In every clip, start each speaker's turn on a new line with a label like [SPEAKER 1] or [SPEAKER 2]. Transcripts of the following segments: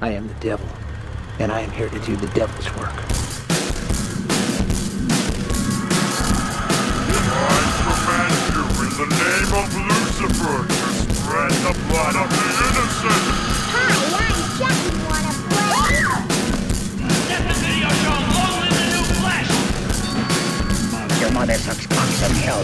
[SPEAKER 1] I am the devil, and I am here to do the devil's work.
[SPEAKER 2] I command you in the name of Lucifer to spread the blood of the innocent.
[SPEAKER 3] Deputy O'Shaw, long live the new flesh!
[SPEAKER 1] Your mother sucks cocks and hell,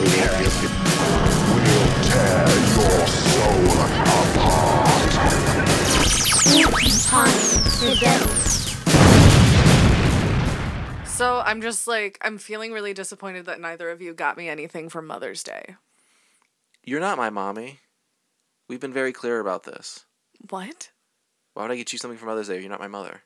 [SPEAKER 4] So I'm just like, I'm feeling really disappointed that neither of you got me anything for Mother's Day.
[SPEAKER 5] You're not my mommy. We've been very clear about this.
[SPEAKER 4] What?
[SPEAKER 5] Why would I get you something for Mother's Day? if You're not my mother.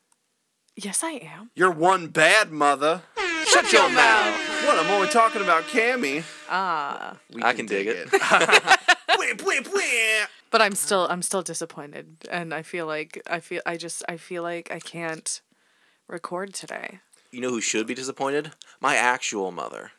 [SPEAKER 4] Yes, I am.
[SPEAKER 6] You're one bad mother.
[SPEAKER 4] Shut your mouth!
[SPEAKER 6] What? I'm only talking about Cammy.
[SPEAKER 4] Ah.
[SPEAKER 5] I can, dig, it.
[SPEAKER 6] Bwah, bwah, bwah.
[SPEAKER 4] But I'm still, I'm still disappointed, and I feel like, I feel, I just, I feel like I can't record today.
[SPEAKER 5] You know who should be disappointed? My actual mother.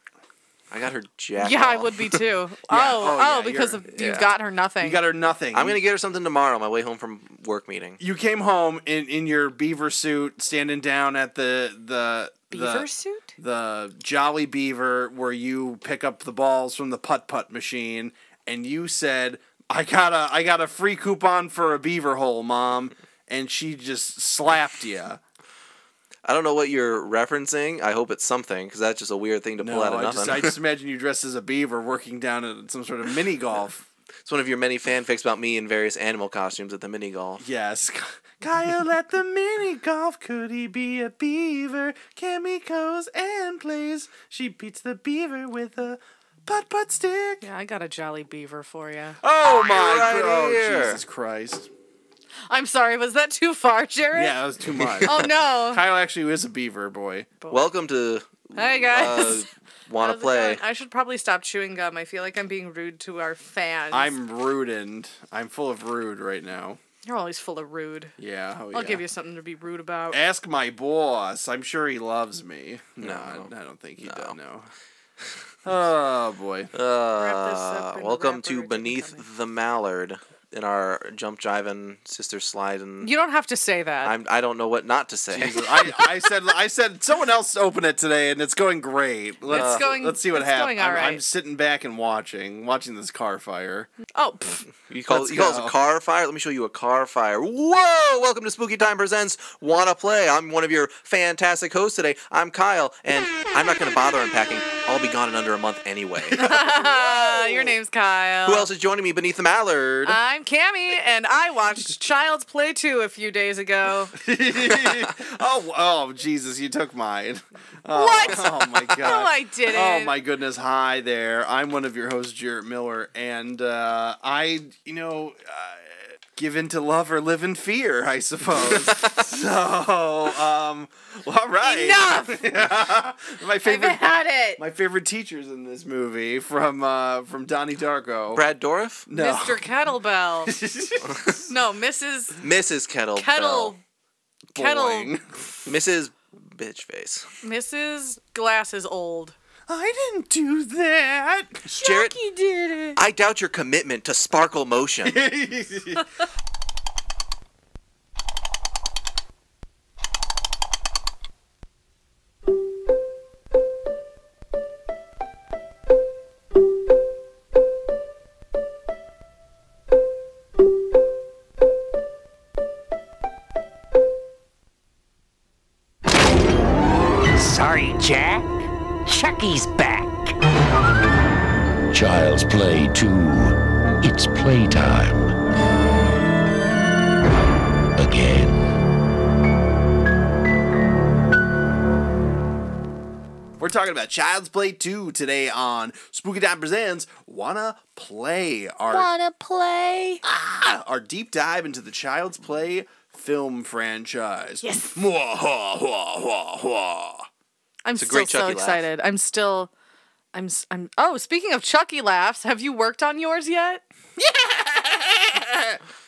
[SPEAKER 5] I got her jack.
[SPEAKER 4] Yeah, I
[SPEAKER 5] off.
[SPEAKER 4] would be too. oh,
[SPEAKER 6] Oh, yeah,
[SPEAKER 4] oh, because
[SPEAKER 6] you're-
[SPEAKER 4] of, you
[SPEAKER 6] yeah.
[SPEAKER 4] got her nothing.
[SPEAKER 6] You got her nothing.
[SPEAKER 5] I'm gonna get her something tomorrow on my way home from work meeting.
[SPEAKER 6] You came home in, in your beaver suit, standing down at the the
[SPEAKER 4] beaver
[SPEAKER 6] the,
[SPEAKER 4] suit.
[SPEAKER 6] the Jolly Beaver, where you pick up the balls from the putt putt machine, and you said, "I got a I got a free coupon for a beaver hole, mom," and she just slapped you.
[SPEAKER 5] I don't know what you're referencing. I hope it's something because that's just a weird thing to
[SPEAKER 6] No,
[SPEAKER 5] pull out of
[SPEAKER 6] I
[SPEAKER 5] nothing.
[SPEAKER 6] just I just imagine you dressed as a beaver working down at some sort of mini golf.
[SPEAKER 5] it's one of your many fanfics about me in various animal costumes at the mini golf.
[SPEAKER 6] Yes. Kyle at the mini golf. Could he be a beaver? Cammy goes and plays. She beats the beaver with a putt putt stick.
[SPEAKER 4] Yeah, I got a jolly beaver for you.
[SPEAKER 6] Oh my
[SPEAKER 5] Right
[SPEAKER 6] god.
[SPEAKER 5] here.
[SPEAKER 6] Jesus Christ.
[SPEAKER 4] I'm sorry, was that too far, Jared?
[SPEAKER 6] Yeah, that was too much.
[SPEAKER 4] Oh no.
[SPEAKER 6] Kyle actually is a beaver boy.
[SPEAKER 5] Welcome to
[SPEAKER 4] Hey
[SPEAKER 5] uh,
[SPEAKER 4] guys.
[SPEAKER 5] Wanna
[SPEAKER 6] Uh,
[SPEAKER 4] How's it
[SPEAKER 5] Play.
[SPEAKER 4] going? I should probably stop chewing gum. I feel like I'm being rude to our fans.
[SPEAKER 6] I'm rudened. I'm full of rude right now.
[SPEAKER 4] You're always full of rude.
[SPEAKER 6] Yeah. oh
[SPEAKER 4] I'll
[SPEAKER 6] yeah.
[SPEAKER 4] give you something to be rude about.
[SPEAKER 6] Ask my boss. I'm sure he loves me. No, I
[SPEAKER 5] No.
[SPEAKER 6] I don't think he
[SPEAKER 5] No.
[SPEAKER 6] does. No. Oh boy.
[SPEAKER 4] this
[SPEAKER 5] Uh,
[SPEAKER 4] up in a
[SPEAKER 5] welcome
[SPEAKER 4] wrapper
[SPEAKER 5] to
[SPEAKER 4] or take it coming.
[SPEAKER 5] Beneath the Mallard in our jump jiving sister sliding.
[SPEAKER 4] You don't have to say that.
[SPEAKER 5] I'm I don't know what not to say.
[SPEAKER 6] I, I said I said someone else opened it today and it's going great. Let's
[SPEAKER 4] It's going-
[SPEAKER 6] let's see what
[SPEAKER 4] it's
[SPEAKER 6] happens.
[SPEAKER 4] going all
[SPEAKER 6] I'm- I'm,
[SPEAKER 4] right.
[SPEAKER 6] sitting back and watching watching this car fire.
[SPEAKER 4] oh, pff.
[SPEAKER 5] You call
[SPEAKER 6] Let's
[SPEAKER 5] you call this
[SPEAKER 6] go.
[SPEAKER 5] a car fire? Let me show you a car fire. Whoa! Welcome to Spooky Time Presents Wanna Play. I'm one of your fantastic hosts today. I'm Kyle, and I'm not gonna bother unpacking. I'll be gone in under a month anyway.
[SPEAKER 4] Uh, your name's Kyle.
[SPEAKER 5] Who else is joining me beneath the mallard?
[SPEAKER 4] I'm Cammy, and I watched Child's Play 2 a few days ago.
[SPEAKER 6] oh oh Jesus, you took mine. Oh,
[SPEAKER 4] What?
[SPEAKER 6] Oh my god.
[SPEAKER 4] No, I didn't.
[SPEAKER 6] Oh my goodness! Hi there. I'm one of your hosts, Jarrett Miller, and uh, I, you know, uh, give in to love or live in fear, I suppose. so, um, all right.
[SPEAKER 4] Enough!
[SPEAKER 6] my
[SPEAKER 4] I've
[SPEAKER 6] favorite
[SPEAKER 4] had it.
[SPEAKER 6] my favorite teachers in this movie from uh from Donnie Darko.
[SPEAKER 5] Brad Dorff?
[SPEAKER 6] no.
[SPEAKER 4] Mr. Kettlebell. no, Mrs.
[SPEAKER 5] Mrs. Kettle.
[SPEAKER 4] Kettle. Kettle.
[SPEAKER 6] Boing.
[SPEAKER 5] Mrs. Bitchface.
[SPEAKER 4] Mrs. Glass is old.
[SPEAKER 6] I didn't do that.
[SPEAKER 5] Jarrett,
[SPEAKER 4] He did it.
[SPEAKER 5] I doubt your commitment to sparkle motion.
[SPEAKER 7] Sorry, Jack. Chucky's back.
[SPEAKER 8] Child's Play 2. It's playtime. Again.
[SPEAKER 6] We're talking about Child's Play 2 today on Spooky Time Presents Wanna Play. Our, Wanna Play? Ah, our deep dive into the Child's Play film franchise. Yes. Mwah, ha, ha, ha, ha.
[SPEAKER 4] I'm
[SPEAKER 5] a
[SPEAKER 4] still
[SPEAKER 5] great
[SPEAKER 4] so
[SPEAKER 5] Chucky laugh.
[SPEAKER 4] excited. I'm still. I'm. s- I'm. Oh, speaking of Chucky laughs, have you worked on yours yet?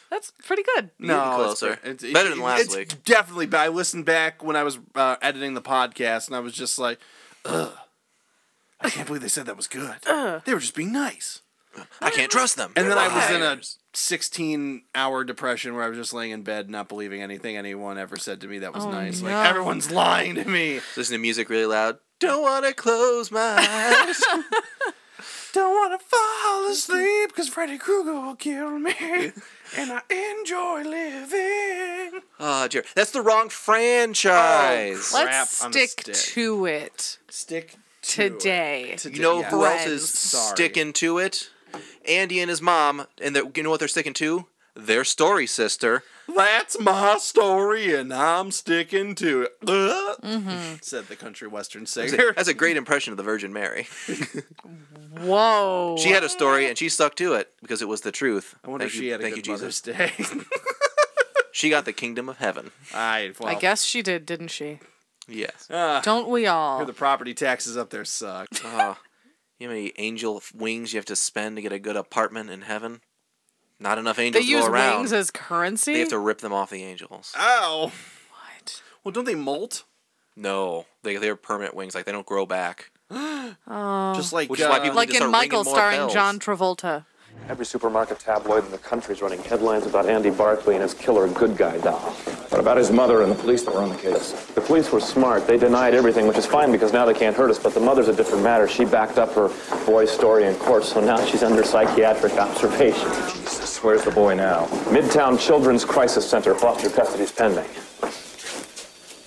[SPEAKER 4] That's pretty good.
[SPEAKER 6] No, it's
[SPEAKER 5] closer.
[SPEAKER 6] pre-
[SPEAKER 5] Better than last
[SPEAKER 6] it's
[SPEAKER 5] week.
[SPEAKER 6] Definitely, but I listened back when I was uh, editing the podcast, and I was just like, "Ugh, I can't believe they said that was good. They were just being nice."
[SPEAKER 5] I can't trust them.
[SPEAKER 6] And
[SPEAKER 5] They're
[SPEAKER 6] then I was in a
[SPEAKER 5] liars.
[SPEAKER 6] 16 hour depression where I was just laying in bed, not believing anything anyone ever said to me that was
[SPEAKER 4] Oh,
[SPEAKER 6] nice.
[SPEAKER 4] no.
[SPEAKER 6] Like, everyone's lying to me.
[SPEAKER 5] listen to music really loud. Don't want to close my eyes.
[SPEAKER 6] Don't want to fall asleep because Freddy Krueger will kill me. And I enjoy living.
[SPEAKER 5] oh dear, that's the wrong franchise.
[SPEAKER 6] Oh,
[SPEAKER 4] Let's
[SPEAKER 6] Crap on the
[SPEAKER 4] stick,
[SPEAKER 6] stick.
[SPEAKER 4] to it
[SPEAKER 6] Stick to it.
[SPEAKER 4] today.
[SPEAKER 6] Today,
[SPEAKER 5] you know
[SPEAKER 6] yeah.
[SPEAKER 5] who else is
[SPEAKER 4] Friends.
[SPEAKER 6] Sorry.
[SPEAKER 5] sticking to it? Andy and his mom, and they're- you know what they're sticking to? Their story, sister.
[SPEAKER 6] That's my story, and I'm sticking to it.
[SPEAKER 4] Mm-hmm.
[SPEAKER 6] Said the country western singer.
[SPEAKER 5] That's a great impression of the Virgin Mary.
[SPEAKER 4] Whoa.
[SPEAKER 5] She had a story and she stuck to it because it was the truth.
[SPEAKER 6] I wonder
[SPEAKER 5] thank
[SPEAKER 6] if she
[SPEAKER 5] you,
[SPEAKER 6] had a
[SPEAKER 5] thank
[SPEAKER 6] good
[SPEAKER 5] you, Jesus.
[SPEAKER 6] Mother's Day.
[SPEAKER 5] She got the kingdom of heaven.
[SPEAKER 6] I, well,
[SPEAKER 4] I guess she did, didn't she?
[SPEAKER 5] Yes.
[SPEAKER 4] Don't we all?
[SPEAKER 6] the property taxes up there suck.
[SPEAKER 5] You know how many angel f- wings you have to spend to get a good apartment in heaven? Not enough
[SPEAKER 4] They
[SPEAKER 5] angels to
[SPEAKER 4] use
[SPEAKER 5] go around.
[SPEAKER 4] wings as currency.
[SPEAKER 5] they have to rip them off the angels.
[SPEAKER 6] Ah. Ow.
[SPEAKER 4] What?
[SPEAKER 6] Well, don't they molt?
[SPEAKER 5] No, they they're permanent wings. Like they don't grow back.
[SPEAKER 4] Oh.
[SPEAKER 6] Just like
[SPEAKER 5] Which is why
[SPEAKER 6] uh,
[SPEAKER 5] people
[SPEAKER 4] Like
[SPEAKER 5] just
[SPEAKER 4] in
[SPEAKER 5] start
[SPEAKER 4] Michael,
[SPEAKER 5] ringing more
[SPEAKER 4] starring
[SPEAKER 5] bells.
[SPEAKER 4] John Travolta.
[SPEAKER 9] Every supermarket tabloid in the country is running headlines about Andy Barkley and his killer good guy doll.
[SPEAKER 10] What about his mother and the police that were on the case?
[SPEAKER 9] The police were smart. They denied everything, which is fine because now they can't hurt us. But the mother's a different matter. She backed up her boy's story in court, so now she's under psychiatric observation.
[SPEAKER 10] Jesus, where's the boy now?
[SPEAKER 9] Midtown Children's Crisis Center, foster custody's pending.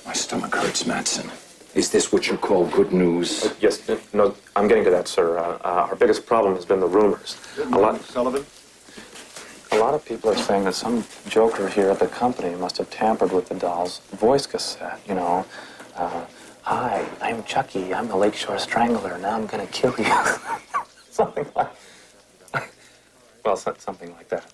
[SPEAKER 10] My stomach hurts, Matson. Is this what you call good news?
[SPEAKER 9] Yes, no, I'm getting to that, sir. Uh, uh, our biggest problem has been the rumors. A lot,
[SPEAKER 10] Sullivan?
[SPEAKER 9] a lot of people are saying that some joker here at the company must have tampered with the doll's voice cassette. You know, uh, hi, I'm Chucky. I'm the Lakeshore Strangler. Now I'm gonna kill you. something like, well, so- something like that.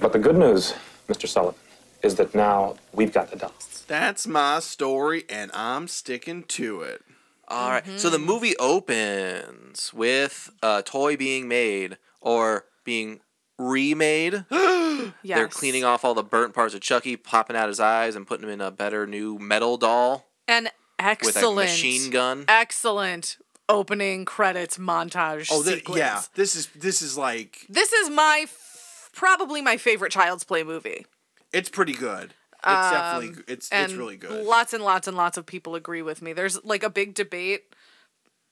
[SPEAKER 9] but the good news, Mr. Sullivan, is that now we've got the doll.
[SPEAKER 6] that's my story, and I'm sticking to it.
[SPEAKER 5] All right. So
[SPEAKER 4] Mm-hmm.
[SPEAKER 5] the movie opens with a toy being made or being remade.
[SPEAKER 4] Yes.
[SPEAKER 5] They're cleaning off all the burnt parts of Chucky, popping out his eyes, and putting him in a better new metal doll
[SPEAKER 4] An
[SPEAKER 5] with
[SPEAKER 4] excellent,
[SPEAKER 5] a machine gun.
[SPEAKER 4] excellent opening credits montage.
[SPEAKER 6] Oh, thi-
[SPEAKER 4] sequence.
[SPEAKER 6] yeah. This is this is like
[SPEAKER 4] This is my f- probably my favorite Child's Play movie.
[SPEAKER 6] it's pretty good. It's definitely it's
[SPEAKER 4] Um, And
[SPEAKER 6] it's really good.
[SPEAKER 4] Lots and lots and lots of people agree with me. There's like a big debate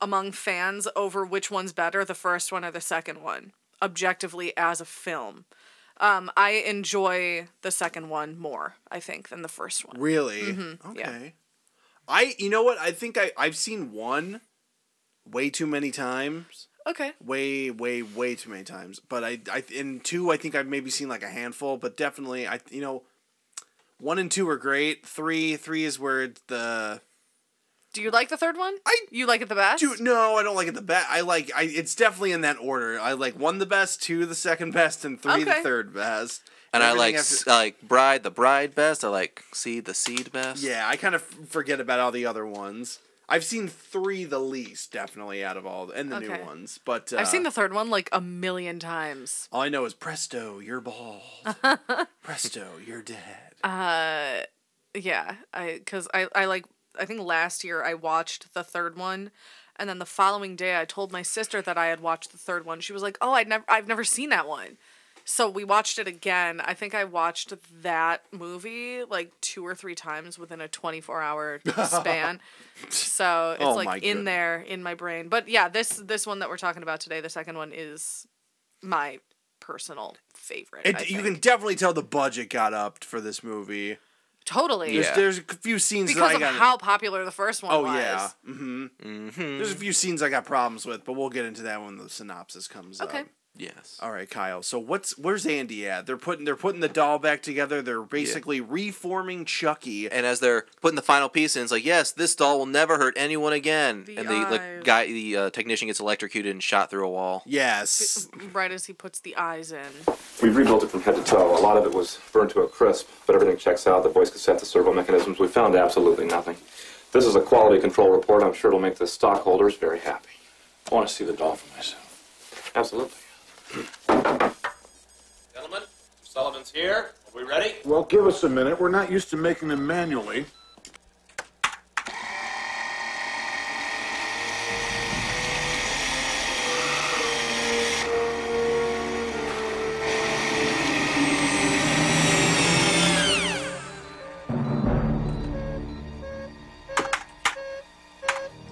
[SPEAKER 4] among fans over which one's better, the first one or the second one, objectively as a film. Um, I enjoy the second one more, I think, than the first one.
[SPEAKER 6] really?
[SPEAKER 5] Mm-hmm.
[SPEAKER 6] okay.
[SPEAKER 4] yeah.
[SPEAKER 6] I you know what? I think I I've seen one way too many times.
[SPEAKER 4] Okay.
[SPEAKER 6] Way way way too many times. But I I in two I think I've maybe seen like a handful, but definitely I you know one and two are great. Three three is where it's the
[SPEAKER 4] Do you like the third one?
[SPEAKER 6] I-
[SPEAKER 4] you like it the best?
[SPEAKER 6] Dude, no, I don't like it the best. I like I. It's definitely in that order. I like one the best, two the second best, and three the
[SPEAKER 4] Okay.
[SPEAKER 6] third best.
[SPEAKER 5] And I
[SPEAKER 6] Everything
[SPEAKER 5] like
[SPEAKER 6] after-
[SPEAKER 5] s I like bride the bride best. I like seed the seed best.
[SPEAKER 6] yeah, I kind of forget about all the other ones. I've seen three the least, definitely out of all, and the
[SPEAKER 4] Okay.
[SPEAKER 6] new ones. But uh,
[SPEAKER 4] I've seen the third one like a million times.
[SPEAKER 6] All I know is presto, you're bald. presto, you're dead.
[SPEAKER 4] Uh, Yeah, I because I I like I think last year I watched the third one, and then the following day I told my sister that I had watched the third one. She was like, "Oh, I'd never I've never seen that one." So we watched it again. I think I watched that movie like two or three times within a 24 hour span. So it's
[SPEAKER 6] Oh my
[SPEAKER 4] like in
[SPEAKER 6] goodness.
[SPEAKER 4] there in my brain. But yeah, this this one that we're talking about today, the second one is my personal favorite. I
[SPEAKER 6] it, you can
[SPEAKER 4] think.
[SPEAKER 6] definitely tell the budget got upped for this movie.
[SPEAKER 4] totally
[SPEAKER 5] Yeah.
[SPEAKER 6] There's a few scenes that
[SPEAKER 4] because
[SPEAKER 6] I
[SPEAKER 4] of
[SPEAKER 6] got.
[SPEAKER 4] how popular the first one
[SPEAKER 6] oh
[SPEAKER 4] was.
[SPEAKER 6] yeah. Mm-hmm. There's a few scenes I got problems with, but we'll get into that when the synopsis comes up.
[SPEAKER 4] Okay.
[SPEAKER 5] Yes.
[SPEAKER 6] All right, Kyle. So what's where's Andy at? They're putting they're putting the doll back together. They're basically reforming Chucky.
[SPEAKER 5] And as they're putting the final piece in, it's like, yes, this doll will never hurt anyone again.
[SPEAKER 4] The
[SPEAKER 5] and the
[SPEAKER 4] eyes.
[SPEAKER 5] like, guy, the uh, technician gets electrocuted and shot through a wall.
[SPEAKER 6] Yes.
[SPEAKER 4] right as he puts the eyes in.
[SPEAKER 9] We rebuilt it from head to toe. A lot of it was burned to a crisp, but everything checks out. The voice cassette, the servo mechanisms. We found absolutely nothing. This is a quality control report. I'm sure it'll make the stockholders very happy. I want to see the doll for myself. Absolutely.
[SPEAKER 11] Gentlemen, Sullivan's here. Are we ready?
[SPEAKER 2] Well, give us a minute. We're not used to making them manually.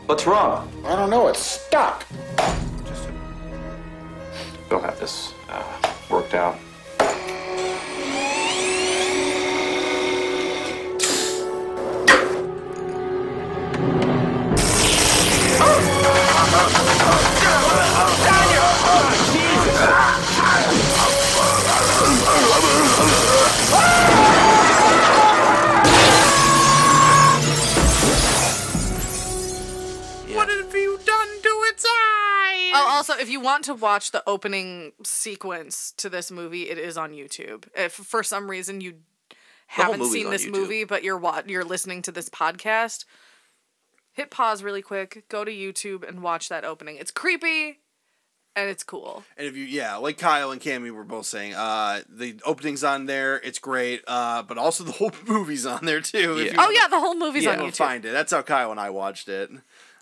[SPEAKER 10] What's wrong?
[SPEAKER 1] I don't know. It's stuck.
[SPEAKER 9] We'll have this uh, worked out.
[SPEAKER 4] What have you done to its eye? Oh, also, if you want to watch the opening sequence to this movie, it is on YouTube. If for some reason you
[SPEAKER 5] whole
[SPEAKER 4] haven't
[SPEAKER 5] movie's
[SPEAKER 4] seen
[SPEAKER 5] on
[SPEAKER 4] this
[SPEAKER 5] YouTube.
[SPEAKER 4] movie, but you're wa- you're listening to this podcast, hit pause really quick, go to YouTube and watch that opening. It's creepy and it's cool.
[SPEAKER 6] And if you, yeah, like Kyle and Cammy were both saying, uh, the opening's on there, it's great, uh, but also the whole movie's on there too. If you
[SPEAKER 4] Oh yeah, the whole movie's
[SPEAKER 6] yeah,
[SPEAKER 4] on
[SPEAKER 6] we'll
[SPEAKER 4] YouTube.
[SPEAKER 6] find it. That's how Kyle and I watched it.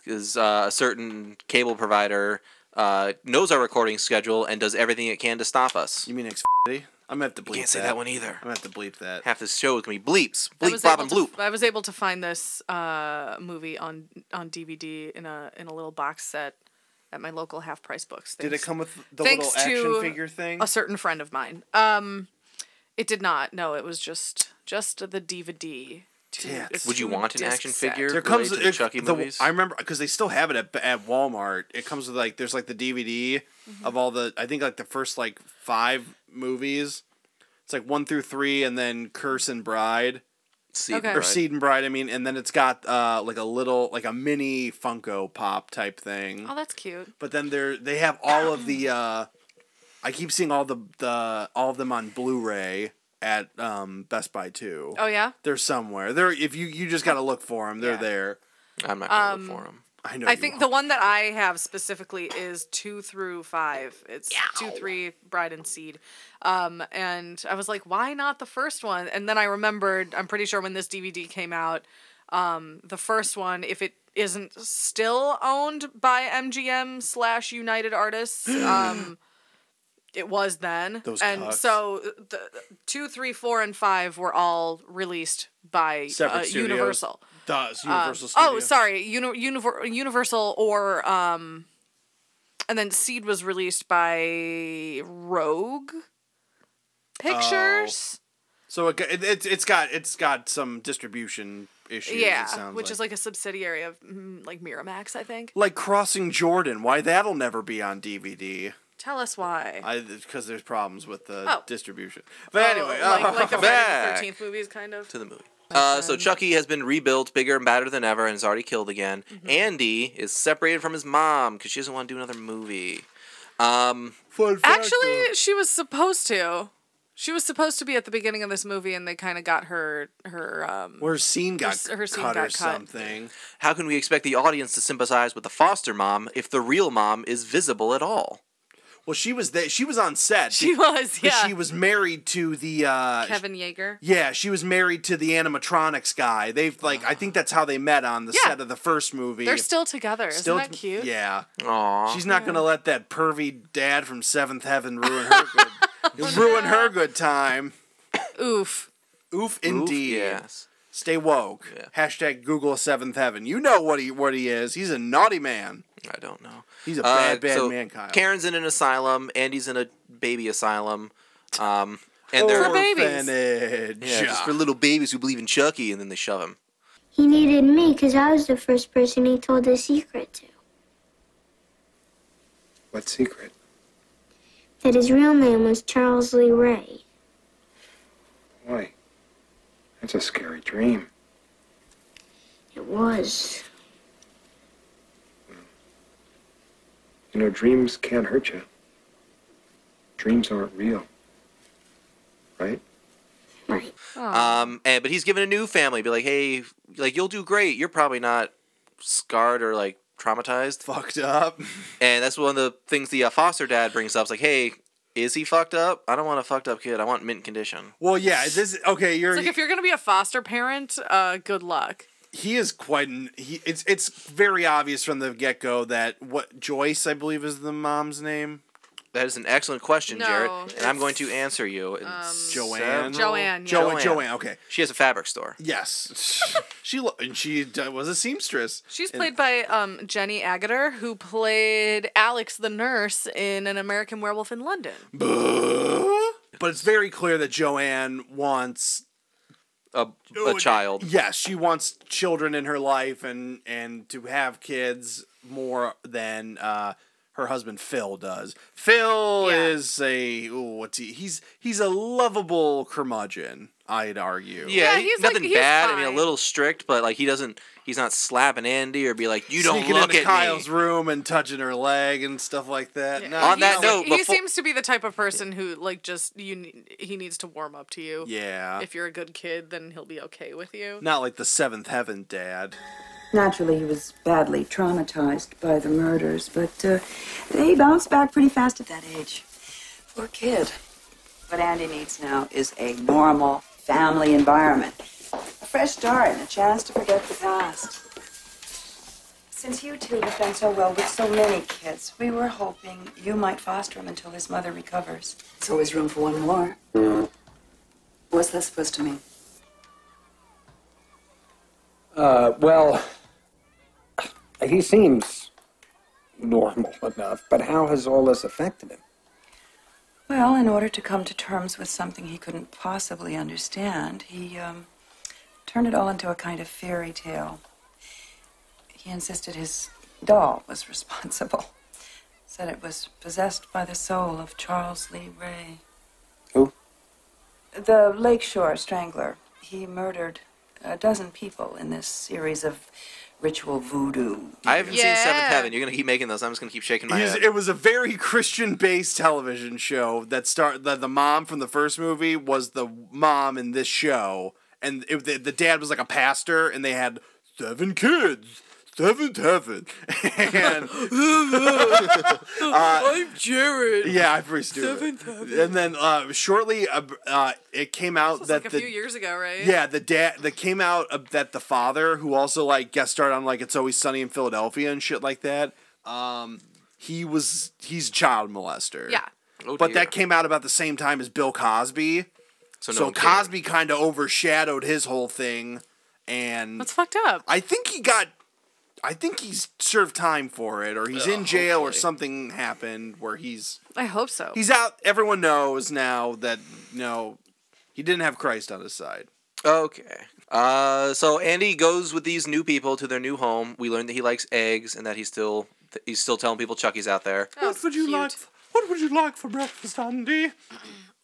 [SPEAKER 5] Because uh, a certain cable provider uh, knows our recording schedule and does everything it can to stop us.
[SPEAKER 6] You mean ex? I'm gonna have to bleep.
[SPEAKER 5] can't say that one either.
[SPEAKER 6] I'm gonna have to bleep that.
[SPEAKER 5] Half this show is gonna be bleeps,
[SPEAKER 4] I was
[SPEAKER 5] bleep, bop,
[SPEAKER 4] able
[SPEAKER 5] and
[SPEAKER 4] to-
[SPEAKER 5] bloop.
[SPEAKER 4] I was able to find this uh, movie on on DVD in a in a little box set at my local half price books.
[SPEAKER 6] Did it
[SPEAKER 4] Thanks-
[SPEAKER 6] come with the
[SPEAKER 4] thanks
[SPEAKER 6] little action
[SPEAKER 4] to
[SPEAKER 6] figure thing?
[SPEAKER 4] A certain friend of mine. Um, it did not. No, it was just just the DVD. Two,
[SPEAKER 6] Dicks.
[SPEAKER 4] it's
[SPEAKER 5] Would you
[SPEAKER 4] two
[SPEAKER 5] want an
[SPEAKER 4] disc
[SPEAKER 5] action
[SPEAKER 4] set.
[SPEAKER 5] figure?
[SPEAKER 6] There comes
[SPEAKER 5] related to the
[SPEAKER 6] it-
[SPEAKER 5] Chucky
[SPEAKER 6] the-
[SPEAKER 5] movies?
[SPEAKER 6] I remember because they still have it at, at Walmart. It comes with like there's like the DVD
[SPEAKER 4] Mm-hmm.
[SPEAKER 6] of all the I think like the first like five movies. It's like one through three, and then Curse and Bride
[SPEAKER 5] Seed
[SPEAKER 4] Okay.
[SPEAKER 6] or
[SPEAKER 5] Bride.
[SPEAKER 6] Seed and Bride. I mean, and then it's got uh like a little like a mini Funko Pop type thing.
[SPEAKER 4] Oh, that's cute.
[SPEAKER 6] But then they're they have all of the. uh I keep seeing all the the all of them on Blu-ray at um Best Buy too.
[SPEAKER 4] Oh yeah.
[SPEAKER 6] They're somewhere. They're if you you just gotta look for them. They're
[SPEAKER 4] Yeah.
[SPEAKER 6] there.
[SPEAKER 5] I'm not
[SPEAKER 4] Um,
[SPEAKER 5] gonna look for them.
[SPEAKER 6] I know.
[SPEAKER 4] I
[SPEAKER 6] you
[SPEAKER 4] think
[SPEAKER 6] are.
[SPEAKER 4] the one that I have specifically is two through five. It's two, three, bride and seed. Um, and I was like, why not the first one? And then I remembered, I'm pretty sure when this DVD came out, um, the first one, if it isn't still owned by MGM slash United Artists, um, it was then.
[SPEAKER 6] Those
[SPEAKER 4] and
[SPEAKER 6] cucks.
[SPEAKER 4] so the two, three, four, and five were all released by
[SPEAKER 6] Separate
[SPEAKER 4] uh,
[SPEAKER 6] studios.
[SPEAKER 4] Universal.
[SPEAKER 6] Does Universal
[SPEAKER 4] Um,
[SPEAKER 6] Studios?
[SPEAKER 4] Oh, sorry, Uni- Univer- Universal or um, and then Seed was released by Rogue Pictures.
[SPEAKER 6] Oh, So it, it, it's it's got it's got some distribution issues. it
[SPEAKER 4] yeah,
[SPEAKER 6] sounds
[SPEAKER 4] which is like a subsidiary of mm, like Miramax, I think.
[SPEAKER 6] like Crossing Jordan. Why that'll never be on DVD?
[SPEAKER 4] Tell us why.
[SPEAKER 6] I because there's problems with the
[SPEAKER 4] Oh.
[SPEAKER 6] distribution. But
[SPEAKER 4] Oh,
[SPEAKER 6] anyway, uh,
[SPEAKER 4] like, like the Friday the
[SPEAKER 5] back.
[SPEAKER 4] Thirteenth movies, kind of.
[SPEAKER 5] to the movie. Uh, so Chucky has been rebuilt, bigger and badder than ever, and is already killed again.
[SPEAKER 4] Mm-hmm.
[SPEAKER 5] Andy is separated from his mom because she doesn't want to do another movie. Um,
[SPEAKER 6] fun fact,
[SPEAKER 4] Actually, she was supposed to. She was supposed to be at the beginning of this movie, and they kind of got her her um,
[SPEAKER 6] though, where scene got
[SPEAKER 4] her- her scene
[SPEAKER 6] cut
[SPEAKER 4] got
[SPEAKER 6] or
[SPEAKER 4] cut.
[SPEAKER 6] something.
[SPEAKER 5] how can we expect the audience to sympathize with the foster mom if the real mom is visible at all?
[SPEAKER 6] Well, she was there. She was on set.
[SPEAKER 4] she was
[SPEAKER 6] because
[SPEAKER 4] yeah
[SPEAKER 6] She was married to the uh,
[SPEAKER 4] Kevin Yeager.
[SPEAKER 6] Yeah, she was married to the animatronics guy. They've like I think that's how they met on the
[SPEAKER 4] Yeah.
[SPEAKER 6] set of the first movie.
[SPEAKER 4] They're still together.
[SPEAKER 6] Still
[SPEAKER 4] Isn't that
[SPEAKER 6] t-
[SPEAKER 4] cute?
[SPEAKER 6] Yeah.
[SPEAKER 5] Aw,
[SPEAKER 6] She's not gonna let that pervy dad from Seventh Heaven ruin her good ruin her good time.
[SPEAKER 4] Oof.
[SPEAKER 6] Oof
[SPEAKER 5] Oof,
[SPEAKER 6] indeed.
[SPEAKER 5] yes.
[SPEAKER 6] Stay woke.
[SPEAKER 5] Yeah.
[SPEAKER 6] Hashtag Google Seventh Heaven. You know what he what he is. He's a naughty man.
[SPEAKER 5] I don't know.
[SPEAKER 6] He's a
[SPEAKER 5] Uh,
[SPEAKER 6] bad, bad
[SPEAKER 5] so
[SPEAKER 6] man, Kyle.
[SPEAKER 5] Karen's in an asylum. Andy's in a baby asylum. Um, and
[SPEAKER 4] For
[SPEAKER 5] they're
[SPEAKER 4] babies.
[SPEAKER 6] Orphanage. Ah,
[SPEAKER 5] yeah, just for little babies who believe in Chucky, and then they shove him.
[SPEAKER 12] He needed me because I was the first person he told his secret to.
[SPEAKER 9] What secret?
[SPEAKER 12] That his real name was Charles Lee Ray.
[SPEAKER 9] Boy, that's a scary dream.
[SPEAKER 12] It was.
[SPEAKER 9] You know, dreams can't hurt you. Dreams aren't real. Right?
[SPEAKER 12] Right.
[SPEAKER 6] Uh,
[SPEAKER 5] Um, and but he's given a new family. Be like, hey, like you'll do great. You're probably not scarred or like traumatized.
[SPEAKER 6] Fucked up.
[SPEAKER 5] And that's one of the things the uh, foster dad brings up. It's like, hey, is he fucked up? I don't want a fucked up kid. I want mint condition.
[SPEAKER 6] Well, yeah. This okay. You're
[SPEAKER 4] It's like if you're gonna be a foster parent, uh, good luck.
[SPEAKER 6] he is quite an he it's it's very obvious from the get-go that what Joyce I believe is the mom's name
[SPEAKER 5] That is an excellent question,
[SPEAKER 4] No,
[SPEAKER 5] Jarrett, and I'm
[SPEAKER 4] it's,
[SPEAKER 5] going to answer you. in
[SPEAKER 4] um,
[SPEAKER 5] several-
[SPEAKER 6] Joanne? Joanne, yeah. Joanne, Joanne, okay.
[SPEAKER 5] She has a fabric store.
[SPEAKER 6] Yes, she lo- and she d- was a seamstress.
[SPEAKER 4] She's
[SPEAKER 6] And-
[SPEAKER 4] played by um, Jenny Agutter, who played Alex the nurse in An American Werewolf in London.
[SPEAKER 6] but it's very clear that Joanne wants
[SPEAKER 5] a, a child.
[SPEAKER 6] Yes, she wants children in her life and and to have kids more than uh, her husband Phil does. Phil is a ooh, what's he? He's he's a lovable curmudgeon. I'd argue.
[SPEAKER 5] Yeah, he- nothing bad. I mean, a little strict, but like he doesn't. He's not slapping Andy or be like, "You don't
[SPEAKER 6] Sneaking
[SPEAKER 5] look
[SPEAKER 6] into
[SPEAKER 5] at
[SPEAKER 6] Kyle's
[SPEAKER 5] me."
[SPEAKER 6] room and touching her leg and stuff like that. No,
[SPEAKER 5] On
[SPEAKER 6] he's
[SPEAKER 5] that
[SPEAKER 6] not
[SPEAKER 5] note,
[SPEAKER 6] like-
[SPEAKER 4] he seems to be the type of person who, like, just you. ne- He needs to warm up to you.
[SPEAKER 6] Yeah.
[SPEAKER 4] If you're a good kid, then he'll be okay with you.
[SPEAKER 6] not like the seventh heaven dad.
[SPEAKER 13] Naturally, he was badly traumatized by the murders, but uh, he bounced back pretty fast at that age. Poor kid. What Andy needs now is a normal family environment, a fresh start, and a chance to forget the past. Since you two have done so well with so many kids, we were hoping you might foster him until his mother recovers. There's always room for one more.
[SPEAKER 9] Mm-hmm.
[SPEAKER 13] What's that supposed to mean?
[SPEAKER 14] Uh, well, he seems normal enough, but how has all this affected him?
[SPEAKER 13] Well, in order to come to terms with something he couldn't possibly understand, he um, turned it all into a kind of fairy tale. He insisted his doll was responsible, said it was possessed by the soul of Charles Lee Ray.
[SPEAKER 14] Who?
[SPEAKER 13] The Lakeshore Strangler. He murdered a dozen people in this series of ritual voodoo.
[SPEAKER 5] I haven't seen Seventh
[SPEAKER 13] Yeah.
[SPEAKER 5] Heaven. You're gonna keep making those. I'm just gonna keep shaking my
[SPEAKER 6] He's-
[SPEAKER 5] head.
[SPEAKER 6] it was a very Christian-based television show that start that the mom from the first movie was the mom in this show, and it, the, the dad was like a pastor, and they had seven kids, seventh heaven, and
[SPEAKER 4] I'm Jared.
[SPEAKER 6] yeah, I'm pretty stupid.
[SPEAKER 4] Seventh heaven.
[SPEAKER 6] And then uh, shortly, uh, uh, it came out
[SPEAKER 4] It's
[SPEAKER 6] that
[SPEAKER 4] like a
[SPEAKER 6] the
[SPEAKER 4] few years ago, right?
[SPEAKER 6] yeah, the dad that came out of, that the father who also like guest starred on like It's Always Sunny in Philadelphia and shit like that. Um, he was he's a child molester.
[SPEAKER 4] Yeah.
[SPEAKER 5] Oh,
[SPEAKER 6] but
[SPEAKER 5] dear.
[SPEAKER 6] that came out about the same time as Bill Cosby.
[SPEAKER 5] So
[SPEAKER 6] So,
[SPEAKER 5] no one cared.
[SPEAKER 6] Cosby kind of overshadowed his whole thing, and
[SPEAKER 4] That's fucked up.
[SPEAKER 6] I think he got. I think he's served time for it, or he's
[SPEAKER 5] Oh,
[SPEAKER 6] in jail, or something happened where he's
[SPEAKER 4] I hope so.
[SPEAKER 6] he's out. Everyone knows now that no, he didn't have Christ on his side.
[SPEAKER 5] Okay. Uh, so Andy goes with these new people to their new home. We learn that he likes eggs and that he's still he's still telling people Chucky's out there.
[SPEAKER 6] What would you like? What would you like for breakfast, Andy?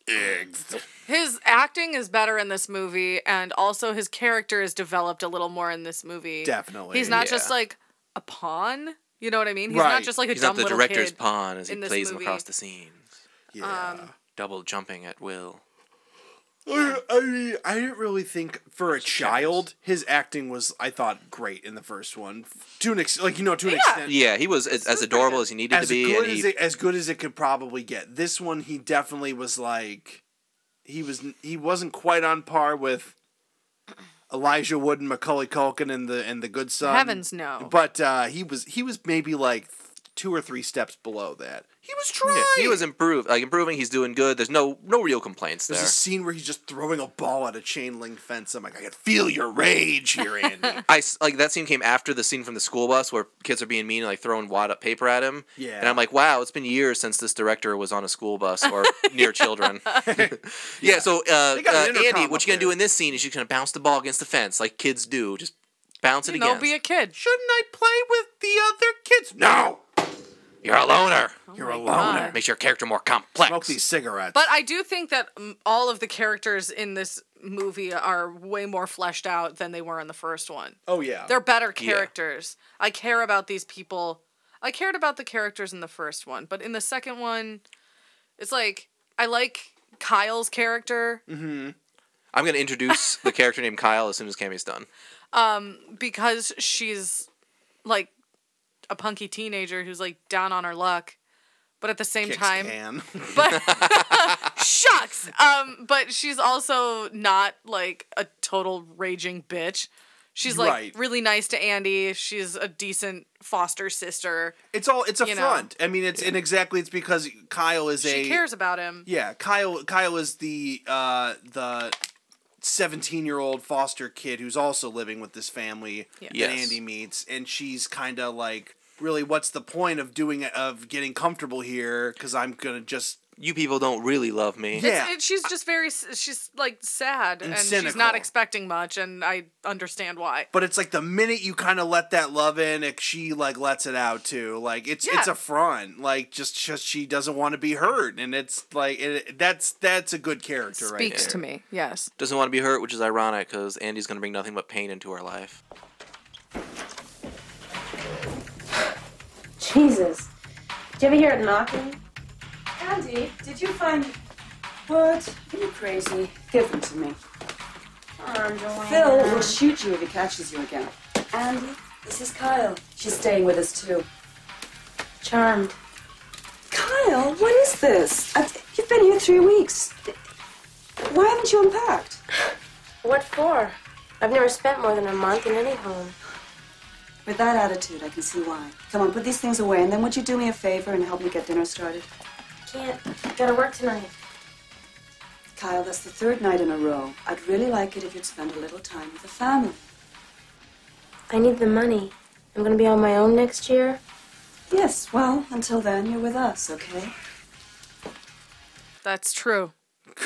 [SPEAKER 6] Eggs.
[SPEAKER 4] His acting is better in this movie, and also his character is developed a little more in this movie.
[SPEAKER 5] Definitely.
[SPEAKER 4] he's not
[SPEAKER 5] Yeah.
[SPEAKER 4] just like a pawn. You know what I mean? He's not
[SPEAKER 5] Right.
[SPEAKER 4] just like a
[SPEAKER 5] He's
[SPEAKER 4] dumb
[SPEAKER 5] not the
[SPEAKER 4] little
[SPEAKER 5] director's
[SPEAKER 4] kid
[SPEAKER 5] pawn as he
[SPEAKER 4] in this
[SPEAKER 5] plays him
[SPEAKER 4] movie.
[SPEAKER 5] across the scenes.
[SPEAKER 6] Yeah.
[SPEAKER 5] Um, Double jumping at will.
[SPEAKER 6] I, I, I didn't really think for a child his acting was I thought great in the first one to an ex- like you know to an extent
[SPEAKER 5] Yeah, he was as, as adorable as he needed
[SPEAKER 6] as
[SPEAKER 5] to be, E
[SPEAKER 6] good
[SPEAKER 5] and he
[SPEAKER 6] as it, as good as it could probably get. This one he definitely was like he was he wasn't quite on par with Elijah Wood and Macaulay Culkin and the and the Good Son.
[SPEAKER 4] Heavens no.
[SPEAKER 6] But uh, he was he was maybe like two or three steps below that. He was trying.
[SPEAKER 5] Yeah, he was improved, like improving. He's doing good. There's no no real complaints
[SPEAKER 6] There's
[SPEAKER 5] there.
[SPEAKER 6] a scene where he's just throwing a ball at a chain link fence. I'm like, I can feel your rage here, Andy.
[SPEAKER 5] I s- like that scene came after the scene from the school bus where kids are being mean and like throwing wad up paper at him.
[SPEAKER 6] Yeah.
[SPEAKER 5] and I'm like, wow, it's been years since this director was on a school bus or near children. yeah, so uh,
[SPEAKER 6] They got an
[SPEAKER 5] uh,
[SPEAKER 6] intercom
[SPEAKER 5] Andy, what
[SPEAKER 6] up
[SPEAKER 5] you gonna do in this scene is you're gonna bounce the ball against the fence like kids do, just bounce it
[SPEAKER 4] You know,
[SPEAKER 5] against.
[SPEAKER 4] be a kid.
[SPEAKER 6] Shouldn't I play with the other kids? No.
[SPEAKER 5] You're a loner.
[SPEAKER 6] You're a
[SPEAKER 5] loner. Makes your character more complex.
[SPEAKER 6] Smoke these cigarettes.
[SPEAKER 4] Oh But I do think that mm, all of the characters in this movie are way more fleshed out than they were in the first one.
[SPEAKER 6] oh yeah,
[SPEAKER 4] They're better characters. I care about these people. I cared about the characters in the first one, but in the second one, it's like I like Kyle's character
[SPEAKER 5] Mm-hmm. I'm gonna introduce the character named Kyle as soon as Cammy's done.
[SPEAKER 4] um, because she's like a punky teenager who's like down on her luck, but at the same
[SPEAKER 6] Kicks
[SPEAKER 4] time,
[SPEAKER 6] can.
[SPEAKER 4] shucks. Um, but she's also not like a total raging bitch. She's like
[SPEAKER 6] Right.
[SPEAKER 4] really nice to Andy. She's a decent foster sister.
[SPEAKER 6] It's all it's a
[SPEAKER 4] you know.
[SPEAKER 6] front. I mean, it's and exactly it's because Kyle is a
[SPEAKER 4] She cares about him.
[SPEAKER 6] Yeah, Kyle. Kyle is the uh, the seventeen year old foster kid who's also living with this family
[SPEAKER 4] Yeah.
[SPEAKER 6] that
[SPEAKER 5] Yes.
[SPEAKER 6] Andy meets, and she's kind of like, really, what's the point of doing of getting comfortable here? Because I'm gonna just
[SPEAKER 5] you people don't really love me.
[SPEAKER 6] Yeah.
[SPEAKER 4] It's- it- she's just very s- she's like sad
[SPEAKER 6] And
[SPEAKER 4] and, she's not
[SPEAKER 6] cynical.
[SPEAKER 4] expecting much and I understand why.
[SPEAKER 6] But it's like the minute you kind of let that love in, it, she like lets it out too. Like it's it's
[SPEAKER 4] Yeah.
[SPEAKER 6] a front. Like just just she doesn't want to be hurt, and it's like it, that's that's a good character right
[SPEAKER 4] Speaks
[SPEAKER 6] there.
[SPEAKER 4] to me. Yes.
[SPEAKER 5] Doesn't want to be hurt, which is ironic because Andy's going to bring nothing but pain into her life.
[SPEAKER 15] Jesus. Did you ever hear it knocking?
[SPEAKER 13] Andy, did you find. What? Are you crazy? Give them to me. Phil will shoot you if he catches you again. Andy, this is Kyle. She's staying with us too. Charmed. Kyle, what is this? I- You've been here three weeks. Why haven't you unpacked?
[SPEAKER 15] What for? I've never spent more than a month in any home.
[SPEAKER 13] With that attitude, I can see why. Come on, put these things away, and then would you do me a favor and help me get dinner started?
[SPEAKER 15] Can't. Gotta work tonight.
[SPEAKER 13] Kyle, that's the third night in a row. I'd really like it if you'd spend a little time with the family.
[SPEAKER 15] I need the money. I'm gonna be on my own next year.
[SPEAKER 13] Yes, well, until then, you're with us, okay?
[SPEAKER 4] That's true.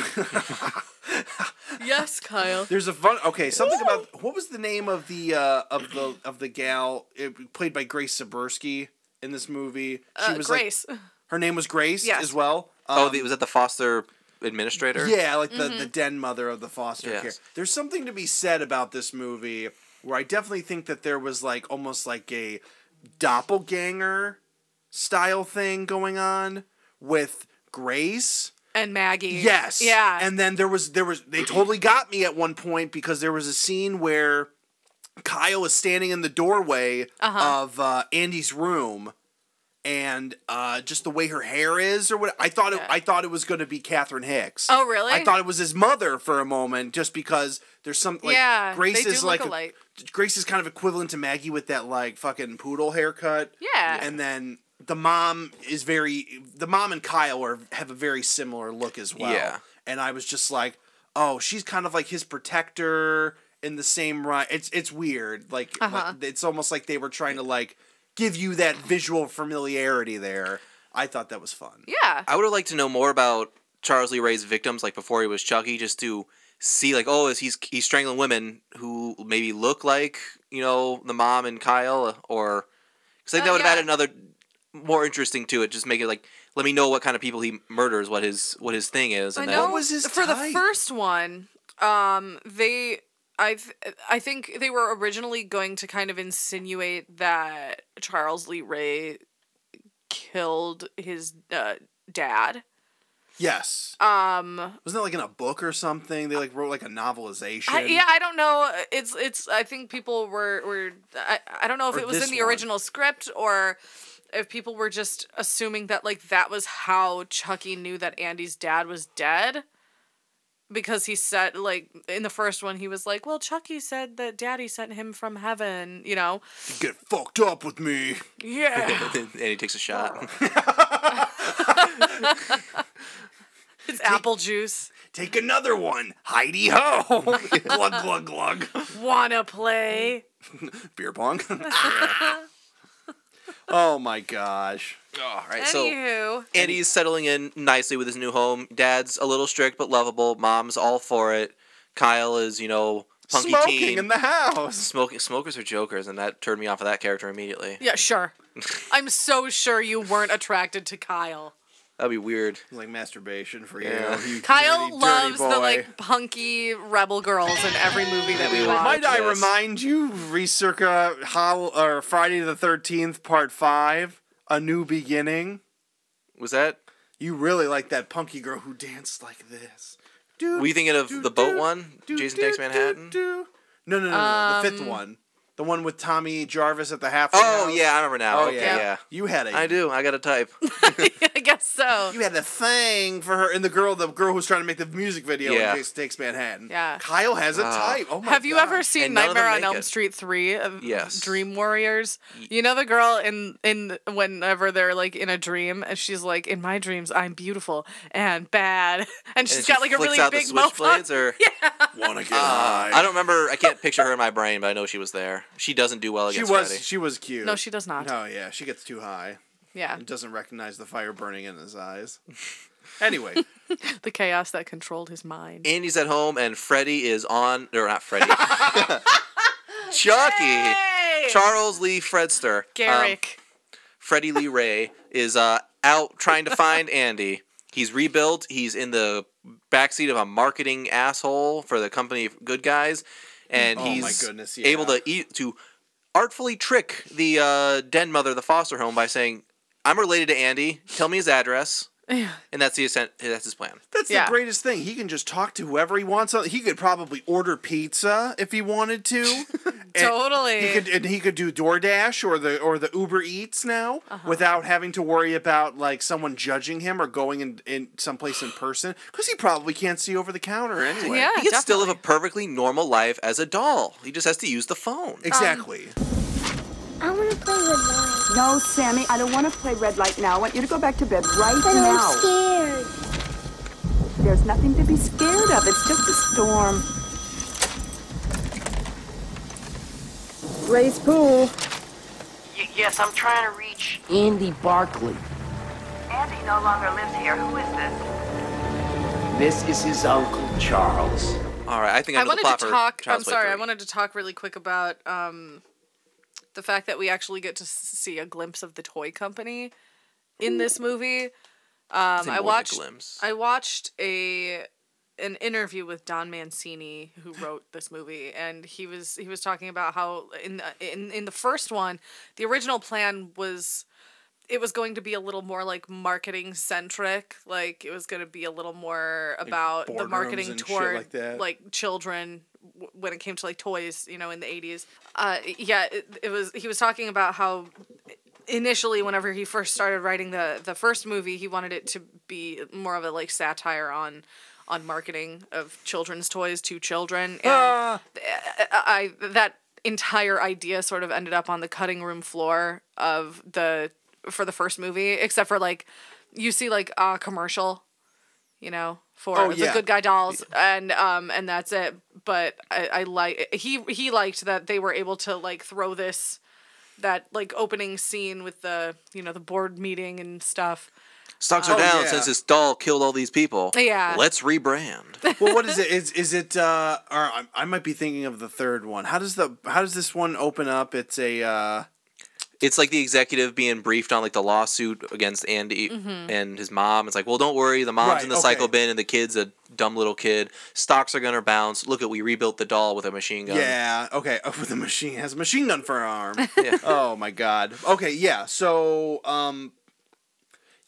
[SPEAKER 4] yes, Kyle.
[SPEAKER 6] There's a fun okay something about what was the name of the uh, of the of the gal it, played by Grace Saberski in this movie?
[SPEAKER 4] Uh,
[SPEAKER 6] was like-
[SPEAKER 4] Grace.
[SPEAKER 6] her name was Grace
[SPEAKER 4] Yes.
[SPEAKER 6] as well.
[SPEAKER 5] oh,
[SPEAKER 6] Um,
[SPEAKER 5] the, was that the foster administrator?
[SPEAKER 6] Yeah, like the,
[SPEAKER 4] Mhm.
[SPEAKER 6] the den mother of the foster
[SPEAKER 5] Yes.
[SPEAKER 6] care. There's something to be said about this movie where I definitely think that there was like almost like a doppelganger style thing going on with Grace.
[SPEAKER 4] and Maggie.
[SPEAKER 6] Yes.
[SPEAKER 4] Yeah.
[SPEAKER 6] And then there was there was they totally got me at one point because there was a scene where Kyle is standing in the doorway
[SPEAKER 4] Uh-huh.
[SPEAKER 6] of uh, Andy's room, and uh, just the way her hair is, or what I thought it, I thought it was going to be Catherine Hicks.
[SPEAKER 4] Oh, really?
[SPEAKER 6] I thought it was his mother for a moment, just because there's some like
[SPEAKER 4] yeah.
[SPEAKER 6] Grace
[SPEAKER 4] they
[SPEAKER 6] is
[SPEAKER 4] do
[SPEAKER 6] like
[SPEAKER 4] look
[SPEAKER 6] a-
[SPEAKER 4] alike.
[SPEAKER 6] Grace is kind of equivalent to Maggie with that like fucking poodle haircut.
[SPEAKER 4] Yeah.
[SPEAKER 6] And then the mom is very the mom and Kyle are have a very similar look as well.
[SPEAKER 5] Yeah.
[SPEAKER 6] And I was just like, oh, she's kind of like his protector in the same right. It's it's weird. Like, like,
[SPEAKER 5] Uh-huh.
[SPEAKER 6] it's almost like they were trying to like give you that visual familiarity there. I thought that was fun.
[SPEAKER 4] Yeah.
[SPEAKER 5] I would have liked to know more about Charles Lee Ray's victims, like before he was Chucky, just to see, like, oh, is he's he's strangling women who maybe look like you know the mom and Kyle, uh, or because I think
[SPEAKER 4] Uh,
[SPEAKER 5] that would have
[SPEAKER 4] yeah.
[SPEAKER 5] added another more interesting to it. Just make it like let me know what kind of people he murders, what his what his thing is,
[SPEAKER 4] I
[SPEAKER 5] and
[SPEAKER 4] know
[SPEAKER 5] then
[SPEAKER 4] for the first one. Um, they I th- I think they were originally going to kind of insinuate that Charles Lee Ray killed his uh, dad.
[SPEAKER 6] Yes.
[SPEAKER 4] Um,
[SPEAKER 6] Wasn't that like in a book or something? They like wrote like a novelization.
[SPEAKER 4] I, yeah, I don't know. It's it's. I think people were were. I, I don't know if
[SPEAKER 6] Or
[SPEAKER 4] it was
[SPEAKER 6] this
[SPEAKER 4] in the
[SPEAKER 6] one.
[SPEAKER 4] original script or if people were just assuming that like that was how Chucky knew that Andy's dad was dead. Because he said, like in the first one, he was like, "Well, Chucky said that Daddy sent him from heaven," you know.
[SPEAKER 6] Get fucked up with me.
[SPEAKER 4] Yeah,
[SPEAKER 5] and he takes a shot.
[SPEAKER 4] it's apple juice.
[SPEAKER 6] Take another one, Heidi Ho. glug glug glug.
[SPEAKER 4] Wanna play?
[SPEAKER 6] Beer pong. oh my gosh.
[SPEAKER 5] All right, so
[SPEAKER 4] Anywho,
[SPEAKER 5] Andy's settling in nicely with his new home. Dad's a little strict but lovable. Mom's all for it. Kyle is, you know, punky
[SPEAKER 6] Smoking
[SPEAKER 5] teen.
[SPEAKER 6] in the house.
[SPEAKER 5] Smoking, smokers are jokers, and that turned me off of that character immediately.
[SPEAKER 4] yeah, sure. I'm so sure you weren't attracted to Kyle.
[SPEAKER 5] That'd be weird.
[SPEAKER 6] Like masturbation for
[SPEAKER 5] Yeah.
[SPEAKER 6] you. you
[SPEAKER 4] Kyle
[SPEAKER 6] dirty, dirty
[SPEAKER 4] loves
[SPEAKER 6] boy.
[SPEAKER 4] the like punky rebel girls in every movie that we watch.
[SPEAKER 6] Might I remind you, recirca how or Friday the Thirteenth Part Five, A New Beginning.
[SPEAKER 5] Was that?
[SPEAKER 6] You really like that punky girl who danced like this.
[SPEAKER 5] Were you thinking of the boat one? Jason Takes Manhattan?
[SPEAKER 6] No, no, no, no, no, the fifth
[SPEAKER 5] Um,
[SPEAKER 6] one, the one with Tommy Jarvis at the halfway.
[SPEAKER 5] Oh,
[SPEAKER 6] house.
[SPEAKER 5] yeah, I remember now.
[SPEAKER 6] Oh,
[SPEAKER 5] okay,
[SPEAKER 6] yeah.
[SPEAKER 5] yeah.
[SPEAKER 6] You had a
[SPEAKER 5] I do. I got a type.
[SPEAKER 4] I guess so.
[SPEAKER 6] You had the thing for her and the girl, the girl who's trying to make the music video
[SPEAKER 5] Yeah. Uh,
[SPEAKER 6] in Takes, Takes Manhattan.
[SPEAKER 4] Yeah.
[SPEAKER 6] Kyle has a
[SPEAKER 5] Wow.
[SPEAKER 6] type. Oh my
[SPEAKER 4] Have you ever
[SPEAKER 5] And
[SPEAKER 4] seen
[SPEAKER 5] none of them
[SPEAKER 4] Nightmare on
[SPEAKER 5] make
[SPEAKER 4] Elm
[SPEAKER 5] it.
[SPEAKER 4] Street three of
[SPEAKER 5] Yes.
[SPEAKER 4] Dream Warriors? You know the girl in in whenever they're like in a dream and she's like, In my dreams I'm beautiful and bad and she's
[SPEAKER 5] she
[SPEAKER 4] got like a
[SPEAKER 5] flicks
[SPEAKER 4] really
[SPEAKER 5] out the
[SPEAKER 4] big mohawk.
[SPEAKER 5] switchblades, or
[SPEAKER 6] Wanna get
[SPEAKER 5] Uh, I don't remember. I can't picture her in my brain, but I know she was there. She doesn't do well
[SPEAKER 6] She
[SPEAKER 5] against
[SPEAKER 6] was
[SPEAKER 5] Freddy.
[SPEAKER 6] she was cute.
[SPEAKER 4] No, she does not.
[SPEAKER 6] No, yeah, she gets too high.
[SPEAKER 4] Yeah.
[SPEAKER 6] And doesn't recognize the fire burning in his eyes. Anyway,
[SPEAKER 4] The chaos that controlled his mind.
[SPEAKER 5] Andy's at home, and Freddy is on, or not Freddy. Chucky, Charles Lee Fredster, um,
[SPEAKER 4] Garrick.
[SPEAKER 5] Freddie Lee Ray is uh, out trying to find Andy. He's rebuilt. He's in the backseat of a marketing asshole for the company Good Guys, and
[SPEAKER 6] Oh my
[SPEAKER 5] he's
[SPEAKER 6] goodness,
[SPEAKER 5] able to eat to artfully trick the uh, den mother, of the foster home, by saying, "I'm related to Andy. Tell me his address."
[SPEAKER 4] Yeah.
[SPEAKER 5] And that's the ascent, that's his plan.
[SPEAKER 6] that's the greatest thing. He can just talk to whoever he wants. He could probably order pizza if he wanted to. And
[SPEAKER 4] Totally.
[SPEAKER 6] He could and he could do DoorDash or the or the Uber Eats now without having to worry about like someone judging him or going in, in someplace in person because he probably can't see over the counter anyway.
[SPEAKER 5] he can still live a perfectly normal life as a doll. He just has to use the phone.
[SPEAKER 6] Exactly.
[SPEAKER 13] I want to play red light. No, Sammy, I don't want to play red light now. I want you to go back to bed right
[SPEAKER 12] But
[SPEAKER 13] now.
[SPEAKER 12] I'm scared.
[SPEAKER 13] There's nothing to be scared of. It's just a storm. Ray's pool.
[SPEAKER 16] Y- yes, I'm trying to reach.
[SPEAKER 7] Andy Barkley.
[SPEAKER 16] Andy no longer lives here. Who is this?
[SPEAKER 7] This is his uncle Charles.
[SPEAKER 5] All right, I think I,
[SPEAKER 4] I
[SPEAKER 5] know the
[SPEAKER 4] wanted
[SPEAKER 5] plot
[SPEAKER 4] to
[SPEAKER 5] for
[SPEAKER 4] talk. I'm
[SPEAKER 5] Child's Play
[SPEAKER 4] sorry. I
[SPEAKER 5] 3.
[SPEAKER 4] wanted to talk really quick about um, the fact that we actually get to s- see a glimpse of the toy company in this movie.
[SPEAKER 5] I'd
[SPEAKER 4] Um,
[SPEAKER 5] say more
[SPEAKER 4] I
[SPEAKER 5] than a
[SPEAKER 4] watched.
[SPEAKER 5] glimpse.
[SPEAKER 4] I watched a an interview with Don Mancini, who wrote this movie, and he was he was talking about how in the, in in the first one, the original plan was it was going to be a little more like marketing centric. Like it was going to be a little more about the
[SPEAKER 17] boardrooms
[SPEAKER 4] marketing
[SPEAKER 17] and shit
[SPEAKER 4] toward
[SPEAKER 17] like that.
[SPEAKER 4] like children w- when it came to like toys, you know, in the 80s. Uh, yeah, it, it was, he was talking about how initially whenever he first started writing the, the first movie, he wanted it to be more of a like satire on, on marketing of children's toys to children. And I I- that entire idea sort of ended up on the cutting room floor of the for the first movie, except for like you see like a commercial, you know, for
[SPEAKER 17] Oh,
[SPEAKER 4] the
[SPEAKER 17] yeah.
[SPEAKER 4] good guy dolls, and um and that's it. But I, I like he he liked that they were able to like throw this that like opening scene with the you know the board meeting and stuff.
[SPEAKER 5] Stocks are
[SPEAKER 4] Oh,
[SPEAKER 5] down
[SPEAKER 4] yeah.
[SPEAKER 5] since this doll killed all these people.
[SPEAKER 4] Yeah.
[SPEAKER 5] Let's rebrand.
[SPEAKER 6] well, what is it? Is is it? Uh, or I, I might be thinking of the third one. How does the how does this one open up? It's a uh,
[SPEAKER 5] It's like the executive being briefed on like the lawsuit against Andy
[SPEAKER 6] Mhm.
[SPEAKER 5] and his mom. It's like, well, don't worry, the mom's
[SPEAKER 6] Right,
[SPEAKER 5] in the
[SPEAKER 6] okay.
[SPEAKER 5] cycle bin and the kid's a dumb little kid. Stocks are gonna bounce. Look at we rebuilt the doll with a machine gun.
[SPEAKER 6] yeah. Okay, oh, with a machine has a machine gun for an arm. Oh my god. Okay, yeah. So um,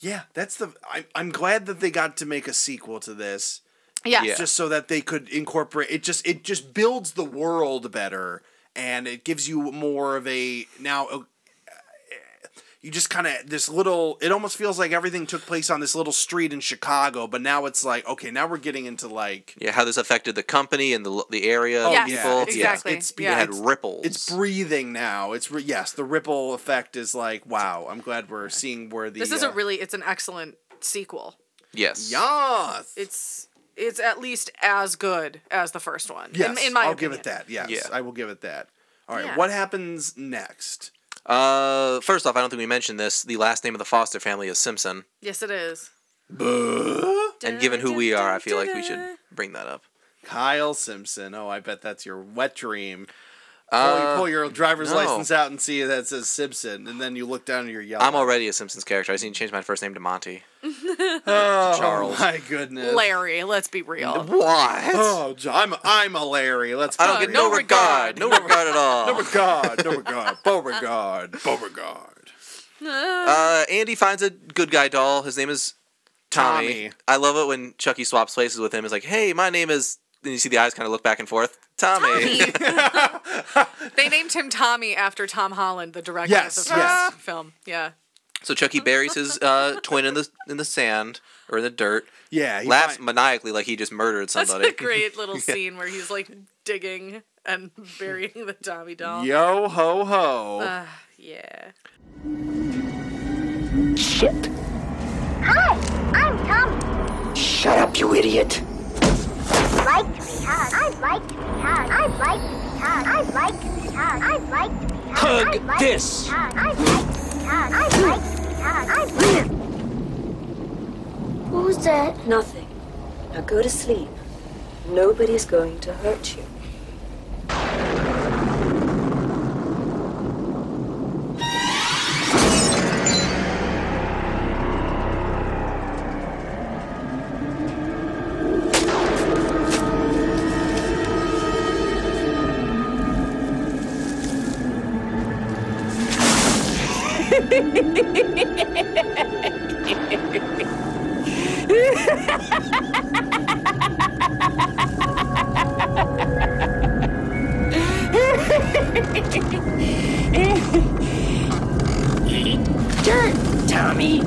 [SPEAKER 6] yeah, that's the. I'm I'm glad that they got to make a sequel to this.
[SPEAKER 4] Yeah. Yeah.
[SPEAKER 6] Just so that they could incorporate it. Just it just builds the world better, and it gives you more of a now. uh, you just kind of this little it almost feels like everything took place on this little street in chicago but now it's like okay now we're getting into like
[SPEAKER 5] Yeah, how this affected the company and the the area,
[SPEAKER 6] Oh,
[SPEAKER 5] the
[SPEAKER 6] yeah,
[SPEAKER 5] people.
[SPEAKER 6] it's- exactly.
[SPEAKER 5] It's,
[SPEAKER 6] Yeah.
[SPEAKER 5] It had
[SPEAKER 6] It's-
[SPEAKER 5] ripples.
[SPEAKER 6] it's breathing now it's re- yes the ripple effect is like wow i'm glad we're seeing where the
[SPEAKER 4] this is
[SPEAKER 6] uh,
[SPEAKER 4] a really it's an excellent sequel.
[SPEAKER 5] yes
[SPEAKER 6] Yes.
[SPEAKER 4] It's it's at least as good as the first one.
[SPEAKER 6] yes
[SPEAKER 4] in, in my
[SPEAKER 6] i'll
[SPEAKER 4] opinion.
[SPEAKER 6] give it that yes
[SPEAKER 5] Yeah.
[SPEAKER 6] i will give it that all right
[SPEAKER 4] Yeah.
[SPEAKER 6] what happens next
[SPEAKER 5] Uh, first off, I don't think we mentioned this. The last name of the Foster family is Simpson,
[SPEAKER 4] Yes, it is.
[SPEAKER 5] and given who we are, I feel like we should bring that up.
[SPEAKER 6] kyle simpson oh i bet that's your wet dream pull,
[SPEAKER 5] Uh,
[SPEAKER 6] pull your driver's
[SPEAKER 5] no.
[SPEAKER 6] license out and see that says simpson and then you look down at your yellow
[SPEAKER 5] I'm already a Simpsons character. I just need to change my first name to Monty.
[SPEAKER 6] Oh
[SPEAKER 5] Charles.
[SPEAKER 6] my goodness.
[SPEAKER 4] Larry, let's be real.
[SPEAKER 5] What?
[SPEAKER 6] Oh, Jo- I'm I'm a Larry. Let's.
[SPEAKER 5] I don't get Oh, no regard. No regard at all.
[SPEAKER 6] No regard. No regard. Beauregard. Beauregard.
[SPEAKER 5] Uh, Andy finds a good guy doll. His name is Tommy.
[SPEAKER 6] Tommy.
[SPEAKER 5] I love it when Chucky swaps places with him. He's like, "Hey, my name is," and you see the eyes kind of look back and forth. Tommy.
[SPEAKER 4] They named him Tommy after Tom Holland, the director
[SPEAKER 5] Yes,
[SPEAKER 4] of the first
[SPEAKER 5] yes.
[SPEAKER 4] film. Yeah.
[SPEAKER 5] So Chucky buries his uh, twin in the in the sand or in the dirt.
[SPEAKER 6] Yeah, he
[SPEAKER 5] laughs maniacally like he just murdered
[SPEAKER 4] That's
[SPEAKER 5] somebody.
[SPEAKER 4] a great little
[SPEAKER 5] Yeah.
[SPEAKER 4] scene where he's like digging and burying the Tommy doll.
[SPEAKER 6] Yo ho ho.
[SPEAKER 4] Ah, yeah.
[SPEAKER 7] Shit.
[SPEAKER 16] Hi, I'm Tommy.
[SPEAKER 7] Shut up, you idiot.
[SPEAKER 16] I'd like to be hugged. I'd like to be hugged. I'd like to be hugged. I'd like to be hugged. I'd like to be hugged.
[SPEAKER 7] Hug
[SPEAKER 16] I'd like
[SPEAKER 7] this.
[SPEAKER 16] To be hugged. I'd like to be hugged. I'd like to be hugged. I'd like to be
[SPEAKER 12] Who's that?
[SPEAKER 13] Nothing. Now go to sleep. Nobody's going to hurt you.
[SPEAKER 7] Eat dirt, Tommy.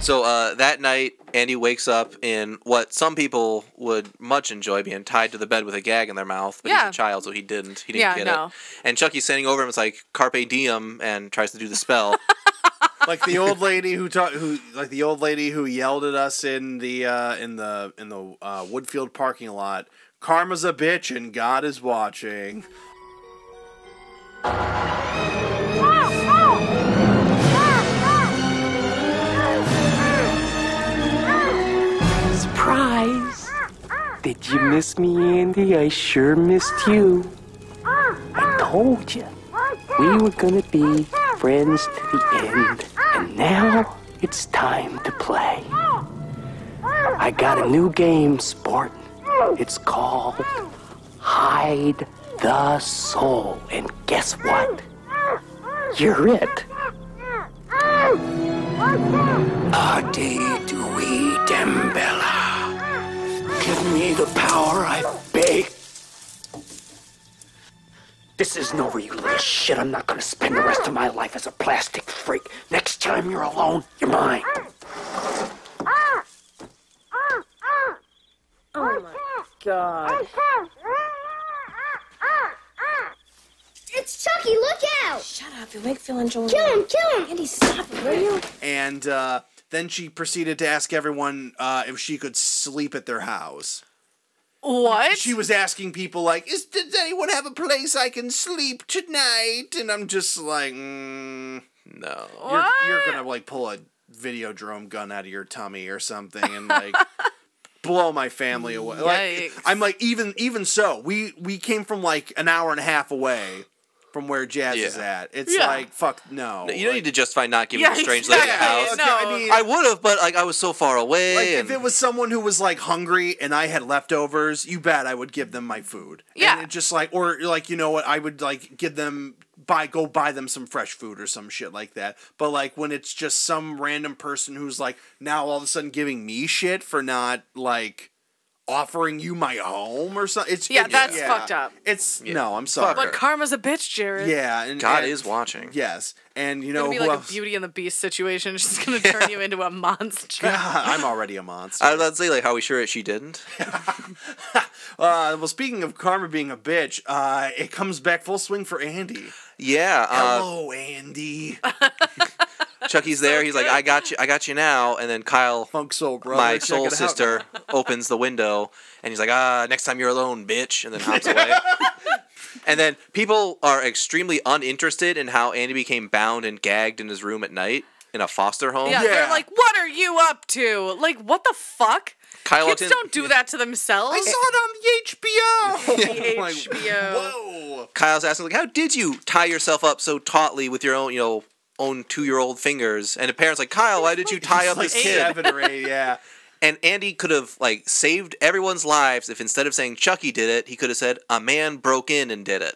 [SPEAKER 5] So uh, that night, Andy wakes up in what some people would much enjoy being tied to the bed with a gag in their mouth, but
[SPEAKER 4] Yeah.
[SPEAKER 5] he's a child, so he didn't. He didn't
[SPEAKER 4] Yeah,
[SPEAKER 5] get
[SPEAKER 4] no.
[SPEAKER 5] it. And Chucky's standing over him, it's like carpe diem, and tries to do the spell.
[SPEAKER 6] like the old lady who taught who like the old lady who yelled at us in the uh, in the in the uh, Woodfield parking lot. Karma's a bitch and God is watching.
[SPEAKER 10] Surprise! Did you miss me, Andy? I sure missed you. I told you we were gonna be friends to the end, and now it's time to play. I got a new game, sport. It's called Hide the Soul, and guess what? You're it.
[SPEAKER 7] Adi Dewey Dembella. Give me the power I beg.
[SPEAKER 10] This isn't over, you little shit. I'm not gonna spend the rest of my life as a plastic freak. Next time you're alone, you're mine.
[SPEAKER 16] Oh my god.
[SPEAKER 12] It's Chucky, look out! Shut up, you'll make Phil and Joel. Kill him, kill him! Andy, stop it, will you?
[SPEAKER 6] And uh, then she proceeded to ask everyone uh, if she could sleep at their house.
[SPEAKER 4] What?
[SPEAKER 6] She was asking people like, "Is does anyone have a place I can sleep tonight?" And I'm just like, mm,
[SPEAKER 5] "No,
[SPEAKER 4] Oh,
[SPEAKER 6] you're, you're gonna like pull a videodrome gun out of your tummy or something and like blow my family away." Like,
[SPEAKER 4] Yikes.
[SPEAKER 6] I'm like, even even so, we we came from like an hour and a half away from where Jazz is at. It's
[SPEAKER 5] Yeah.
[SPEAKER 6] like, fuck no.
[SPEAKER 5] you don't need to justify not giving
[SPEAKER 6] Yeah,
[SPEAKER 5] a strange lady a
[SPEAKER 6] exactly.
[SPEAKER 5] house.
[SPEAKER 6] No. I mean-
[SPEAKER 5] I would have, but like I was so far away.
[SPEAKER 6] Like
[SPEAKER 5] and
[SPEAKER 6] if it was someone who was like hungry and I had leftovers, you bet I would give them my food.
[SPEAKER 4] Yeah.
[SPEAKER 6] And it just like or like you know what, I would like give them buy go buy them some fresh food or some shit like that. But like when it's just some random person who's like now all of a sudden giving me shit for not like offering you my home or something. It's
[SPEAKER 4] Yeah,
[SPEAKER 6] it-
[SPEAKER 4] that's fucked up.
[SPEAKER 6] It's no, I'm sorry.
[SPEAKER 4] But karma's a bitch, Jared.
[SPEAKER 6] yeah, and
[SPEAKER 5] God
[SPEAKER 6] and-
[SPEAKER 5] is watching.
[SPEAKER 6] Yes. And you
[SPEAKER 4] It's
[SPEAKER 6] know
[SPEAKER 4] gonna be
[SPEAKER 6] who
[SPEAKER 4] like
[SPEAKER 6] else-
[SPEAKER 4] a Beauty and the Beast situation. She's gonna turn you into a monster.
[SPEAKER 6] God, I'm already a monster.
[SPEAKER 5] I was about to say like how we sure she didn't.
[SPEAKER 6] Uh, well, speaking of karma being a bitch, uh, it comes back full swing for Andy.
[SPEAKER 5] Yeah. Uh,
[SPEAKER 6] Hello, Andy.
[SPEAKER 5] Chucky's there. He's like, I got you. I got you now. And then Kyle,
[SPEAKER 6] Funk Soul brother,
[SPEAKER 5] my
[SPEAKER 6] check
[SPEAKER 5] soul
[SPEAKER 6] it out.
[SPEAKER 5] sister, opens the window and he's like, Ah, next time you're alone, bitch. And then hops away. and then people are extremely uninterested in how Andy became bound and gagged in his room at night in a foster home.
[SPEAKER 4] Yeah, they're like, "What are you up to? Like, what the fuck?"
[SPEAKER 5] Kyle
[SPEAKER 4] Kids
[SPEAKER 5] walked in-
[SPEAKER 4] don't do that to themselves.
[SPEAKER 6] I saw it on the HBO. I'm like,
[SPEAKER 4] HBO.
[SPEAKER 6] Whoa.
[SPEAKER 5] Kyle's asking like, How did you tie yourself up so tautly with your own, you know, own two-year-old fingers? And the parents like, Kyle, why did you tie up
[SPEAKER 6] like
[SPEAKER 5] this kid?
[SPEAKER 6] seven or eight, yeah.
[SPEAKER 5] And Andy could have like saved everyone's lives if instead of saying Chucky did it, he could have said a man broke in and did it.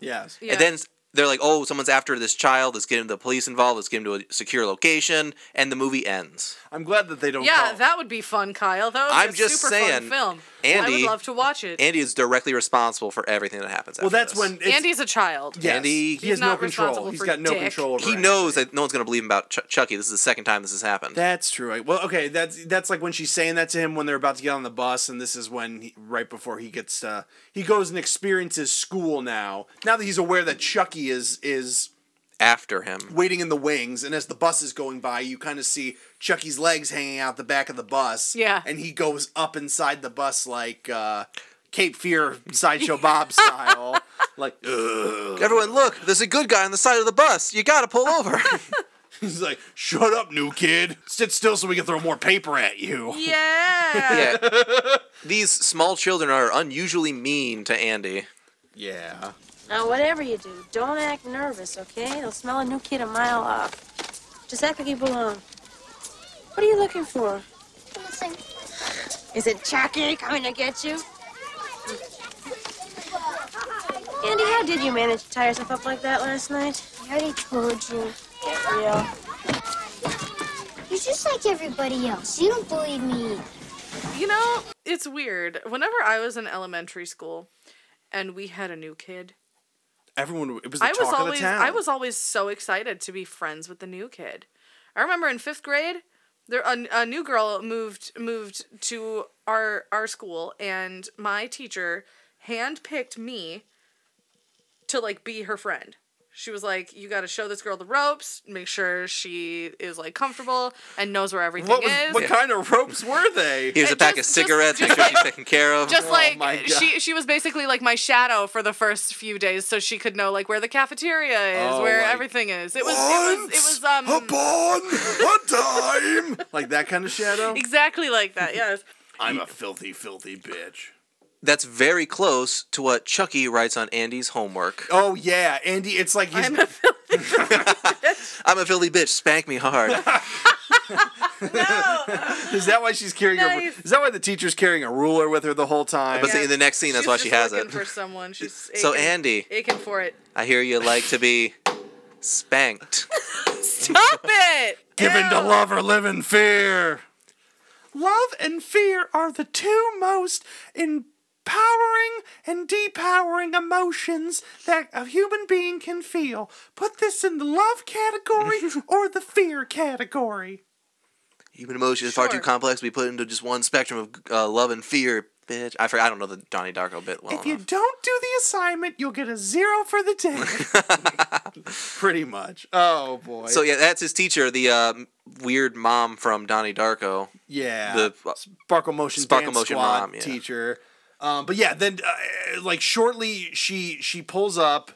[SPEAKER 6] Yes.
[SPEAKER 5] And then s- they're like, "Oh, someone's after this child. Let's get him the police involved. Let's get him to a secure location." And the movie ends.
[SPEAKER 6] I'm glad that they don't.
[SPEAKER 4] yeah, that would be fun, Kyle. That would be
[SPEAKER 5] I'm
[SPEAKER 4] a
[SPEAKER 5] just
[SPEAKER 4] super
[SPEAKER 5] saying.
[SPEAKER 4] fun film.
[SPEAKER 5] Andy.
[SPEAKER 4] I would love to watch it.
[SPEAKER 5] Andy is directly responsible for everything that happens.
[SPEAKER 6] Well,
[SPEAKER 5] after
[SPEAKER 6] that's
[SPEAKER 5] this.
[SPEAKER 6] when it's,
[SPEAKER 4] Andy's a child.
[SPEAKER 5] Andy.
[SPEAKER 4] He's not responsible
[SPEAKER 6] He's
[SPEAKER 4] for
[SPEAKER 6] got no
[SPEAKER 4] dick.
[SPEAKER 6] control over.
[SPEAKER 5] He
[SPEAKER 6] it.
[SPEAKER 5] knows that no one's going to believe him about Ch- Chucky. This is the second time this has happened.
[SPEAKER 6] That's true. I- Well, okay, that's that's like when she's saying that to him when they're about to get on the bus, and this is when he, right before he gets uh, he goes and experiences school now. Now that he's aware that Chucky is is
[SPEAKER 5] After him.
[SPEAKER 6] waiting in the wings, and as the bus is going by, you kind of see Chucky's legs hanging out the back of the bus.
[SPEAKER 4] Yeah.
[SPEAKER 6] and he goes up inside the bus like uh, Cape Fear sideshow Bob style, like "Ugh."
[SPEAKER 5] Everyone, look! There's a good guy on the side of the bus. You got to pull over.
[SPEAKER 6] He's like, "Shut up, new kid! Sit still so we can throw more paper at you."
[SPEAKER 4] Yeah.
[SPEAKER 5] These small children are unusually mean to Andy.
[SPEAKER 6] Yeah.
[SPEAKER 15] Now, whatever you do, don't act nervous, okay? They'll smell a new kid a mile off. Just act like you belong. What are you looking for?
[SPEAKER 16] Listen.
[SPEAKER 15] Is it Chucky coming to get you? Andy, how did you manage to tie yourself up like that last night? I already told you. Get real.
[SPEAKER 16] You're just like everybody else. You don't believe me. either.
[SPEAKER 4] You know, it's weird. Whenever I was in elementary school and we had a new kid,
[SPEAKER 6] Everyone, it was the
[SPEAKER 4] I was
[SPEAKER 6] talk
[SPEAKER 4] always
[SPEAKER 6] of the town.
[SPEAKER 4] I was always so excited to be friends with the new kid. I remember in 5th grade, there a, a new girl moved moved to our our school and my teacher handpicked me to like be her friend. She was like, "You got to show this girl the ropes, make sure she is like comfortable and knows where everything
[SPEAKER 6] What, was,
[SPEAKER 4] is.
[SPEAKER 6] what kind of ropes were they?
[SPEAKER 5] Here's a pack of cigarettes. make sure she's taken care of.
[SPEAKER 4] Just
[SPEAKER 6] my
[SPEAKER 4] like
[SPEAKER 6] God.
[SPEAKER 4] she she was basically like my shadow for the first few days, so she could know like where the cafeteria is,
[SPEAKER 6] Oh,
[SPEAKER 4] where
[SPEAKER 6] like,
[SPEAKER 4] everything is. It was it was it was um
[SPEAKER 6] Upon a time, like that kind of shadow.
[SPEAKER 4] exactly like that. Yes.
[SPEAKER 6] I'm a filthy, filthy bitch.
[SPEAKER 5] That's very close to what Chucky writes on Andy's homework.
[SPEAKER 6] Oh yeah, Andy. It's like he's
[SPEAKER 5] I'm a filthy bitch. Spank me hard.
[SPEAKER 6] Is that why she's carrying?
[SPEAKER 4] Nice.
[SPEAKER 6] A, is that why the teacher's carrying a ruler with her the whole time?
[SPEAKER 5] But see, in the next scene, that's
[SPEAKER 4] She's
[SPEAKER 5] why she
[SPEAKER 4] just
[SPEAKER 5] has
[SPEAKER 4] looking
[SPEAKER 5] it.
[SPEAKER 4] for someone. She's
[SPEAKER 5] So,
[SPEAKER 4] aching-
[SPEAKER 5] Andy.
[SPEAKER 4] aching for it.
[SPEAKER 5] I hear you like to be spanked.
[SPEAKER 4] Stop it.
[SPEAKER 6] given to love or live in fear. Love and fear are the two most empowering and depowering emotions that a human being can feel. Put this in the love category or the fear category.
[SPEAKER 5] Human emotion is far too
[SPEAKER 4] Sure.
[SPEAKER 5] complex to be put into just one spectrum of uh, love and fear, bitch. I forgot. I don't know the Donnie Darko bit well
[SPEAKER 6] if you
[SPEAKER 5] enough.
[SPEAKER 6] don't do the assignment, you'll get a zero for the day. Pretty much. Oh boy.
[SPEAKER 5] So yeah, that's his teacher, the uh, weird mom from Donnie Darko.
[SPEAKER 6] Yeah.
[SPEAKER 5] The
[SPEAKER 6] Sparkle Motion
[SPEAKER 5] Sparkle
[SPEAKER 6] Dance
[SPEAKER 5] Motion
[SPEAKER 6] Squad
[SPEAKER 5] Mom, yeah.
[SPEAKER 6] teacher. Um, but yeah, then uh, like shortly she she pulls up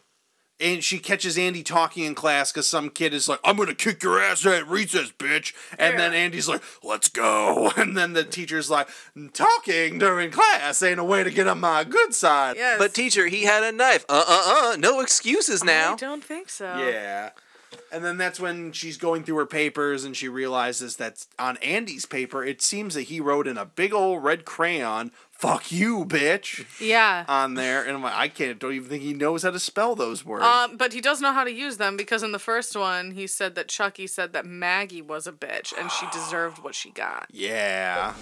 [SPEAKER 6] and she catches Andy talking in class because some kid is like, "I'm gonna kick your ass at recess, bitch," and then Andy's like, "Let's go," and then the teacher's like, "Talking during class ain't a way to get on my good side."
[SPEAKER 4] Yes.
[SPEAKER 5] But teacher, he had a knife. Uh uh uh. No excuses
[SPEAKER 4] I
[SPEAKER 5] now.
[SPEAKER 4] don't think so.
[SPEAKER 6] Yeah. And then that's when she's going through her papers and she realizes that on Andy's paper, it seems that he wrote in a big old red crayon, fuck you, bitch,
[SPEAKER 4] Yeah.
[SPEAKER 5] Um,
[SPEAKER 6] on there. And I'm like, I can't, don't even think he knows how to spell those words.
[SPEAKER 4] Um, but he does know how to use them because in the first one he said that Chucky said that Maggie was a bitch and she deserved what she got.
[SPEAKER 6] yeah.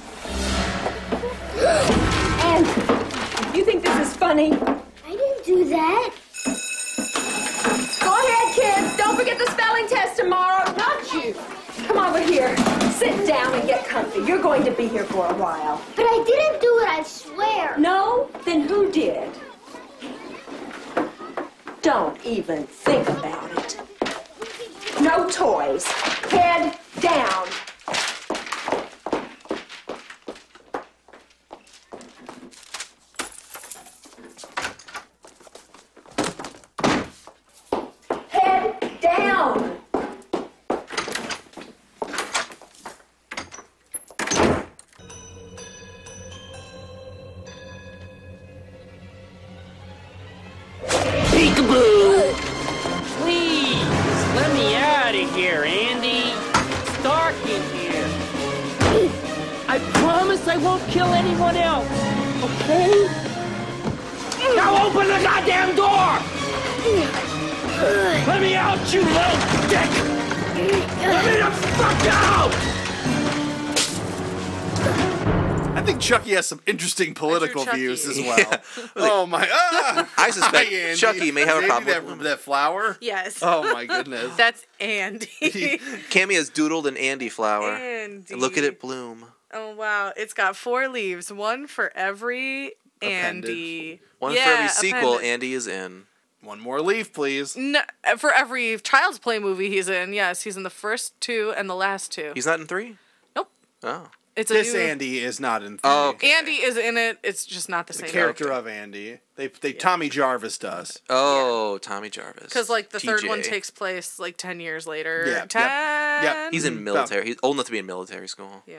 [SPEAKER 12] You think this is funny?
[SPEAKER 16] I didn't do that.
[SPEAKER 12] Go ahead, kids. Don't forget the spelling test tomorrow. Not you. Come over here. Sit down and get comfy. You're going to be here for a while.
[SPEAKER 16] But I didn't do it, I swear.
[SPEAKER 12] No? Then who did? Don't even think about it. No toys. Head down. Head down.
[SPEAKER 17] Peekaboo! Please, let me out of here, Andy. It's dark in here. I promise I won't kill anyone else, okay? Now open the goddamn door! Let me out, you little dick! Let me the fuck out!
[SPEAKER 6] I I think Chucky has some interesting political views as well.
[SPEAKER 5] Yeah.
[SPEAKER 6] Oh my! Ah!
[SPEAKER 5] I suspect
[SPEAKER 6] Andy.
[SPEAKER 5] Chucky may have a
[SPEAKER 6] Andy,
[SPEAKER 5] problem
[SPEAKER 6] that,
[SPEAKER 5] with
[SPEAKER 6] that flower.
[SPEAKER 4] Yes.
[SPEAKER 6] Oh my goodness.
[SPEAKER 4] That's Andy.
[SPEAKER 5] Cammy has doodled an Andy flower.
[SPEAKER 4] Andy.
[SPEAKER 5] Look at it bloom.
[SPEAKER 4] Oh wow, it's got four leaves, one for every Andy.
[SPEAKER 5] One
[SPEAKER 4] Yeah,
[SPEAKER 5] for every sequel
[SPEAKER 4] appendage.
[SPEAKER 5] Andy is in.
[SPEAKER 6] One more leaf, please.
[SPEAKER 4] No, for every Child's Play movie he's in, yes, he's in the first two and the last two.
[SPEAKER 5] He's not in three.
[SPEAKER 4] Nope.
[SPEAKER 5] Oh.
[SPEAKER 4] It's a
[SPEAKER 6] this
[SPEAKER 4] new-
[SPEAKER 6] Andy is not in. Three.
[SPEAKER 5] Oh,
[SPEAKER 4] Andy is in it. It's just not the
[SPEAKER 6] the
[SPEAKER 4] same
[SPEAKER 6] character of Andy. They they Tommy Jarvis does.
[SPEAKER 5] Oh, Tommy Jarvis.
[SPEAKER 4] Because like the third one
[SPEAKER 5] TJ.
[SPEAKER 4] takes place like ten years later.
[SPEAKER 5] Yeah, yep,
[SPEAKER 4] Ten.
[SPEAKER 5] He's in military. He's old enough to be in military school.
[SPEAKER 4] Yeah.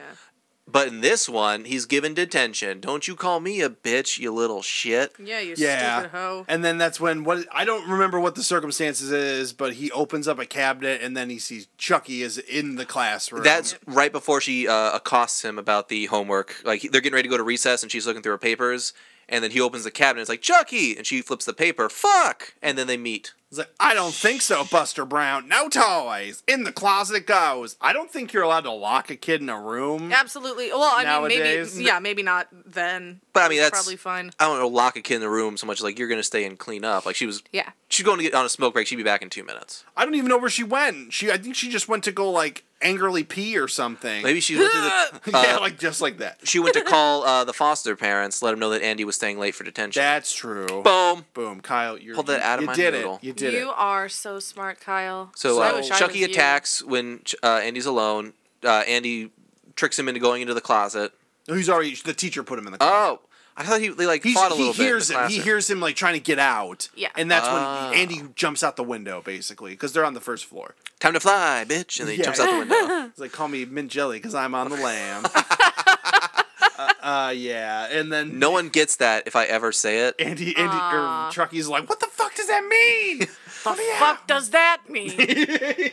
[SPEAKER 5] But in this one, he's given detention. Don't you call me a bitch, you little shit.
[SPEAKER 4] Yeah, you
[SPEAKER 6] Yeah,
[SPEAKER 4] stupid hoe.
[SPEAKER 6] and then that's when what I don't remember what the circumstances is, but he opens up a cabinet and then he sees Chucky is in the classroom.
[SPEAKER 5] That's right before she uh, accosts him about the homework. Like they're getting ready to go to recess, and she's looking through her papers, and then he opens the cabinet. It's like Chucky, and she flips the paper. Fuck, and then they meet.
[SPEAKER 6] He's like, I don't think so, Buster Brown. No toys. In the closet it goes. I don't think you're allowed to lock a kid in a room.
[SPEAKER 4] Absolutely. Well, I
[SPEAKER 6] Nowadays.
[SPEAKER 4] mean, maybe. Yeah, maybe not then.
[SPEAKER 5] But I mean,
[SPEAKER 4] It's
[SPEAKER 5] that's
[SPEAKER 4] probably fine.
[SPEAKER 5] I don't know, lock a kid in the room so much as, like you're gonna stay and clean up. Like she was.
[SPEAKER 4] Yeah.
[SPEAKER 5] She's going to get on a smoke break. She'd be back in two minutes.
[SPEAKER 6] I don't even know where she went. She I think she just went to go like angrily pee or something.
[SPEAKER 5] Maybe she went to the-
[SPEAKER 6] yeah,
[SPEAKER 5] uh,
[SPEAKER 6] like just like that.
[SPEAKER 5] She went to call uh, the foster parents, let them know that Andy was staying late for detention.
[SPEAKER 6] That's true.
[SPEAKER 5] Boom.
[SPEAKER 6] Boom. Kyle, you're
[SPEAKER 5] Pulled that out of
[SPEAKER 6] you
[SPEAKER 5] my
[SPEAKER 6] did
[SPEAKER 5] noodle.
[SPEAKER 6] it. You did
[SPEAKER 4] you
[SPEAKER 6] it.
[SPEAKER 4] are so smart, Kyle.
[SPEAKER 5] So
[SPEAKER 4] I
[SPEAKER 5] uh,
[SPEAKER 4] wish I was
[SPEAKER 5] Chucky
[SPEAKER 4] you.
[SPEAKER 5] attacks when uh, Andy's alone. Uh, Andy tricks him into going into the closet.
[SPEAKER 6] No, He's already the teacher put him in the closet.
[SPEAKER 5] Oh, I thought he they like
[SPEAKER 6] He's,
[SPEAKER 5] fought a
[SPEAKER 6] he
[SPEAKER 5] little
[SPEAKER 6] hears
[SPEAKER 5] bit. in the
[SPEAKER 6] him. He
[SPEAKER 5] classroom.
[SPEAKER 6] hears him like trying to get out.
[SPEAKER 4] Yeah.
[SPEAKER 6] And that's
[SPEAKER 5] Ah.
[SPEAKER 6] when Andy jumps out the window basically because they're on the first floor.
[SPEAKER 5] Time to fly, bitch! And then he
[SPEAKER 6] Yeah.
[SPEAKER 5] jumps out the window.
[SPEAKER 6] It's like, call me mint jelly because I'm on the lamb. uh, uh, yeah, and then
[SPEAKER 5] No one gets that if I ever say it.
[SPEAKER 6] Andy, Andy, or Trucky's like, what the fuck does that mean?
[SPEAKER 4] The fuck does that mean?
[SPEAKER 5] Mint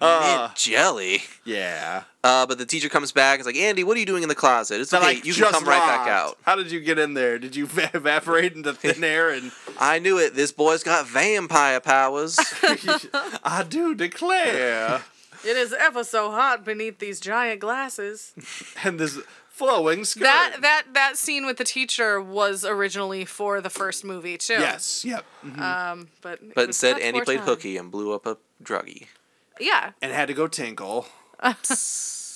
[SPEAKER 5] Uh, jelly.
[SPEAKER 6] Yeah.
[SPEAKER 5] Uh, but the teacher comes back. It's like Andy, what are you doing in the closet? It's
[SPEAKER 6] They're
[SPEAKER 5] okay.
[SPEAKER 6] like,
[SPEAKER 5] you can
[SPEAKER 6] "Just
[SPEAKER 5] come right back
[SPEAKER 6] locked.
[SPEAKER 5] out.
[SPEAKER 6] How did you get in there? Did you evaporate into thin air? And
[SPEAKER 5] I knew it. This boy's got vampire powers.
[SPEAKER 6] I do declare.
[SPEAKER 4] it is ever so hot beneath these giant glasses.
[SPEAKER 6] and this flowing skirt.
[SPEAKER 4] That that that scene with the teacher was originally for the first movie too.
[SPEAKER 6] Yes. Yep.
[SPEAKER 4] Um, but it
[SPEAKER 5] but
[SPEAKER 4] was
[SPEAKER 5] instead,
[SPEAKER 4] much
[SPEAKER 5] Andy
[SPEAKER 4] more
[SPEAKER 5] played
[SPEAKER 4] time.
[SPEAKER 5] hooky and blew up a druggie.
[SPEAKER 4] Yeah.
[SPEAKER 6] And had to go tinkle.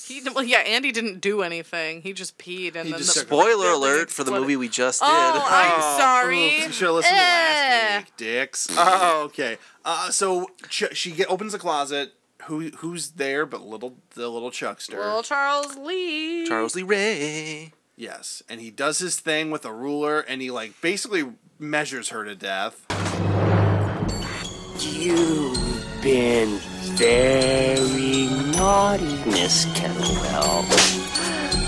[SPEAKER 4] He well, yeah. Andy didn't do anything. He just peed and then the,
[SPEAKER 5] Spoiler alert for the movie we just did.
[SPEAKER 4] Oh, I'm sorry.
[SPEAKER 6] You should have listened to last week, dicks. Oh, okay. Uh, so Ch- she get, opens the closet. Who who's there? But little the little Chuckster.
[SPEAKER 4] Well, Charles Lee.
[SPEAKER 5] Charles Lee Ray.
[SPEAKER 6] Yes, and he does his thing with a ruler, and he like basically measures her to death. Oh,
[SPEAKER 10] You've been very naughty, Miss Kettlewell.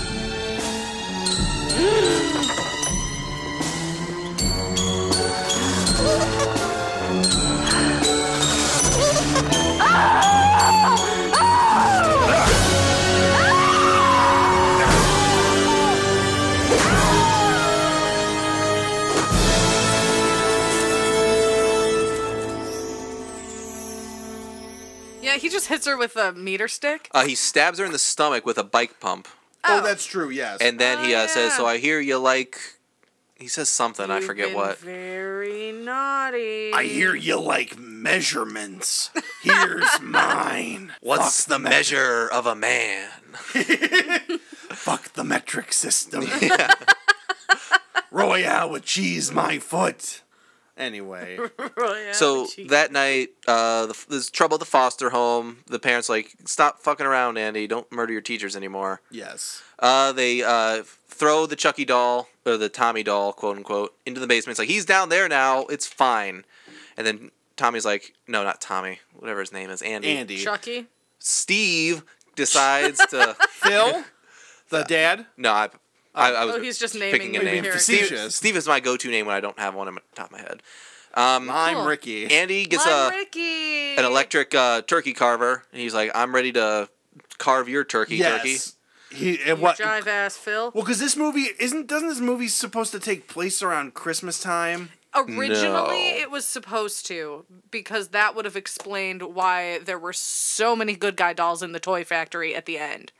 [SPEAKER 4] Yeah, he just hits her with a meter stick.
[SPEAKER 5] Uh, he stabs her in the stomach with a bike pump,
[SPEAKER 6] Oh, that's true. Yes.
[SPEAKER 5] and then he uh,
[SPEAKER 4] Oh,
[SPEAKER 5] says,
[SPEAKER 4] yeah.
[SPEAKER 5] "So I hear you like." He says something. I
[SPEAKER 4] You've
[SPEAKER 5] forget
[SPEAKER 4] been
[SPEAKER 5] what.
[SPEAKER 4] Very naughty.
[SPEAKER 6] I hear you like measurements. Here's mine.
[SPEAKER 5] What's the measure of a man?
[SPEAKER 6] Fuck the metric system. Royale with cheese, my foot. Anyway,
[SPEAKER 4] Royale
[SPEAKER 5] so
[SPEAKER 4] cheese.
[SPEAKER 5] that night, uh, the, there's trouble at the foster home. The parents like, stop fucking around, Andy. Don't murder your teachers anymore.
[SPEAKER 6] yes.
[SPEAKER 5] Uh, they uh, throw the Chucky doll or the Tommy doll, quote unquote, into the basement. It's like he's down there now. It's fine. And then Tommy's like, no, not Tommy. Whatever his name is, Andy.
[SPEAKER 6] Andy.
[SPEAKER 4] Chucky.
[SPEAKER 5] Steve decides to.
[SPEAKER 6] Phil, the dad.
[SPEAKER 5] No, I. I, I was
[SPEAKER 4] Oh, he's just naming
[SPEAKER 5] picking a
[SPEAKER 4] the
[SPEAKER 5] name.
[SPEAKER 4] character.
[SPEAKER 5] Steve,
[SPEAKER 6] Facetious.
[SPEAKER 5] Steve is my go-to name when I don't have one on the top of my head. Um,
[SPEAKER 6] I'm
[SPEAKER 4] Cool.
[SPEAKER 6] Ricky.
[SPEAKER 5] Andy gets
[SPEAKER 4] Lime
[SPEAKER 5] a
[SPEAKER 4] Ricky.
[SPEAKER 5] an electric uh, turkey carver, and he's like, "I'm ready to carve your turkey, turkey."
[SPEAKER 6] yes. He and
[SPEAKER 4] You
[SPEAKER 6] what?
[SPEAKER 4] jive ass Phil.
[SPEAKER 6] Well, because this movie isn't doesn't this movie supposed to take place around Christmas time?
[SPEAKER 4] Originally,
[SPEAKER 5] No.
[SPEAKER 4] it was supposed to because that would have explained why there were so many good guy dolls in the toy factory at the end.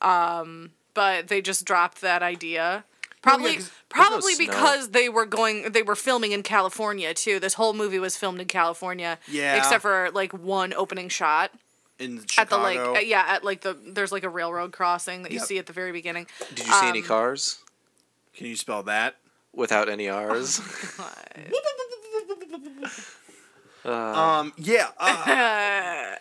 [SPEAKER 4] Um, but they just dropped that idea. Probably, probably
[SPEAKER 5] snow.
[SPEAKER 4] because they were going, they were filming in California too. This whole movie was filmed in California,
[SPEAKER 6] Yeah.
[SPEAKER 4] except for like one opening shot
[SPEAKER 6] in
[SPEAKER 4] at the like,
[SPEAKER 5] Chicago.
[SPEAKER 4] uh, yeah, at like the there's like a railroad crossing that you
[SPEAKER 5] Yep.
[SPEAKER 4] see at the very beginning.
[SPEAKER 5] Did you see any
[SPEAKER 4] Um,
[SPEAKER 5] cars?
[SPEAKER 6] Can you spell that?
[SPEAKER 5] Without any R's. Uh,
[SPEAKER 6] Um, yeah, uh,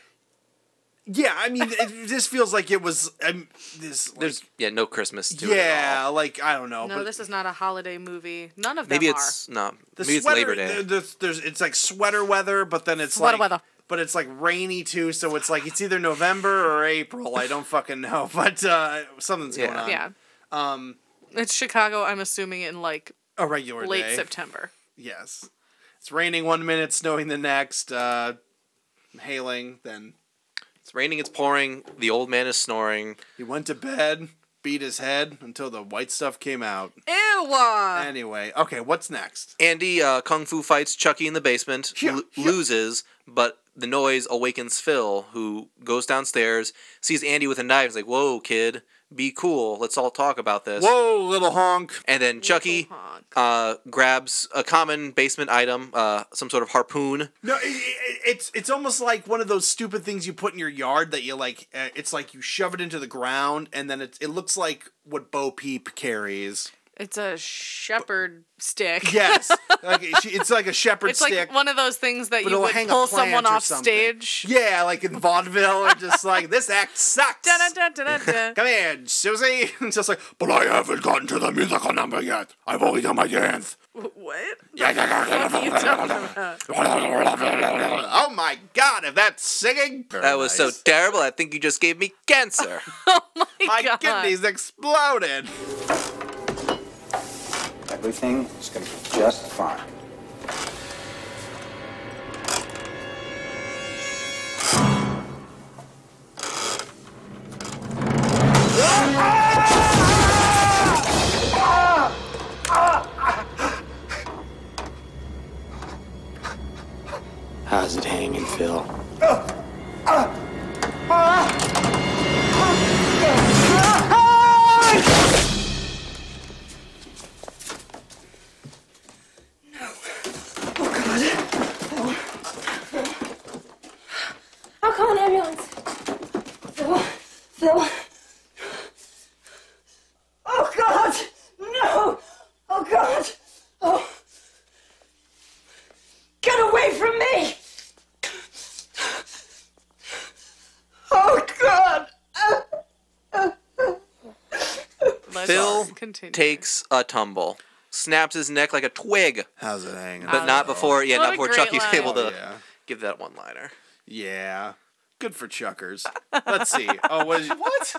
[SPEAKER 6] yeah. I mean, it, this feels like it was um, this.
[SPEAKER 5] there's yeah, no Christmas to it. at
[SPEAKER 6] yeah, like I don't know.
[SPEAKER 4] No,
[SPEAKER 6] but
[SPEAKER 4] this is not a holiday movie. None
[SPEAKER 5] all.
[SPEAKER 4] of them
[SPEAKER 5] Maybe
[SPEAKER 4] are.
[SPEAKER 5] it's no.
[SPEAKER 6] the
[SPEAKER 5] maybe
[SPEAKER 6] sweater,
[SPEAKER 5] it's Labor Day.
[SPEAKER 6] the- the- there's it's like sweater weather, but then it's
[SPEAKER 4] Sweater
[SPEAKER 6] like
[SPEAKER 4] weather.
[SPEAKER 6] but it's like rainy too. So it's like it's either November or April. I don't fucking know, but uh, something's going on.
[SPEAKER 4] Yeah.
[SPEAKER 6] Um,
[SPEAKER 4] It's Chicago, I'm assuming, in like
[SPEAKER 6] a regular
[SPEAKER 4] late
[SPEAKER 6] day.
[SPEAKER 4] September.
[SPEAKER 6] Yes, it's raining one minute, snowing the next, uh, hailing then.
[SPEAKER 5] It's raining. It's pouring. The old man is snoring.
[SPEAKER 6] He went to bed, beat his head until the white stuff came out.
[SPEAKER 4] Ew!
[SPEAKER 6] Anyway, okay, what's next?
[SPEAKER 5] Andy uh, kung fu fights Chucky in the basement, lo- loses, but the noise awakens Phil, who goes downstairs, sees Andy with a knife. He's like, "Whoa, kid, be cool. Let's all talk about this."
[SPEAKER 6] Whoa, little honk.
[SPEAKER 5] And then Chucky uh, grabs a common basement item, uh, some sort of harpoon.
[SPEAKER 6] No, it, it, it's it's almost like one of those stupid things you put in your yard that you like. Uh, it's like you shove it into the ground, and then it it looks like what Bo Peep carries.
[SPEAKER 4] It's a shepherd stick.
[SPEAKER 6] Yes, like it- it's like a shepherd
[SPEAKER 4] it's
[SPEAKER 6] stick.
[SPEAKER 4] like one of those things that
[SPEAKER 6] but
[SPEAKER 4] you
[SPEAKER 6] it'll
[SPEAKER 4] would
[SPEAKER 6] hang a
[SPEAKER 4] pull
[SPEAKER 6] plant
[SPEAKER 4] someone
[SPEAKER 6] or
[SPEAKER 4] off
[SPEAKER 6] something.
[SPEAKER 4] stage.
[SPEAKER 6] Yeah, like in vaudeville, or just like this act sucks.
[SPEAKER 4] Dun-dun-dun-dun-dun.
[SPEAKER 6] Come in, Susie. It's just like, but I haven't gotten to the musical number yet. I've only done my dance.
[SPEAKER 4] What?
[SPEAKER 6] oh my god, if that's singing.
[SPEAKER 5] that was so terrible. I think you just gave me cancer.
[SPEAKER 6] My kidneys exploded.
[SPEAKER 7] Everything is going to be just fine.
[SPEAKER 9] How's it hanging, Phil?
[SPEAKER 12] I'll call an ambulance. Phil, Phil. Oh God, no! Oh God, oh. Get away from me! Oh God!
[SPEAKER 4] Let's
[SPEAKER 5] Phil
[SPEAKER 4] continue.
[SPEAKER 5] takes a tumble, snaps his neck like a twig.
[SPEAKER 6] How's it hanging?
[SPEAKER 5] But not before, yeah,
[SPEAKER 4] What
[SPEAKER 5] not
[SPEAKER 4] a
[SPEAKER 5] before
[SPEAKER 4] great
[SPEAKER 5] Chucky's
[SPEAKER 4] line.
[SPEAKER 5] able to
[SPEAKER 4] Oh,
[SPEAKER 5] give that one liner.
[SPEAKER 6] Yeah. Good for chuckers. Let's see. Oh, what? Is, what?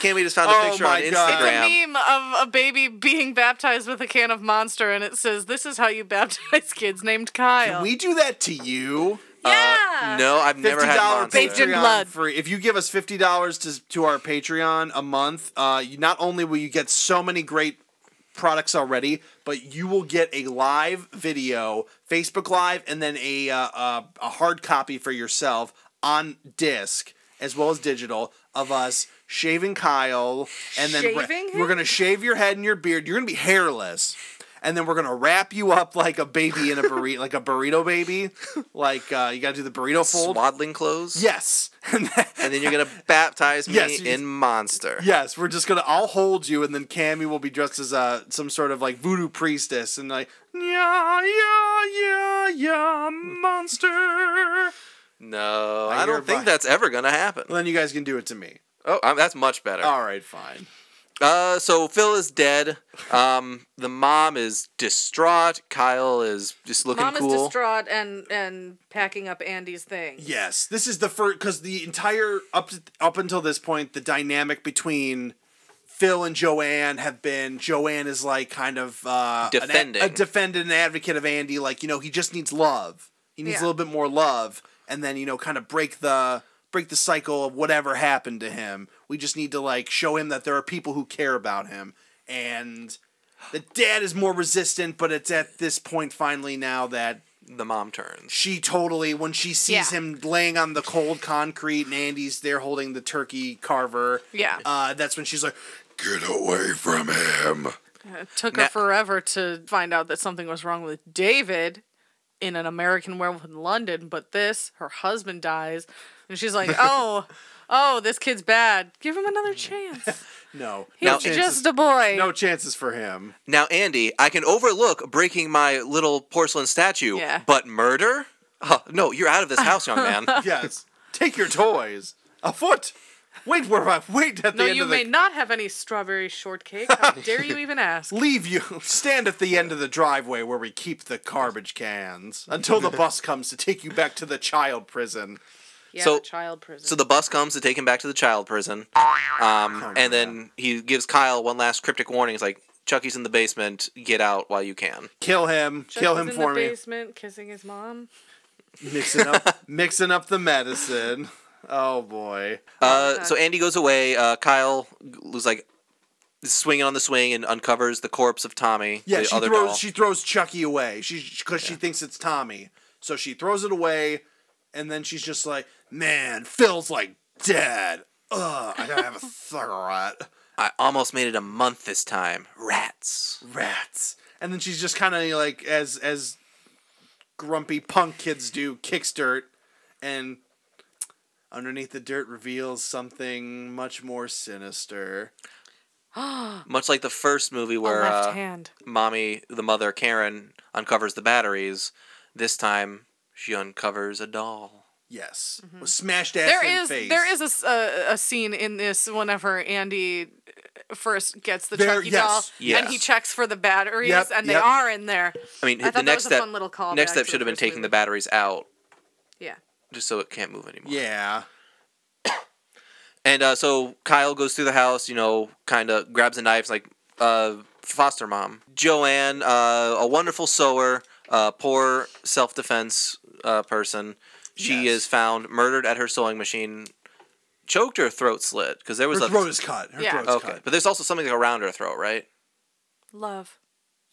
[SPEAKER 5] Cammy just found a
[SPEAKER 6] Oh
[SPEAKER 5] picture
[SPEAKER 6] my
[SPEAKER 5] on
[SPEAKER 6] God.
[SPEAKER 5] Instagram.
[SPEAKER 6] It's a
[SPEAKER 4] Meme of a baby being baptized with a can of Monster, and it says, "This is how you baptize kids named Kyle."
[SPEAKER 6] Can we uh, do that to you?
[SPEAKER 4] yeah.
[SPEAKER 5] No, I've never had
[SPEAKER 6] $50
[SPEAKER 5] Monster.
[SPEAKER 4] Bathed in
[SPEAKER 6] Patreon
[SPEAKER 4] blood.
[SPEAKER 6] Free. If you give us fifty dollars to to our Patreon a month, uh, you, not only will you get so many great products already, but you will get a live video, Facebook Live, and then a uh, uh, a hard copy for yourself on disc as well as digital of us shaving Kyle, and then ra-
[SPEAKER 4] Shaving him?
[SPEAKER 6] we're gonna shave your head and your beard. You're gonna be hairless. And then we're gonna wrap you up like a baby in a burrito, like a burrito baby, like uh, you gotta do the burrito fold.
[SPEAKER 5] Swaddling clothes.
[SPEAKER 6] Yes.
[SPEAKER 5] and then you're gonna baptize me
[SPEAKER 6] Yes, you-
[SPEAKER 5] in monster.
[SPEAKER 6] Yes, we're just gonna. I'll hold you, and then Cammy will be dressed as uh, some sort of like voodoo priestess, and like yeah, yeah, yeah, yeah, monster.
[SPEAKER 5] No,
[SPEAKER 6] I
[SPEAKER 5] I,
[SPEAKER 6] hear
[SPEAKER 5] don't think
[SPEAKER 6] vi-
[SPEAKER 5] that's ever gonna happen.
[SPEAKER 6] Well, then you guys can do it to me.
[SPEAKER 5] Oh, i that's much better.
[SPEAKER 6] All right, fine.
[SPEAKER 5] Uh, so Phil is dead. Um, the mom is distraught. Kyle is just looking
[SPEAKER 4] Mom
[SPEAKER 5] cool.
[SPEAKER 4] is distraught and and packing up Andy's thing.
[SPEAKER 6] Yes, this is the first because the entire up to, up until this point, the dynamic between Phil and Joanne have been Joanne is like kind of uh, an a-
[SPEAKER 5] Defending.
[SPEAKER 6] a defendant, and advocate of Andy. Like you know, he just needs love. He needs
[SPEAKER 4] Yeah.
[SPEAKER 6] a little bit more love, and then you know, kind of break the break the cycle of whatever happened to him. We just need to like show him that there are people who care about him, and the dad is more resistant. But it's at this point finally now that
[SPEAKER 5] the mom turns.
[SPEAKER 6] She totally when she sees
[SPEAKER 5] Yeah.
[SPEAKER 6] him laying on the cold concrete and Andy's there holding the turkey carver.
[SPEAKER 4] Yeah.
[SPEAKER 6] Uh, that's when she's like, "Get away from him."
[SPEAKER 4] It took her
[SPEAKER 6] Na-
[SPEAKER 4] forever to find out that something was wrong with David in an American werewolf in London, but this, her husband dies, and she's like, oh, oh, this kid's bad. Give him another chance.
[SPEAKER 6] No.
[SPEAKER 4] He's
[SPEAKER 5] Now-
[SPEAKER 4] just a boy.
[SPEAKER 6] No chances for him.
[SPEAKER 5] Now, Andy, I can overlook breaking my little porcelain statue,
[SPEAKER 6] Yeah.
[SPEAKER 5] but murder? Oh, no, you're out of this house, young man.
[SPEAKER 6] yes. Take your toys. A foot. Wait, where I wait at the
[SPEAKER 4] No,
[SPEAKER 6] end
[SPEAKER 4] you
[SPEAKER 6] of the
[SPEAKER 4] may not have any strawberry shortcake. How dare you even ask?
[SPEAKER 6] Leave you. Stand at the end of the driveway where we keep the garbage cans until the bus comes to take you back to the child prison.
[SPEAKER 4] Yeah, the child prison.
[SPEAKER 5] So the bus comes to take him back to the child prison,
[SPEAKER 4] Oh,
[SPEAKER 5] um, and then he gives Kyle one last cryptic warning. It's like Chucky's in the basement. Get out while you can.
[SPEAKER 6] Kill him. Kill him
[SPEAKER 4] Chuck's
[SPEAKER 6] for
[SPEAKER 4] in the
[SPEAKER 6] me.
[SPEAKER 4] basement kissing his mom.
[SPEAKER 6] Mixing up, mixing up the medicine. Oh boy.
[SPEAKER 4] Oh,
[SPEAKER 5] Uh, so Andy goes away. Uh, Kyle was like swinging on the swing and uncovers the corpse of Tommy,
[SPEAKER 6] Yeah,
[SPEAKER 5] the
[SPEAKER 6] she
[SPEAKER 5] other
[SPEAKER 6] throws
[SPEAKER 5] doll.
[SPEAKER 6] she throws Chucky away. She because she thinks it's Tommy, so she throws it away, and then she's just like, "Man, Phil's like dead. Ugh, I gotta have a cigarette."
[SPEAKER 5] I almost made it a month this time. Rats.
[SPEAKER 6] Rats. And then she's just kind of like, as as grumpy punk kids do, kicks dirt, and underneath the dirt reveals something much more sinister.
[SPEAKER 5] Much like the first movie where
[SPEAKER 6] left
[SPEAKER 5] uh,
[SPEAKER 6] hand.
[SPEAKER 5] mommy, the mother, Karen, uncovers the batteries, this time she uncovers a doll.
[SPEAKER 6] Yes. Was smashed ass
[SPEAKER 4] There
[SPEAKER 6] in
[SPEAKER 4] is
[SPEAKER 6] face.
[SPEAKER 4] there is a, s- a- a scene in this whenever Andy first gets the
[SPEAKER 6] There-
[SPEAKER 4] Chucky
[SPEAKER 6] yes,
[SPEAKER 4] doll
[SPEAKER 5] yes.
[SPEAKER 4] and he checks for the batteries
[SPEAKER 5] Yep,
[SPEAKER 4] and they
[SPEAKER 5] yep.
[SPEAKER 4] are in there.
[SPEAKER 5] I mean,
[SPEAKER 4] I
[SPEAKER 5] the
[SPEAKER 4] thought that
[SPEAKER 5] next
[SPEAKER 4] was a
[SPEAKER 5] step
[SPEAKER 4] fun little callback
[SPEAKER 5] next step
[SPEAKER 4] to
[SPEAKER 5] should have been
[SPEAKER 4] the first
[SPEAKER 5] taking
[SPEAKER 4] movie.
[SPEAKER 5] the batteries out
[SPEAKER 4] Yeah.
[SPEAKER 5] just so it can't move anymore.
[SPEAKER 6] Yeah.
[SPEAKER 5] And uh, so Kyle goes through the house, you know, kind of grabs a knife, is like uh, foster mom. Joanne, uh, a wonderful sewer, uh, poor self defense uh, person. She is found murdered at her sewing machine, choked her throat slit because there was
[SPEAKER 6] Her
[SPEAKER 5] a
[SPEAKER 6] throat is cut. Her
[SPEAKER 4] Yeah.
[SPEAKER 6] throat's
[SPEAKER 5] okay,
[SPEAKER 6] cut.
[SPEAKER 5] but there's also something around her throat, right?
[SPEAKER 4] Love.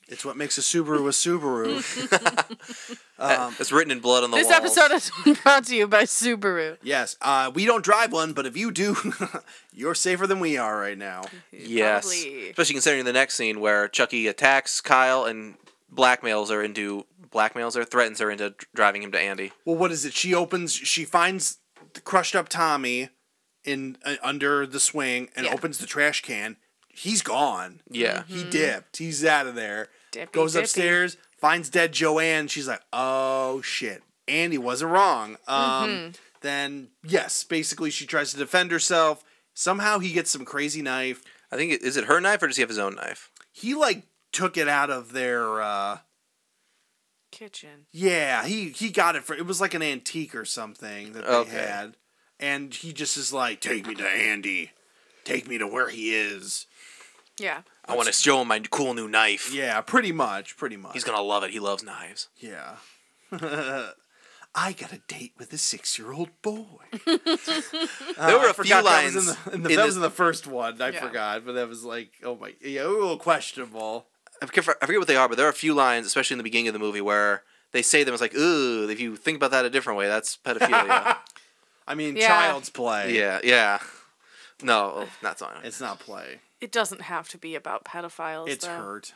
[SPEAKER 6] It's what makes a Subaru a Subaru. Um,
[SPEAKER 5] Uh, it's written in blood on the
[SPEAKER 4] This
[SPEAKER 5] walls.
[SPEAKER 4] episode has been brought to you by Subaru.
[SPEAKER 6] yes, uh, we don't drive one, but if you do, you're safer than we are right now.
[SPEAKER 5] Yes. Especially considering the next scene where Chucky attacks Kyle and blackmails her into blackmails her, threatens her into dr- driving him to Andy.
[SPEAKER 6] Well, what is it? She opens. She finds the crushed up Tommy in uh, under the swing and
[SPEAKER 5] Yeah.
[SPEAKER 6] opens the trash can. He's gone.
[SPEAKER 5] Yeah.
[SPEAKER 6] he
[SPEAKER 5] Mhm.
[SPEAKER 6] dipped. He's out of there.
[SPEAKER 5] Dippy,
[SPEAKER 6] Goes
[SPEAKER 5] dippy.
[SPEAKER 6] upstairs, finds dead Joanne. She's like, "Oh shit, Andy wasn't wrong." Um,
[SPEAKER 5] Mhm.
[SPEAKER 6] Then yes, basically she tries to defend herself. Somehow he gets some crazy knife.
[SPEAKER 5] I think it- is it her knife or does he have his own knife?
[SPEAKER 6] He like took it out of their. uh
[SPEAKER 4] Kitchen.
[SPEAKER 6] Yeah, he he got it for it was like an antique or something that they
[SPEAKER 5] Okay.
[SPEAKER 6] had, and he just is like, "Take me to Andy, take me to where he is."
[SPEAKER 4] Yeah.
[SPEAKER 5] I want to show him my cool new knife.
[SPEAKER 6] Yeah, pretty much, pretty much.
[SPEAKER 5] He's gonna love it. He loves knives.
[SPEAKER 6] Yeah, I got a date with a six-year-old boy.
[SPEAKER 5] There were
[SPEAKER 6] a
[SPEAKER 5] a few lines
[SPEAKER 6] Uh, That was in the, in the-
[SPEAKER 5] in
[SPEAKER 6] that
[SPEAKER 5] the-
[SPEAKER 6] was in the first one. I
[SPEAKER 5] Yeah.
[SPEAKER 6] forgot, but that was like, oh my, yeah, a little questionable.
[SPEAKER 5] I forget, I forget what they are, but there are a few lines, especially in the beginning of the movie, where they say them. It's like, ooh, if you think about that a different way, that's pedophilia.
[SPEAKER 6] I mean,
[SPEAKER 4] Yeah.
[SPEAKER 6] child's play.
[SPEAKER 5] yeah, yeah. No, not so. It's
[SPEAKER 6] not play.
[SPEAKER 4] It doesn't have to be about pedophiles.
[SPEAKER 6] it's
[SPEAKER 4] though.
[SPEAKER 6] hurt.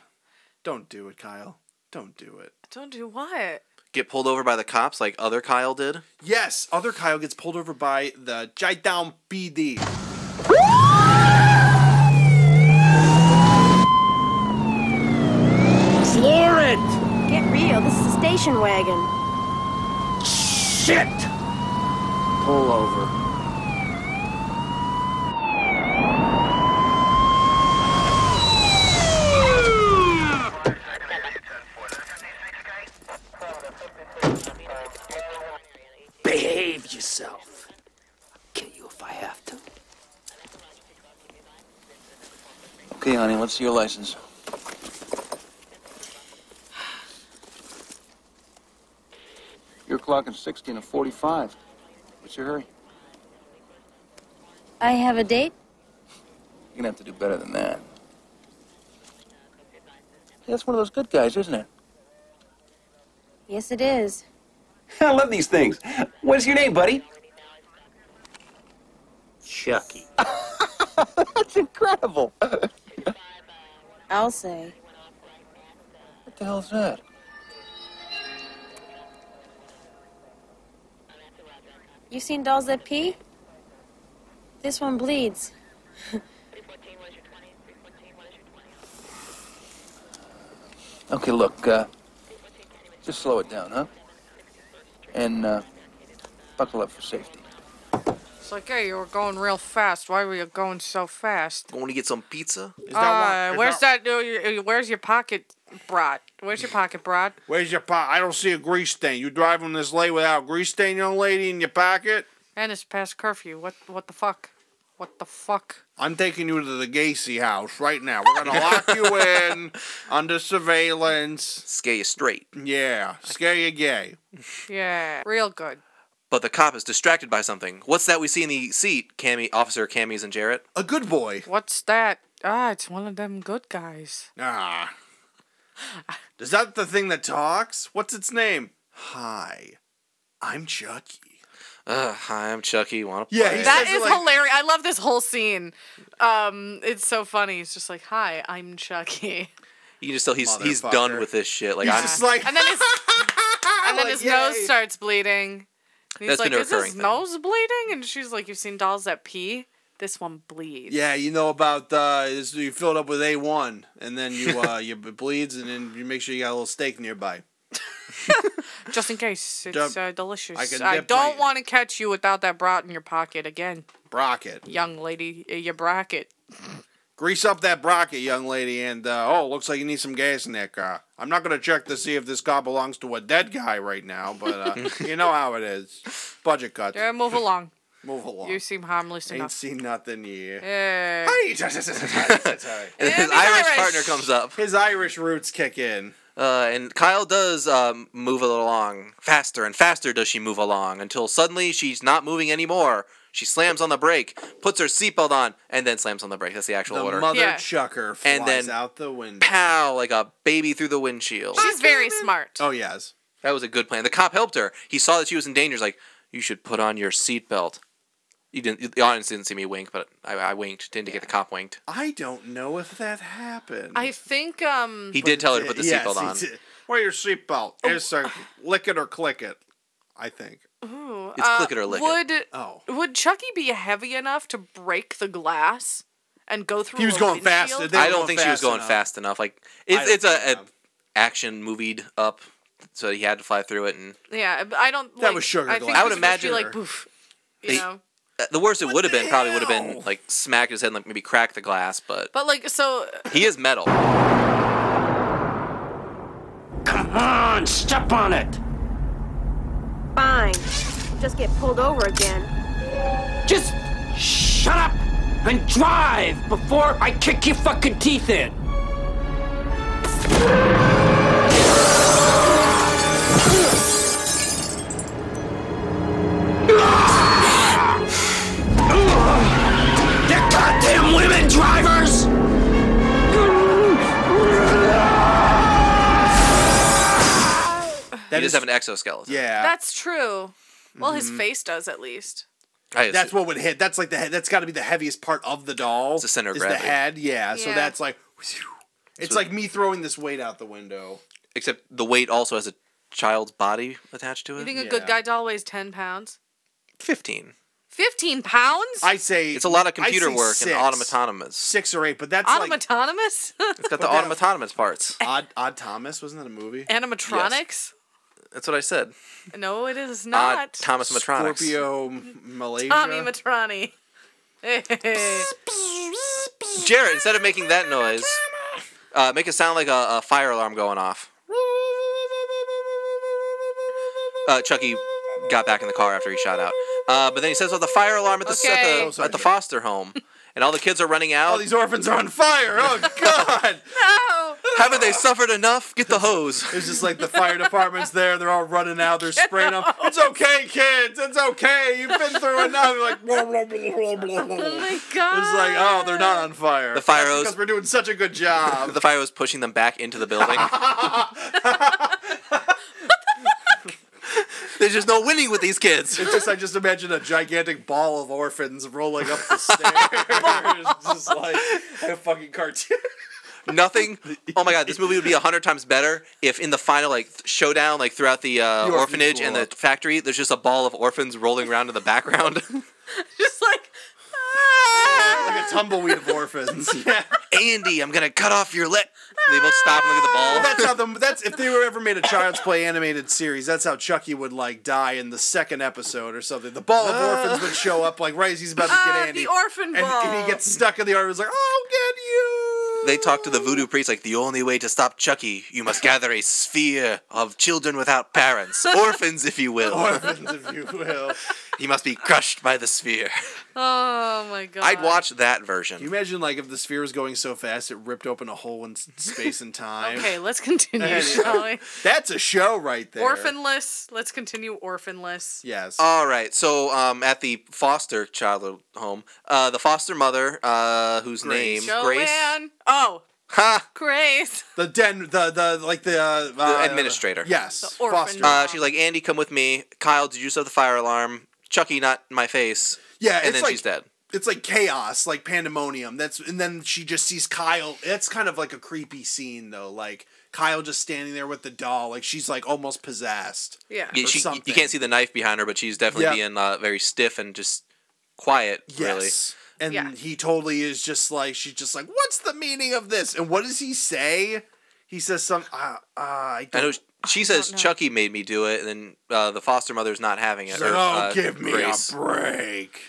[SPEAKER 6] Don't do it, Kyle. Don't do it.
[SPEAKER 4] Don't do what?
[SPEAKER 5] Get pulled over by the cops like other Kyle did.
[SPEAKER 6] Yes, other Kyle gets pulled over by the Jidown BD.
[SPEAKER 17] Floor it!
[SPEAKER 15] Get real. This is a station wagon.
[SPEAKER 10] Shit! Pull over.
[SPEAKER 17] Behave yourself.
[SPEAKER 10] If I have to.
[SPEAKER 18] Okay, honey, what's your license? You're clocking 60 and a 45. What's your hurry?
[SPEAKER 15] I have a date.
[SPEAKER 18] You're gonna have to do better than that. Hey, that's one of those good guys, isn't it?
[SPEAKER 15] Yes, it is.
[SPEAKER 19] I love these things. What's your name, buddy?
[SPEAKER 20] Chucky.
[SPEAKER 19] That's incredible. What
[SPEAKER 15] I'll say.
[SPEAKER 19] the hell's that?
[SPEAKER 15] You seen dolls that pee? This one bleeds.
[SPEAKER 18] Okay, look, uh, just slow it down, huh? And uh, buckle up for safety.
[SPEAKER 4] It's like, hey, you were going real fast. Why were you going so fast?
[SPEAKER 5] Going to get some pizza?
[SPEAKER 4] Uh, where's that? uh, Where's your pocket brat? Where's your pocket brat?
[SPEAKER 6] Where's your pot? I don't see a grease stain. You driving this late without a grease stain, young lady, in your pocket?
[SPEAKER 4] And it's past curfew. What? What the fuck? What the fuck?
[SPEAKER 6] I'm taking you to the Gacy house right now. We're gonna lock you in under surveillance.
[SPEAKER 5] Scare you straight.
[SPEAKER 6] Mm. Yeah, scare you gay.
[SPEAKER 4] Yeah, real good.
[SPEAKER 5] But the cop is distracted by something. What's that we see in the seat, Cammy, Officer Cammies and Jarrett?
[SPEAKER 6] A good boy.
[SPEAKER 4] What's that? Ah, it's one of them good guys.
[SPEAKER 6] Ah. Is that the thing that talks? What's its name? Hi, I'm Chucky.
[SPEAKER 5] Uh, hi, I'm Chucky. Want to
[SPEAKER 6] Yeah,
[SPEAKER 5] play?
[SPEAKER 6] he
[SPEAKER 4] That is hilarious. I love this whole scene. Um, it's so funny. It's just like, "Hi, I'm Chucky,"
[SPEAKER 5] You can just tell he's he's done with this shit. Like
[SPEAKER 6] He's
[SPEAKER 5] I'm
[SPEAKER 6] just like,
[SPEAKER 4] and then his and then
[SPEAKER 6] Like,
[SPEAKER 4] his
[SPEAKER 6] yay.
[SPEAKER 4] nose starts bleeding. And he's
[SPEAKER 5] That's
[SPEAKER 4] like,
[SPEAKER 5] been a
[SPEAKER 4] "Is his
[SPEAKER 5] recurring thing.
[SPEAKER 4] nose bleeding?" And she's like, "You've seen dolls that pee. This one bleeds."
[SPEAKER 6] Yeah, you know about uh, is you fill it up with A1, and then you uh, you it bleeds, and then you make sure you got a little steak nearby.
[SPEAKER 4] Just in case, it's
[SPEAKER 6] Dump.
[SPEAKER 4] uh, delicious.
[SPEAKER 6] I can
[SPEAKER 4] I,
[SPEAKER 6] dip my-
[SPEAKER 4] don't want to catch you without that brat in your pocket again,
[SPEAKER 6] Brocket,
[SPEAKER 4] young lady. uh, Your bracket.
[SPEAKER 6] grease up that brocket, young lady, and uh, oh, looks like you need some gas in that car. I'm not gonna check to see if this car belongs to a dead guy right now, but uh, you know how it is. Budget cuts.
[SPEAKER 4] Yeah, Uh, move along.
[SPEAKER 6] Move along.
[SPEAKER 4] You seem harmless
[SPEAKER 6] Ain't
[SPEAKER 4] enough.
[SPEAKER 6] seen nothing yet.
[SPEAKER 4] Hey.
[SPEAKER 5] and his Irish, partner comes up.
[SPEAKER 6] His Irish roots kick in.
[SPEAKER 5] Uh, and Kyle does um, move along faster and faster. Does she move along until suddenly she's not moving anymore? She slams on the brake, puts her seatbelt on, and then slams on the brake. That's the actual
[SPEAKER 6] The
[SPEAKER 5] order.
[SPEAKER 6] mother chucker flies
[SPEAKER 5] And then-
[SPEAKER 6] out the window.
[SPEAKER 5] Pow! Like a baby through the windshield.
[SPEAKER 4] She's very smart.
[SPEAKER 6] Oh yes.
[SPEAKER 5] That was a good plan. The cop helped her. He saw that she was in danger. He's like, "You should put on your seatbelt." You didn't. The audience didn't see me wink, but I, I winked to indicate the cop winked.
[SPEAKER 6] I don't know if that happened.
[SPEAKER 4] I think um.
[SPEAKER 5] He did tell her to put the
[SPEAKER 6] Yes,
[SPEAKER 5] seatbelt
[SPEAKER 6] he
[SPEAKER 5] on. Oh.
[SPEAKER 6] did. Wear your seatbelt. It's a lick it or click it. I think.
[SPEAKER 4] Ooh,
[SPEAKER 5] It's click it or lick it.
[SPEAKER 4] Uh, would,
[SPEAKER 6] Oh.
[SPEAKER 4] Would Chucky be heavy enough to break the glass and go through?
[SPEAKER 6] He was
[SPEAKER 4] a
[SPEAKER 6] going fast,
[SPEAKER 4] windshield?
[SPEAKER 6] didn't They
[SPEAKER 5] I
[SPEAKER 6] were
[SPEAKER 5] don't
[SPEAKER 6] going
[SPEAKER 5] think she was
[SPEAKER 6] fast
[SPEAKER 5] going
[SPEAKER 6] enough.
[SPEAKER 5] fast enough. Like it's
[SPEAKER 6] I
[SPEAKER 5] it's a, a action movied up, so he had to fly through it. And
[SPEAKER 4] Yeah, but I don't.
[SPEAKER 5] That
[SPEAKER 4] like,
[SPEAKER 5] was sugar
[SPEAKER 4] I, think
[SPEAKER 5] glass. I would
[SPEAKER 4] it's supposed to be
[SPEAKER 5] imagine
[SPEAKER 4] like
[SPEAKER 5] her.
[SPEAKER 4] poof. You
[SPEAKER 5] They-
[SPEAKER 4] know,
[SPEAKER 5] uh, the worst it would have been probably would have been like smack his head, and, like maybe crack the glass. But
[SPEAKER 4] but like so.
[SPEAKER 5] he is metal.
[SPEAKER 10] Come on, step on it.
[SPEAKER 15] Fine. Just get pulled over again.
[SPEAKER 10] Just shut up and drive before I kick your fucking teeth in. You goddamn women drivers!
[SPEAKER 5] he does have an exoskeleton.
[SPEAKER 6] Yeah.
[SPEAKER 4] That's true. Well,
[SPEAKER 5] Mm-hmm.
[SPEAKER 4] his face does at least.
[SPEAKER 6] that's what would hit. That's like the head. That's got to be the heaviest part of the doll. It's the
[SPEAKER 5] center of
[SPEAKER 6] is
[SPEAKER 5] gravity.
[SPEAKER 6] the head. Yeah. So
[SPEAKER 4] Yeah.
[SPEAKER 6] that's like. It's like me throwing this weight out the window.
[SPEAKER 5] Except the weight also has a child's body attached to it.
[SPEAKER 4] You think a good guy doll weighs ten pounds?
[SPEAKER 5] Fifteen.
[SPEAKER 4] Fifteen pounds?
[SPEAKER 6] I say
[SPEAKER 5] It's a lot of
[SPEAKER 6] I
[SPEAKER 5] computer
[SPEAKER 6] say
[SPEAKER 5] work
[SPEAKER 6] six.
[SPEAKER 5] and automatonous.
[SPEAKER 6] Six or eight, but that's like
[SPEAKER 4] Automatonymous?
[SPEAKER 5] It's got the automatonous parts.
[SPEAKER 6] Odd, Odd Thomas wasn't that a movie?
[SPEAKER 4] Animatronics?
[SPEAKER 5] That's what I said.
[SPEAKER 4] No, it is not.
[SPEAKER 5] Thomas Matronics.
[SPEAKER 6] Scorpio M- Malaysia.
[SPEAKER 4] Tommy Matroni. Hey.
[SPEAKER 5] Jared, instead of making that noise, uh, make it sound like a, a fire alarm going off. Uh, Chucky got back in the car after he shot out. Uh, but then he sets off the fire alarm at the, at
[SPEAKER 4] Okay.
[SPEAKER 5] the,
[SPEAKER 4] Oh, sorry,
[SPEAKER 5] at the foster home. And all the kids are running out. All
[SPEAKER 6] these orphans are on fire. Oh, God.
[SPEAKER 4] no.
[SPEAKER 5] Haven't they suffered enough? Get the hose.
[SPEAKER 6] It's just like the fire department's there. They're all running out. They're spraying them. It's okay, kids. It's okay. You've been through enough. You're like, blah, blah, blah, blah, blah, blah.
[SPEAKER 4] Oh my
[SPEAKER 6] It's like,
[SPEAKER 4] god.
[SPEAKER 6] oh, they're not on fire.
[SPEAKER 5] The fire
[SPEAKER 6] That's
[SPEAKER 5] hose-
[SPEAKER 6] Because we're doing such a good job.
[SPEAKER 5] the fire was pushing them back into the building. There's just no winning with these kids.
[SPEAKER 6] It's just I just imagine a gigantic ball of orphans rolling up the stairs, just like a fucking cartoon.
[SPEAKER 5] Nothing. Oh my god, this movie would be hundred times better if in the final like th- showdown, like throughout the, uh,
[SPEAKER 4] The orphans
[SPEAKER 5] orphanage
[SPEAKER 4] blow
[SPEAKER 5] and the factory, there's just a ball of orphans rolling around in the background.
[SPEAKER 4] Just like ah.
[SPEAKER 6] like a tumbleweed of orphans. Yeah.
[SPEAKER 5] Andy, I'm gonna cut off your leg. They both stop and look at the ball.
[SPEAKER 6] Well, that's how the that's if they were ever made a Child's Play animated series, that's how Chucky would like die in the second episode or something. The ball of
[SPEAKER 4] Ah.
[SPEAKER 6] orphans would show up like right as he's about to
[SPEAKER 4] Ah,
[SPEAKER 6] get Andy,
[SPEAKER 4] the orphan
[SPEAKER 6] and,
[SPEAKER 4] ball.
[SPEAKER 6] and he gets stuck in the orphan's like, oh,
[SPEAKER 5] They talk to the voodoo priest like the only way to stop Chucky, you must gather a sphere of children without parents, orphans, if you will.
[SPEAKER 6] orphans, if you will.
[SPEAKER 5] He must be crushed by the sphere.
[SPEAKER 4] Oh my god.
[SPEAKER 5] I'd watch that version.
[SPEAKER 6] Can you imagine like if the sphere was going so fast it ripped open a hole in s- space and time?
[SPEAKER 4] Okay, let's continue,
[SPEAKER 6] Anyway,
[SPEAKER 4] shall we?
[SPEAKER 6] That's a show right there.
[SPEAKER 4] Orphanless. Let's continue orphanless.
[SPEAKER 6] Yes.
[SPEAKER 5] All right. So, um, at the foster child home, uh, the foster mother, uh, whose name Grace,
[SPEAKER 4] Joanne. Oh.
[SPEAKER 5] Ha!
[SPEAKER 4] Grace.
[SPEAKER 6] The den, the the like the, uh,
[SPEAKER 5] the administrator.
[SPEAKER 6] Yes.
[SPEAKER 4] The orphan foster.
[SPEAKER 5] Uh, she's like, Andy, come with me. Kyle, did you set the fire alarm? Chucky, not in my face.
[SPEAKER 6] Yeah,
[SPEAKER 5] and
[SPEAKER 6] it's
[SPEAKER 5] then
[SPEAKER 6] like-
[SPEAKER 5] she's dead.
[SPEAKER 6] it's like chaos, like pandemonium. That's and then she just sees Kyle. It's kind of like a creepy scene though, like Kyle just standing there with the doll, like she's like almost possessed.
[SPEAKER 4] Yeah.
[SPEAKER 5] Yeah,
[SPEAKER 6] or
[SPEAKER 5] she, you
[SPEAKER 6] something.
[SPEAKER 5] can't see the knife behind her, but she's definitely
[SPEAKER 6] Yeah.
[SPEAKER 5] being uh, very stiff and just quiet. Really.
[SPEAKER 6] Yes. And he totally is just like she's just like, what's the meaning of this? And what does he say? He says some. Uh, uh, I
[SPEAKER 5] I
[SPEAKER 6] don't.
[SPEAKER 5] know sh- she says Chucky made me do it, and then uh, the foster mother's not having it. uh,
[SPEAKER 6] She's like, "Oh, give me a break.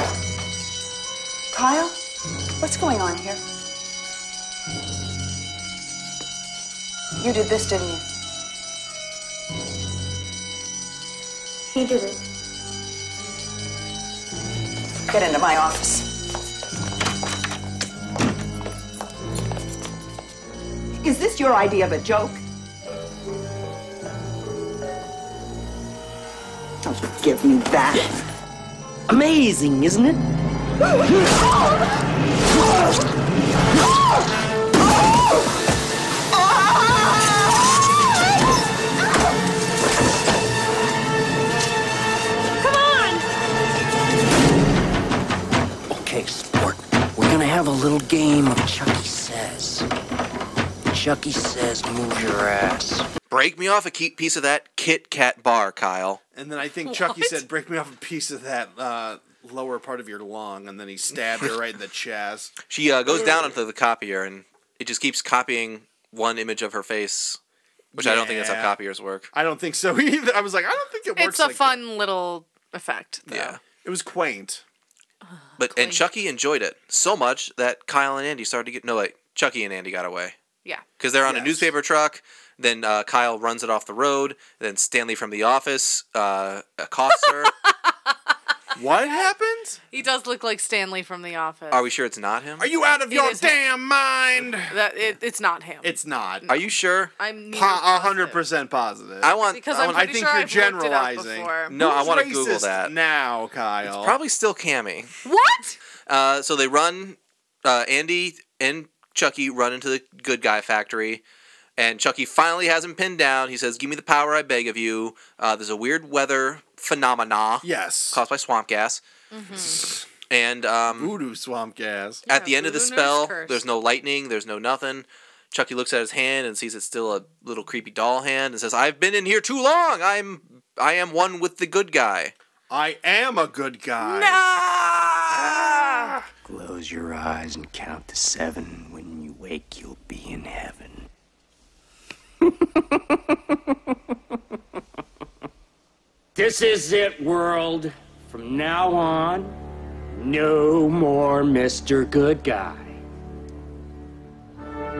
[SPEAKER 13] Kyle, what's going on here? You did this, didn't you?
[SPEAKER 16] He did it.
[SPEAKER 13] Get into my office. Is this your idea of a joke? Don't give me that.
[SPEAKER 17] Amazing, isn't it?
[SPEAKER 15] Come on!
[SPEAKER 17] Okay, sport. We're gonna have a little game of Chucky E. Says. Chucky Says, move your ass.
[SPEAKER 5] Break me off a key- piece of that Kit Kat bar, Kyle.
[SPEAKER 6] And then I think Chucky
[SPEAKER 5] What?
[SPEAKER 6] said, break me off a piece of that uh, lower part of your lung. And then he stabbed her right in the chest.
[SPEAKER 5] She uh, goes down onto the copier, and it just keeps copying one image of her face, which I don't think that's how
[SPEAKER 6] Yeah.
[SPEAKER 5] copiers work.
[SPEAKER 6] I don't think so either. I was like, I don't think it works.
[SPEAKER 4] It's a
[SPEAKER 6] like
[SPEAKER 4] fun little effect. though.
[SPEAKER 5] Yeah.
[SPEAKER 6] It was quaint.
[SPEAKER 5] But and Chucky enjoyed it so much that Kyle and Andy started to get no, like Chucky and Andy got away
[SPEAKER 4] Yeah.
[SPEAKER 5] because they're on a newspaper truck. Then uh, Kyle runs it off the road. Then Stanley from the office uh, accosts her.
[SPEAKER 6] what happened?
[SPEAKER 4] He does look like Stanley from The Office.
[SPEAKER 5] Are we sure it's not him?
[SPEAKER 6] Are you out of
[SPEAKER 4] It
[SPEAKER 6] your
[SPEAKER 4] is him.
[SPEAKER 6] damn mind?
[SPEAKER 4] That it, it's not him.
[SPEAKER 6] It's not.
[SPEAKER 5] Are you sure?
[SPEAKER 4] I'm near
[SPEAKER 6] Pa- 100% positive.
[SPEAKER 5] I want.
[SPEAKER 4] Because
[SPEAKER 5] I,
[SPEAKER 4] I'm
[SPEAKER 5] want,
[SPEAKER 4] pretty
[SPEAKER 6] think
[SPEAKER 4] sure
[SPEAKER 6] you're
[SPEAKER 4] I've looked it up
[SPEAKER 6] generalizing.
[SPEAKER 4] before.
[SPEAKER 5] No, I
[SPEAKER 6] Who's
[SPEAKER 5] wanna Google
[SPEAKER 6] racist
[SPEAKER 5] that.
[SPEAKER 6] now, Kyle.
[SPEAKER 5] It's probably still Cammy.
[SPEAKER 4] What?
[SPEAKER 5] Uh, so they run. Uh, Andy and Chucky run into the good guy factory, and Chucky finally has him pinned down. He says, "Give me the power, I beg of you." Uh, there's a weird weather phenomena.
[SPEAKER 6] Yes.
[SPEAKER 5] Caused by swamp gas.
[SPEAKER 4] Mm-hmm.
[SPEAKER 5] And um,
[SPEAKER 6] voodoo swamp gas.
[SPEAKER 5] at the end of the
[SPEAKER 4] voodoo nurse
[SPEAKER 5] spell,
[SPEAKER 4] curse.
[SPEAKER 5] there's no lightning, there's no nothing. Chucky looks at his hand and sees it's still a little creepy doll hand and says, "I've been in here too long. I'm I am one with the good guy."
[SPEAKER 6] I am a good guy.
[SPEAKER 10] Close your eyes and count to seven. When you wake, you'll be in heaven. This is it, world. From now on, no more Mr. Good Guy.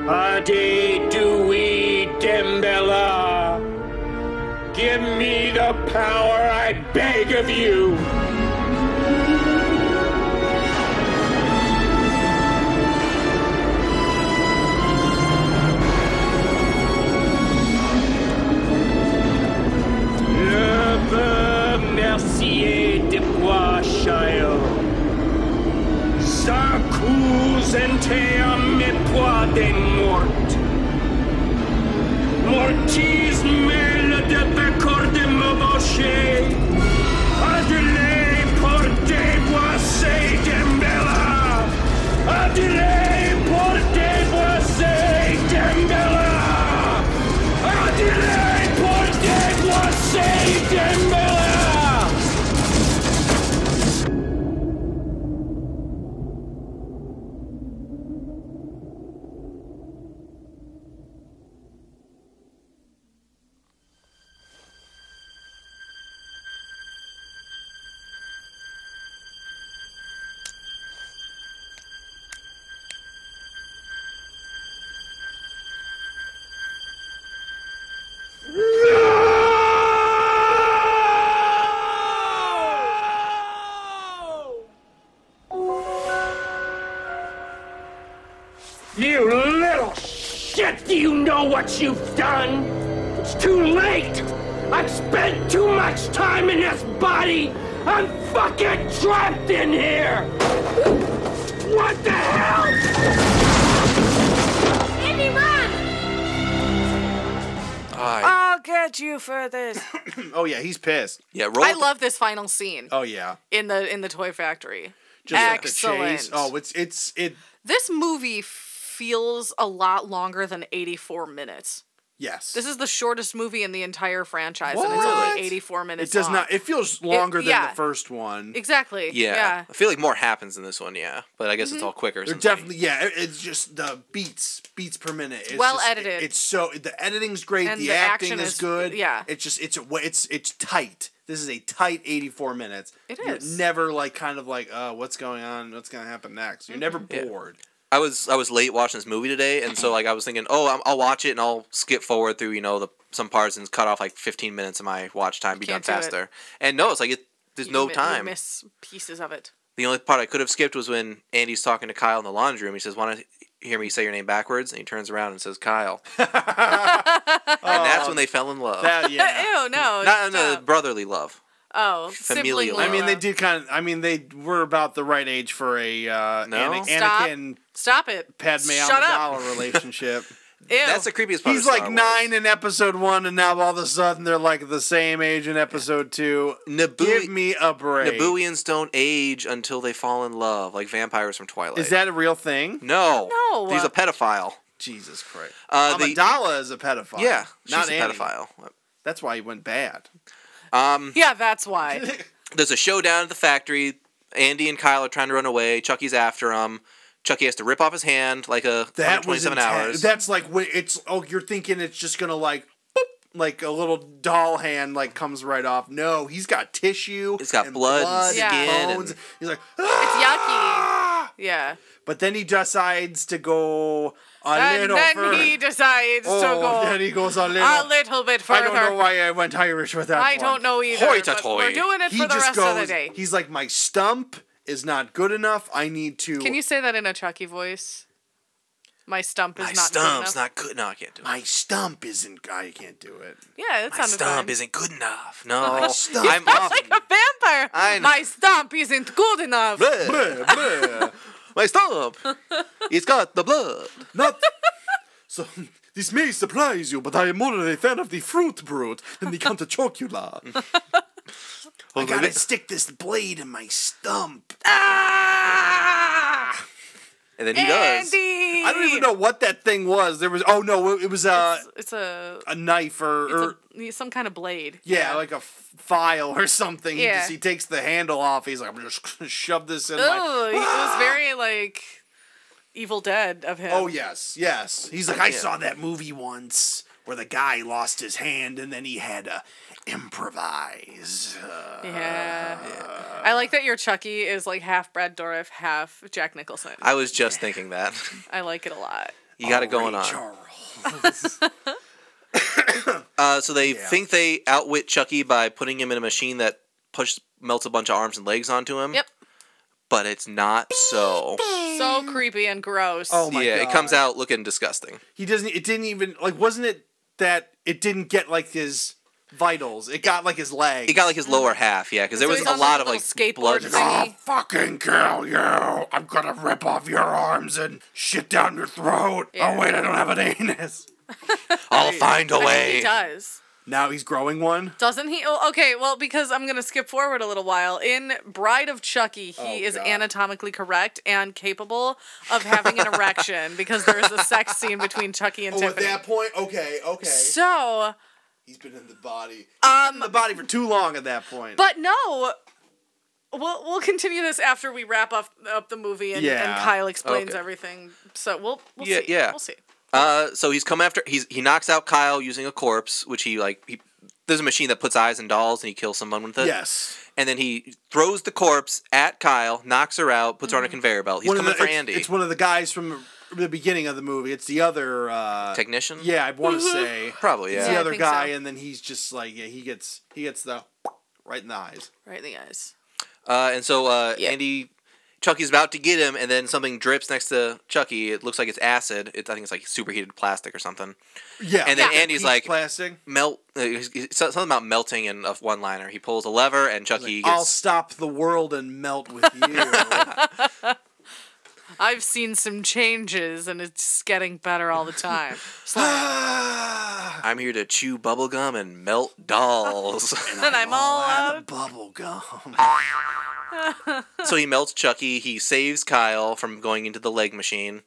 [SPEAKER 10] Adi Dewey Dembella. Give me the power I beg of you. Le beau Mercier de Boischaillot. Sa cours entea me poate mort. Mortis mele de becor de me bocher.
[SPEAKER 17] Do you know what you've done? It's too late! I've spent too much time in this body! I'm fucking trapped in here! What the hell?
[SPEAKER 16] Andy, run!
[SPEAKER 4] Ah, I'll get you for this.
[SPEAKER 6] oh yeah, he's pissed.
[SPEAKER 5] Yeah,
[SPEAKER 4] I love this final scene
[SPEAKER 6] Oh yeah,
[SPEAKER 4] in the in the toy factory.
[SPEAKER 6] just like the
[SPEAKER 4] Excellent.
[SPEAKER 6] chase. Oh, it's it's it.
[SPEAKER 4] This movie feels a lot longer than 84 minutes.
[SPEAKER 6] Yes,
[SPEAKER 4] This is the shortest movie in the entire franchise, and it's
[SPEAKER 6] What?
[SPEAKER 4] only 84 minutes.
[SPEAKER 6] it does
[SPEAKER 4] long.
[SPEAKER 6] not. It feels longer than
[SPEAKER 4] yeah.
[SPEAKER 6] the first one.
[SPEAKER 4] Exactly.
[SPEAKER 5] Yeah.
[SPEAKER 4] Yeah.
[SPEAKER 5] I feel like more happens in this one, yeah. But I guess it's
[SPEAKER 4] Mhm.
[SPEAKER 5] all quicker.
[SPEAKER 6] They're
[SPEAKER 5] since I-
[SPEAKER 6] definitely yeah. it- It's just the beats, beats per minute. It's
[SPEAKER 4] well
[SPEAKER 6] just- it-
[SPEAKER 4] edited.
[SPEAKER 6] It's so the editing's great.
[SPEAKER 4] And
[SPEAKER 6] the,
[SPEAKER 4] the
[SPEAKER 6] acting
[SPEAKER 4] action
[SPEAKER 6] is,
[SPEAKER 4] is-
[SPEAKER 6] good.
[SPEAKER 4] yeah.
[SPEAKER 6] it's just it's a wa- it's it's tight. This is a tight eighty-four minutes.
[SPEAKER 4] It
[SPEAKER 6] You're
[SPEAKER 4] is.
[SPEAKER 6] never like kind of like uh, what's going on? What's gonna happen next? You're
[SPEAKER 4] Mm-hmm.
[SPEAKER 6] never
[SPEAKER 5] Yeah.
[SPEAKER 6] bored.
[SPEAKER 5] I was I was late watching this movie today, and so like I was thinking, oh, I'm, I'll watch it and I'll skip forward through you know the some parts and cut off like 15 minutes of my watch time, be done
[SPEAKER 4] can't do it.
[SPEAKER 5] faster. And no, it's like it, there's
[SPEAKER 4] You
[SPEAKER 5] no
[SPEAKER 4] mi- you
[SPEAKER 5] time.
[SPEAKER 4] miss pieces of it.
[SPEAKER 5] The only part I could have skipped was when Andy's talking to Kyle in the laundry room. He says, "Want to hear me say your name backwards?" And he turns around and says, "Kyle." and that's when they fell in love.
[SPEAKER 6] That- yeah.
[SPEAKER 4] Ew, no.
[SPEAKER 5] Not no,
[SPEAKER 4] Oh, stop.
[SPEAKER 5] brotherly love.
[SPEAKER 4] Oh,
[SPEAKER 5] familial.
[SPEAKER 4] sibling
[SPEAKER 6] I mean, they
[SPEAKER 4] love.
[SPEAKER 6] did kind of. I mean, they were about the right age for a uh,
[SPEAKER 5] No?
[SPEAKER 6] Ana-
[SPEAKER 4] Stop.
[SPEAKER 6] Anakin
[SPEAKER 4] Stop it.
[SPEAKER 6] Padme
[SPEAKER 4] Shut up.
[SPEAKER 6] Amidala relationship.
[SPEAKER 4] Ew.
[SPEAKER 5] That's the creepiest part.
[SPEAKER 6] He's
[SPEAKER 5] of Star
[SPEAKER 6] like
[SPEAKER 5] Wars.
[SPEAKER 6] nine in episode one, and now all of a sudden they're like the same age in episode two.
[SPEAKER 5] Naboo-
[SPEAKER 6] Give me a break.
[SPEAKER 5] Nabooians don't age until they fall in love, like vampires from Twilight.
[SPEAKER 6] Is that a real thing?
[SPEAKER 5] no?
[SPEAKER 4] No. uh,
[SPEAKER 5] He's a pedophile.
[SPEAKER 6] Jesus Christ.
[SPEAKER 5] Uh, the-
[SPEAKER 6] Amidala is a pedophile.
[SPEAKER 5] Yeah, she's
[SPEAKER 6] not
[SPEAKER 5] a
[SPEAKER 6] Annie.
[SPEAKER 5] pedophile.
[SPEAKER 6] That's why he went bad.
[SPEAKER 5] Um,
[SPEAKER 4] Yeah, that's why.
[SPEAKER 5] there's a showdown at the factory. Andy and Kyle are trying to run away. Chucky's after him. Chucky has to rip off his hand like a
[SPEAKER 6] That was
[SPEAKER 5] 27
[SPEAKER 6] intense.
[SPEAKER 5] hours.
[SPEAKER 6] That's like when it's oh, you're thinking it's just gonna like. boop, Like a little doll hand, like comes right off. No, he's got tissue. He's
[SPEAKER 5] got blood and skin
[SPEAKER 6] bones.
[SPEAKER 5] and-
[SPEAKER 6] He's like, "Ah!"
[SPEAKER 4] It's yucky. Yeah.
[SPEAKER 6] but then he decides to go a
[SPEAKER 4] And
[SPEAKER 6] little
[SPEAKER 4] then
[SPEAKER 6] further.
[SPEAKER 4] he decides
[SPEAKER 6] oh,
[SPEAKER 4] to go
[SPEAKER 6] then he goes a little.
[SPEAKER 4] a little bit further.
[SPEAKER 6] I don't know why I went Irish with that.
[SPEAKER 4] I
[SPEAKER 6] one.
[SPEAKER 4] don't know either.
[SPEAKER 5] Hoity
[SPEAKER 4] but
[SPEAKER 5] toity.
[SPEAKER 4] We're doing it
[SPEAKER 6] He
[SPEAKER 4] for the
[SPEAKER 6] just
[SPEAKER 4] rest
[SPEAKER 6] goes.
[SPEAKER 4] of the day.
[SPEAKER 6] He's like, my stump is not good enough. I need to.
[SPEAKER 4] Can you say that in a Chucky voice? My stump is
[SPEAKER 5] my
[SPEAKER 4] not
[SPEAKER 5] stump's
[SPEAKER 4] good enough.
[SPEAKER 5] not good. No, I can't do it.
[SPEAKER 6] My stump isn't. I can't do it.
[SPEAKER 4] yeah, it
[SPEAKER 5] my
[SPEAKER 4] sounded
[SPEAKER 5] stump
[SPEAKER 4] fine.
[SPEAKER 5] isn't good enough. No,
[SPEAKER 6] My stump
[SPEAKER 5] I'm
[SPEAKER 6] is-
[SPEAKER 5] off.
[SPEAKER 4] like a vampire.
[SPEAKER 5] I know.
[SPEAKER 4] My stump isn't good enough.
[SPEAKER 5] Bleh, bleh. my stump. It's got the blood.
[SPEAKER 6] Not. so this may surprise you, but I am more of a fan of the fruit brute than the Count of Chocula. I gotta stick this blade in my stump. Ah!
[SPEAKER 5] And then he does.
[SPEAKER 4] Andy.
[SPEAKER 6] I don't even know what that thing was. There was oh no, it, it was uh,
[SPEAKER 4] It's a,
[SPEAKER 6] a knife or,
[SPEAKER 4] it's
[SPEAKER 6] or
[SPEAKER 4] a some kind of blade.
[SPEAKER 6] yeah, like a f- file or something. He
[SPEAKER 4] Yeah.
[SPEAKER 6] just he takes the handle off. He's like, I'm just gonna shove this in my.
[SPEAKER 4] Oh, it was very like Evil Dead of him.
[SPEAKER 6] Oh yes, yes. He's like, I
[SPEAKER 5] Yeah.
[SPEAKER 6] saw that movie once where the guy lost his hand and then he had to improvise. Uh,
[SPEAKER 4] Yeah. I like that your Chucky is like half Brad Dourif, half Jack Nicholson. I,
[SPEAKER 5] I was just thinking that.
[SPEAKER 4] like it a lot.
[SPEAKER 5] You got it going
[SPEAKER 6] Ray
[SPEAKER 5] on.
[SPEAKER 6] Charles.
[SPEAKER 5] Uh, so they
[SPEAKER 6] Yeah.
[SPEAKER 5] think they outwit Chucky by putting him in a machine that push melts a bunch of arms and legs onto him.
[SPEAKER 4] Yep.
[SPEAKER 5] But it's not so.
[SPEAKER 4] So creepy and gross.
[SPEAKER 6] Oh my
[SPEAKER 5] yeah,
[SPEAKER 6] god!
[SPEAKER 5] it comes out looking disgusting.
[SPEAKER 6] He doesn't. It didn't even like. Wasn't it that it didn't get like his vitals? It got like his legs.
[SPEAKER 5] He got like his lower half, yeah, because there
[SPEAKER 4] Mm. So
[SPEAKER 5] was
[SPEAKER 4] he's
[SPEAKER 5] a
[SPEAKER 4] on the
[SPEAKER 5] lot of like
[SPEAKER 4] little
[SPEAKER 5] blood.
[SPEAKER 4] skateboard thing.
[SPEAKER 6] I'll Ah, fucking kill you. I'm gonna rip off your arms and shit down your throat.
[SPEAKER 4] Yeah.
[SPEAKER 6] Oh wait, I don't have an anus.
[SPEAKER 5] I'll find a
[SPEAKER 4] I think he
[SPEAKER 5] way.
[SPEAKER 4] does.
[SPEAKER 6] Now he's growing one.
[SPEAKER 4] Doesn't he? Oh, okay, well, because I'm going to skip forward a little while. In Bride of Chucky, he is anatomically correct and capable of having an erection because there's a sex scene between Chucky and Tiffany.
[SPEAKER 6] point, okay, okay.
[SPEAKER 4] So,
[SPEAKER 6] He's been in the body.
[SPEAKER 4] um,
[SPEAKER 6] in the body for too long at that point.
[SPEAKER 4] But no, we'll we'll continue this after we wrap up up the movie and,
[SPEAKER 6] Yeah.
[SPEAKER 4] and Kyle explains
[SPEAKER 5] Okay.
[SPEAKER 4] everything. So we'll we'll
[SPEAKER 5] Yeah,
[SPEAKER 4] see.
[SPEAKER 5] yeah.
[SPEAKER 4] We'll see.
[SPEAKER 5] Uh, so he's come after. He's he knocks out Kyle using a corpse, which he like. He, there's a machine that puts eyes in dolls, and he kills someone with it.
[SPEAKER 6] yes.
[SPEAKER 5] And then he throws the corpse at Kyle, knocks her out, puts her
[SPEAKER 4] Mm.
[SPEAKER 5] on a conveyor belt. He's
[SPEAKER 6] One of
[SPEAKER 5] coming
[SPEAKER 6] the-
[SPEAKER 5] for
[SPEAKER 6] it's-
[SPEAKER 5] Andy.
[SPEAKER 6] It's one of the guys from the beginning of the movie. It's the other uh
[SPEAKER 5] Technician.
[SPEAKER 6] Yeah, I want to say
[SPEAKER 5] Mm-hmm. Probably.
[SPEAKER 6] it's
[SPEAKER 5] Yeah.
[SPEAKER 6] the
[SPEAKER 4] I
[SPEAKER 6] other
[SPEAKER 4] think
[SPEAKER 6] guy
[SPEAKER 4] so.
[SPEAKER 6] and then he's just like yeah, he gets he gets the right in the eyes.
[SPEAKER 4] Right in the eyes.
[SPEAKER 5] Uh, and so uh,
[SPEAKER 4] Yeah.
[SPEAKER 5] Andy Chucky's about to get him, and then something drips next to Chucky. It looks like it's acid. It's I think it's like superheated plastic or something.
[SPEAKER 6] Yeah,
[SPEAKER 5] And then
[SPEAKER 6] yeah.
[SPEAKER 5] Andy's
[SPEAKER 6] Heat
[SPEAKER 5] like
[SPEAKER 6] plastic.
[SPEAKER 5] melt. Uh, he's- he's- something about melting and a one liner. He pulls a lever, and Chucky
[SPEAKER 6] I'll
[SPEAKER 5] gets.
[SPEAKER 6] stop the world and melt with you.
[SPEAKER 4] I've seen some changes and it's getting better all the time. Slam.
[SPEAKER 5] I'm here to chew bubble gum and melt dolls.
[SPEAKER 4] and I'm all out of
[SPEAKER 6] bubble gum.
[SPEAKER 5] so he melts Chucky. He saves Kyle from going into the leg machine.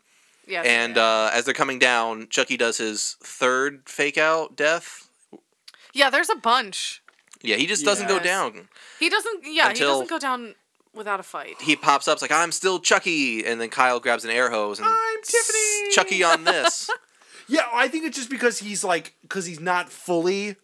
[SPEAKER 4] Yeah.
[SPEAKER 5] and uh, as they're coming down, Chucky does his third fake out death.
[SPEAKER 4] yeah, there's a bunch.
[SPEAKER 5] Yeah, he just doesn't go
[SPEAKER 4] Yes.
[SPEAKER 5] down.
[SPEAKER 4] He doesn't. Yeah,
[SPEAKER 5] Until-
[SPEAKER 4] he doesn't go down without a fight.
[SPEAKER 5] He pops up it's like I'm still Chucky, and then Kyle grabs an air hose and I'm Tiffany Chucky on this.
[SPEAKER 6] yeah, I think it's just because he's like because he's not fully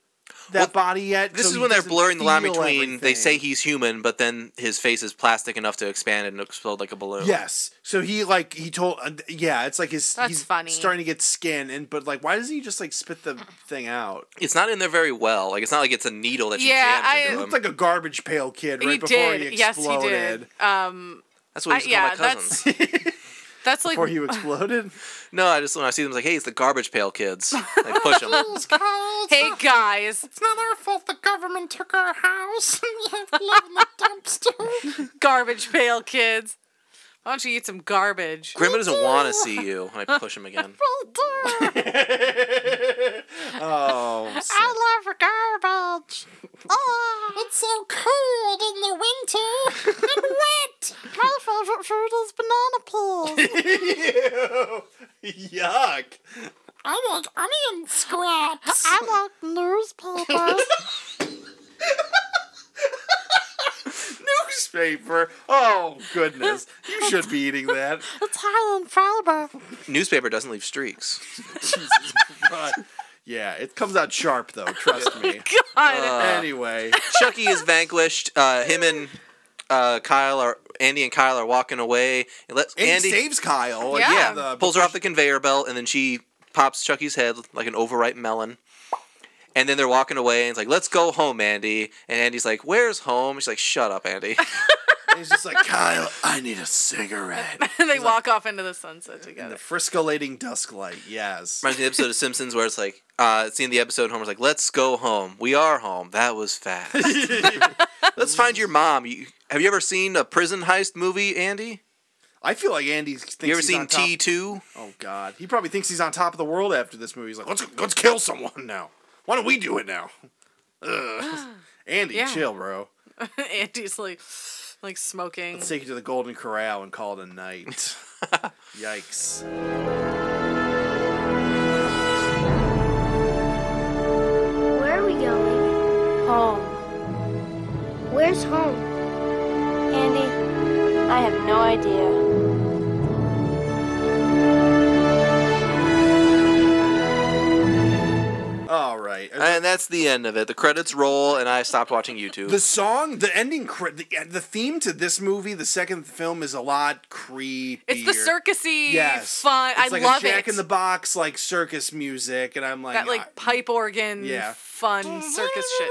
[SPEAKER 6] that body yet.
[SPEAKER 5] This
[SPEAKER 6] so
[SPEAKER 5] is
[SPEAKER 6] he
[SPEAKER 5] when they're
[SPEAKER 6] doesn't
[SPEAKER 5] blurring the line
[SPEAKER 6] feel
[SPEAKER 5] between they
[SPEAKER 6] everything.
[SPEAKER 5] say he's human, but then his face is plastic enough to expand and explode like a balloon.
[SPEAKER 6] Yes. So he like he told uh, yeah, it's like his
[SPEAKER 4] That's
[SPEAKER 6] he's
[SPEAKER 4] funny. Mm.
[SPEAKER 6] starting to get skin and but like why doesn't he just like spit the thing out?
[SPEAKER 5] It's not in there very well. Like it's not like it's a needle that you
[SPEAKER 4] Yeah,
[SPEAKER 5] jams
[SPEAKER 4] I-
[SPEAKER 5] into
[SPEAKER 4] He
[SPEAKER 5] him.
[SPEAKER 6] It's like a garbage pail kid right
[SPEAKER 4] he
[SPEAKER 6] before
[SPEAKER 4] did.
[SPEAKER 6] he
[SPEAKER 4] yes, he
[SPEAKER 6] exploded.
[SPEAKER 4] did. Um,
[SPEAKER 5] That's what I used to call my
[SPEAKER 4] that's- That's, like
[SPEAKER 6] Before you exploded?
[SPEAKER 5] no, I just when I see them, it's like, hey, it's the garbage pail kids. I push them.
[SPEAKER 4] Hey guys,
[SPEAKER 16] It's not our fault the government took our house. we have to live in the dumpster.
[SPEAKER 4] garbage pail kids. Why don't you eat some garbage?
[SPEAKER 5] Grandma doesn't want to see you. And I push him again.
[SPEAKER 6] Oh,
[SPEAKER 16] I love garbage. Oh, it's so cold in the winter and wet. My favorite fruit is banana peel.
[SPEAKER 6] Yuck.
[SPEAKER 16] I like onion scraps. I like newspapers.
[SPEAKER 6] Newspaper. Oh goodness. You should be eating that.
[SPEAKER 16] it's high in fiber.
[SPEAKER 5] Newspaper doesn't leave streaks.
[SPEAKER 6] But yeah, it comes out sharp though, trust me. Uh,
[SPEAKER 4] God.
[SPEAKER 6] anyway.
[SPEAKER 5] Chucky is vanquished. Uh, him and uh, Kyle are Andy and Kyle are walking away. It lets
[SPEAKER 6] Andy
[SPEAKER 5] Andy
[SPEAKER 6] saves Kyle, like,
[SPEAKER 5] yeah,
[SPEAKER 6] from the-
[SPEAKER 5] pulls her off the conveyor belt, and then she pops Chucky's head like an overripe melon. And then they're walking away, and it's like, "Let's go home, Andy." And Andy's like, "Where's home?" She's like, "Shut up, Andy."
[SPEAKER 6] He's just like, Kyle, I need a cigarette.
[SPEAKER 4] they walk off into the sunset
[SPEAKER 6] And
[SPEAKER 4] together.
[SPEAKER 6] the friscolating dusk light, yes.
[SPEAKER 5] Reminds me of the episode of Simpsons where it's like, uh, it's the end of the episode. Homer's like, "Let's go home. We are home. That was fast. Let's find your mom." You, have you ever seen a prison heist movie, Andy?
[SPEAKER 6] I feel like Andy thinks
[SPEAKER 5] You ever
[SPEAKER 6] he's
[SPEAKER 5] seen
[SPEAKER 6] on top-
[SPEAKER 5] T two?
[SPEAKER 6] Oh God, he probably thinks he's on top of the world after this movie. He's like, let's let's kill someone now. Why don't we do it now? Ugh. Andy,
[SPEAKER 4] Yeah.
[SPEAKER 6] chill, bro.
[SPEAKER 4] Andy's like, like smoking.
[SPEAKER 6] Let's take you to the Golden Corral and call it a night. Yikes.
[SPEAKER 16] Where are we going?
[SPEAKER 15] Home.
[SPEAKER 16] Where's home?
[SPEAKER 15] Andy, I have no idea.
[SPEAKER 6] All right.
[SPEAKER 5] And that's the end of it. The credits roll, and I stopped watching YouTube.
[SPEAKER 6] The song, the ending, cre- the, the theme to this movie, the second film, is a lot creepy.
[SPEAKER 4] It's the circusy
[SPEAKER 6] Yes.
[SPEAKER 4] fun.
[SPEAKER 6] It's
[SPEAKER 4] I
[SPEAKER 6] like
[SPEAKER 4] love
[SPEAKER 6] a Jack
[SPEAKER 4] it.
[SPEAKER 6] in the Box like circus music, and I'm like,
[SPEAKER 4] that like pipe organ
[SPEAKER 6] Yeah.
[SPEAKER 4] fun circus shit.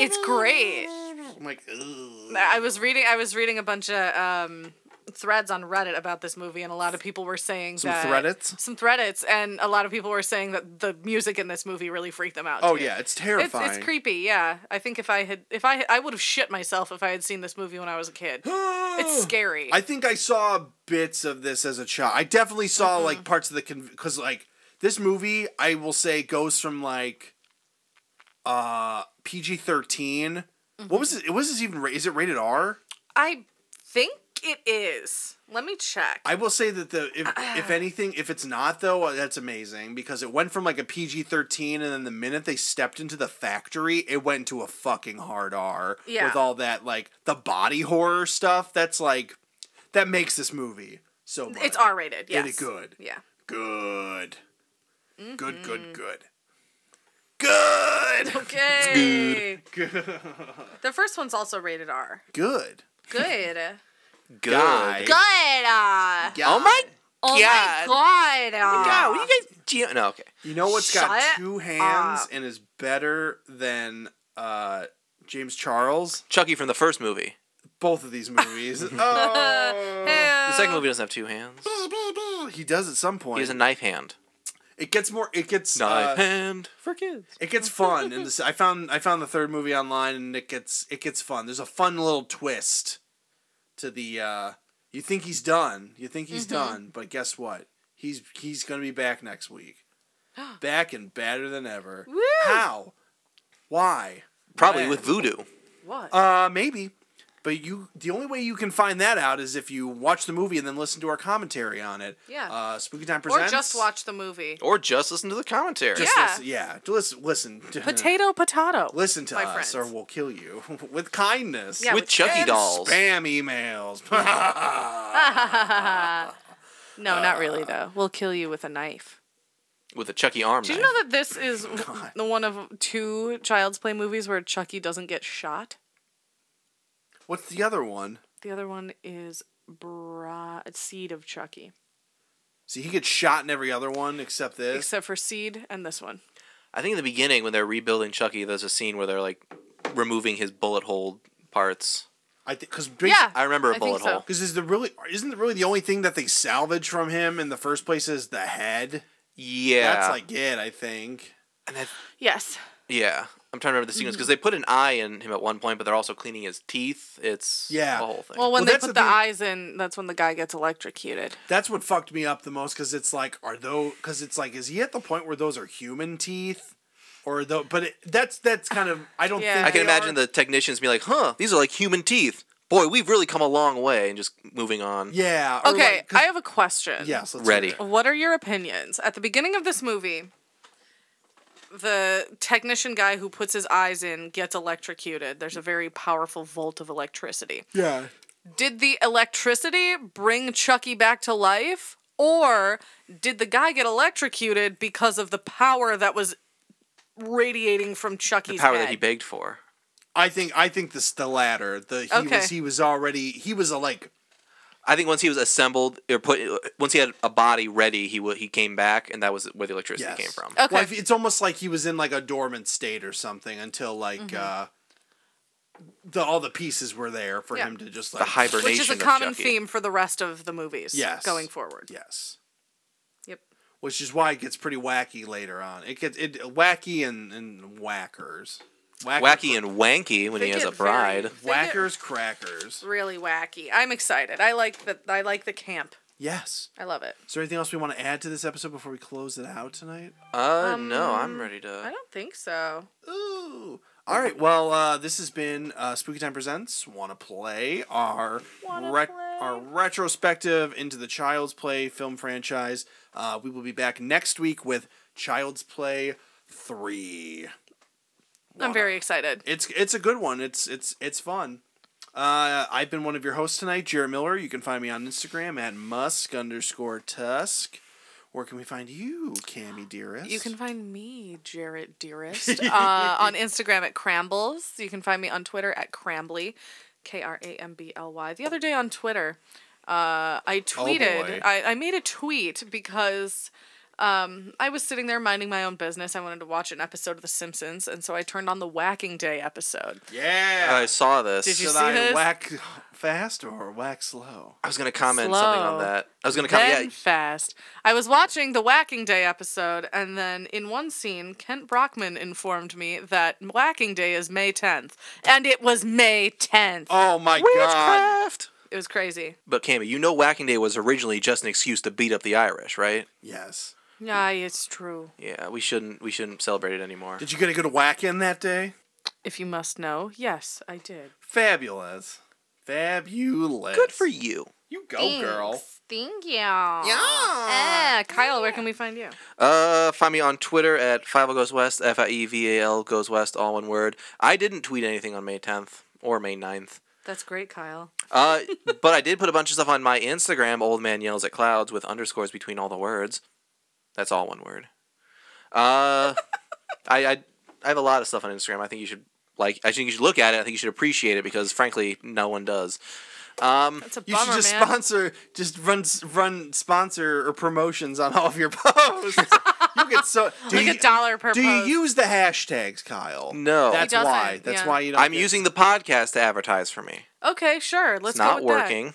[SPEAKER 4] It's great.
[SPEAKER 6] "Ah," I'm like, Ugh.
[SPEAKER 4] I was reading I was reading a bunch of um threads on Reddit about this movie and a lot of people were saying
[SPEAKER 6] Some
[SPEAKER 4] that
[SPEAKER 6] Threadits?
[SPEAKER 4] some Threadits and a lot of people were saying that the music in this movie really freaked them out.
[SPEAKER 6] Oh,
[SPEAKER 4] too.
[SPEAKER 6] yeah, it's
[SPEAKER 4] It's,
[SPEAKER 6] terrifying.
[SPEAKER 4] it's creepy, yeah. I think if I had if I I would have shit myself if I had seen this movie when I was a kid. it's scary.
[SPEAKER 6] I think I saw bits of this as a child. I definitely saw like parts of the because like this movie, I will say, goes from like uh PG 13 What was it? Was this even? ra- Is it rated R?
[SPEAKER 4] I think it is. Let me check.
[SPEAKER 6] I will say that the if if anything, if it's not though, uh, that's amazing because it went from like a PG thirteen, and then the minute they stepped into the factory, it went to a fucking hard R
[SPEAKER 4] Yeah.
[SPEAKER 6] with all that like the body horror stuff. That's like that makes this movie so. Much.
[SPEAKER 4] It's R rated,
[SPEAKER 6] Did
[SPEAKER 4] yes. Mm-hmm.
[SPEAKER 6] it good.
[SPEAKER 4] Yeah.
[SPEAKER 6] Good. Good. Good. Good. Good.
[SPEAKER 4] Okay.
[SPEAKER 6] Good.
[SPEAKER 4] The first one's also rated R.
[SPEAKER 6] Good.
[SPEAKER 4] Good.
[SPEAKER 5] Good.
[SPEAKER 4] Good. uh,
[SPEAKER 5] Oh my
[SPEAKER 4] Oh
[SPEAKER 5] God.
[SPEAKER 4] my god. uh.
[SPEAKER 5] god! What do you guys? Geo- No, okay.
[SPEAKER 6] You know what's
[SPEAKER 4] Shut
[SPEAKER 6] got two hands and is better than uh, James Charles?
[SPEAKER 5] Chucky from the first movie.
[SPEAKER 6] both of these movies. oh.
[SPEAKER 5] The second movie doesn't have two hands.
[SPEAKER 6] He does at some point.
[SPEAKER 5] He has a knife hand.
[SPEAKER 6] It gets more. It gets
[SPEAKER 5] Knife
[SPEAKER 6] uh,
[SPEAKER 5] hand for kids.
[SPEAKER 6] It gets fun. And this, I found I found the third movie online, and it gets it gets fun. There's a fun little twist to the. Uh, you think he's done. You think he's
[SPEAKER 4] Mhm.
[SPEAKER 6] done, but guess what? He's he's gonna be back next week. back and badder than ever.
[SPEAKER 4] Woo!
[SPEAKER 6] How? Why?
[SPEAKER 5] Probably
[SPEAKER 6] When?
[SPEAKER 5] with voodoo.
[SPEAKER 4] What?
[SPEAKER 6] Uh, maybe. But you, the only way you can find that out is if you watch the movie and then listen to our commentary on it.
[SPEAKER 4] Yeah.
[SPEAKER 6] Uh, Spooky Time
[SPEAKER 4] or
[SPEAKER 6] presents.
[SPEAKER 4] just watch the movie.
[SPEAKER 5] Or just listen to the commentary.
[SPEAKER 6] Just
[SPEAKER 4] Yeah.
[SPEAKER 6] listen, yeah. To Listen, listen. to-
[SPEAKER 4] Potato, potato.
[SPEAKER 6] Listen to
[SPEAKER 4] my
[SPEAKER 6] us,
[SPEAKER 4] friends.
[SPEAKER 6] or we'll kill you with kindness.
[SPEAKER 4] Yeah, With with Chucky
[SPEAKER 6] and
[SPEAKER 5] dolls.
[SPEAKER 6] Spam emails.
[SPEAKER 4] no, not really though. We'll kill you with a knife.
[SPEAKER 5] With a Chucky arm
[SPEAKER 4] Do you
[SPEAKER 5] knife.
[SPEAKER 4] know that this is w- the one of two Child's Play movies where Chucky doesn't get shot?
[SPEAKER 6] What's the other one?
[SPEAKER 4] The other one is Bra Seed of Chucky,
[SPEAKER 6] See, he gets shot in every other one except this.
[SPEAKER 4] except for Seed and this one.
[SPEAKER 5] I think in the beginning when they're rebuilding Chucky, there's a scene where they're like removing his bullet hole parts.
[SPEAKER 6] I think because
[SPEAKER 4] Yeah,
[SPEAKER 5] I remember a
[SPEAKER 4] I think
[SPEAKER 5] bullet
[SPEAKER 4] so.
[SPEAKER 5] hole.
[SPEAKER 6] Because is the really isn't it really the only thing that they salvage from him in the first place is the head?
[SPEAKER 5] Yeah.
[SPEAKER 6] that's like it. I think.
[SPEAKER 4] Yes.
[SPEAKER 5] Yeah, I'm trying to remember the sequence because they put an eye in him at one point, but they're also cleaning his teeth. It's
[SPEAKER 6] Yeah.
[SPEAKER 5] the whole thing.
[SPEAKER 4] Well, when they
[SPEAKER 6] that's
[SPEAKER 4] put
[SPEAKER 6] the
[SPEAKER 4] the,
[SPEAKER 6] thing-
[SPEAKER 4] eyes in, that's when the guy gets electrocuted.
[SPEAKER 6] That's what fucked me up the most because it's like, are those? Because it's like, is he at the point where those are human teeth, or though? But it, that's that's kind of I don't.
[SPEAKER 4] Yeah.
[SPEAKER 6] think
[SPEAKER 5] I can
[SPEAKER 6] they
[SPEAKER 5] imagine
[SPEAKER 6] are.
[SPEAKER 5] the technicians being like, "Huh, these are like human teeth. Boy, we've really come a long way." And just moving on.
[SPEAKER 6] Yeah. or
[SPEAKER 4] Okay,
[SPEAKER 6] like-
[SPEAKER 4] I have a question.
[SPEAKER 6] yes. Let's
[SPEAKER 5] Ready.
[SPEAKER 6] hear it.
[SPEAKER 4] What are your opinions? At the beginning of this movie, the technician guy who puts his eyes in gets electrocuted. There's a very powerful volt of electricity.
[SPEAKER 6] Yeah.
[SPEAKER 4] Did the electricity bring Chucky back to life? Or did the guy get electrocuted because of the power that was radiating from
[SPEAKER 5] The
[SPEAKER 4] Chucky's
[SPEAKER 5] power
[SPEAKER 4] head?
[SPEAKER 5] that he begged for.
[SPEAKER 6] I think I think this the latter. The he
[SPEAKER 4] Okay.
[SPEAKER 6] was he was already he was a like
[SPEAKER 5] I think once he was assembled or put, once he had a body ready, he w- he came back, and that was where the electricity
[SPEAKER 6] yes.
[SPEAKER 5] came from.
[SPEAKER 6] Well, if- it's almost like he was in like a dormant state or something until like
[SPEAKER 4] Mm-hmm.
[SPEAKER 6] uh the all the pieces were there for
[SPEAKER 4] Yeah.
[SPEAKER 6] him to just like
[SPEAKER 5] The hibernation.
[SPEAKER 4] Which is a
[SPEAKER 5] of
[SPEAKER 4] common
[SPEAKER 5] Chucky.
[SPEAKER 4] theme for the rest of the movies
[SPEAKER 6] Yes.
[SPEAKER 4] going forward.
[SPEAKER 6] Yes.
[SPEAKER 4] Yep.
[SPEAKER 6] Which is why it gets pretty wacky later on. It gets it wacky and, and whackers. Whacker-
[SPEAKER 5] Wacky and wanky when
[SPEAKER 4] They
[SPEAKER 5] he has a
[SPEAKER 4] get very-
[SPEAKER 5] bride.
[SPEAKER 6] whackers crackers.
[SPEAKER 4] Really wacky. I'm excited. I like the I like the camp.
[SPEAKER 6] Yes.
[SPEAKER 4] I love it.
[SPEAKER 6] Is there anything else we want to add to this episode before we close it out tonight?
[SPEAKER 5] Uh, no,
[SPEAKER 4] um,
[SPEAKER 5] I'm ready to.
[SPEAKER 4] I don't think so.
[SPEAKER 6] Ooh. All right. Well, uh, this has been uh, Spooky Time Presents. Want to play our re- our retrospective into the Child's Play film franchise. Uh, we will be back next week with Child's Play three.
[SPEAKER 4] I'm very excited.
[SPEAKER 6] It's it's a good one. It's it's it's fun. Uh, I've been one of your hosts tonight, Jared Miller. You can find me on Instagram at musk underscore tusk. Where can we find you, Cammy dearest?
[SPEAKER 4] You can find me, Jarrett Dearest, uh, on Instagram at Crambles. You can find me on Twitter at Crambly, K R A M B L Y. The other day on Twitter, uh, I tweeted,
[SPEAKER 6] boy.
[SPEAKER 4] I, I made a tweet because um, I was sitting there minding my own business. I wanted to watch an episode of The Simpsons, and so I turned on the Whacking Day episode.
[SPEAKER 6] yeah.
[SPEAKER 5] I saw this.
[SPEAKER 4] Did you
[SPEAKER 6] Uh, Should
[SPEAKER 4] see
[SPEAKER 6] I
[SPEAKER 4] this?
[SPEAKER 6] whack fast or whack slow?
[SPEAKER 5] I was gonna comment something on
[SPEAKER 4] Slow.
[SPEAKER 5] that. I was gonna
[SPEAKER 4] Then
[SPEAKER 5] comment.
[SPEAKER 4] fast. I was watching the Whacking Day episode, and then in one scene, Kent Brockman informed me that Whacking Day is May 10th, and it was May 10th.
[SPEAKER 6] Oh my god.
[SPEAKER 5] Yeah.
[SPEAKER 4] It was crazy.
[SPEAKER 5] But Cammy, you know Whacking Day was originally just an excuse to beat up the Irish, right?
[SPEAKER 6] Yes.
[SPEAKER 4] Yeah, it's true.
[SPEAKER 5] Yeah, we shouldn't we shouldn't celebrate it anymore.
[SPEAKER 6] Did you get a good whack in that day?
[SPEAKER 4] If you must know, yes, I did.
[SPEAKER 6] Fabulous. Fabulous.
[SPEAKER 5] Good for you.
[SPEAKER 6] You go, Oh, girl.
[SPEAKER 4] Thank you. Yeah. Kyle, where can we find you?
[SPEAKER 5] Uh, find me on Twitter at Five Goes West, F I E V A L Goes West, all one word. I didn't tweet anything on May 10th or May 9th.
[SPEAKER 4] That's great, Kyle.
[SPEAKER 5] Uh, but I did put a bunch of stuff on my Instagram, Old Man Yells at Clouds, with underscores between all the words. That's all one word. Uh, I, I I have a lot of stuff on Instagram. I think you should like. I think you should look at it. I think you should appreciate it because frankly, no one does. Um,
[SPEAKER 4] That's a
[SPEAKER 6] Mm. You
[SPEAKER 4] bummer,
[SPEAKER 6] should just
[SPEAKER 4] man.
[SPEAKER 6] sponsor, just run, run sponsor or promotions on all of your posts. you fucking so. do
[SPEAKER 4] like
[SPEAKER 6] you-
[SPEAKER 4] a dollar per
[SPEAKER 6] Do you
[SPEAKER 4] post.
[SPEAKER 6] use the hashtags, Kyle?
[SPEAKER 5] No.
[SPEAKER 6] that's
[SPEAKER 4] He doesn't,
[SPEAKER 6] why. That's
[SPEAKER 4] yeah.
[SPEAKER 6] why you don't.
[SPEAKER 5] I'm using the podcast to advertise for me.
[SPEAKER 4] Okay, sure. Let's
[SPEAKER 5] it's not
[SPEAKER 4] go with that.
[SPEAKER 5] working.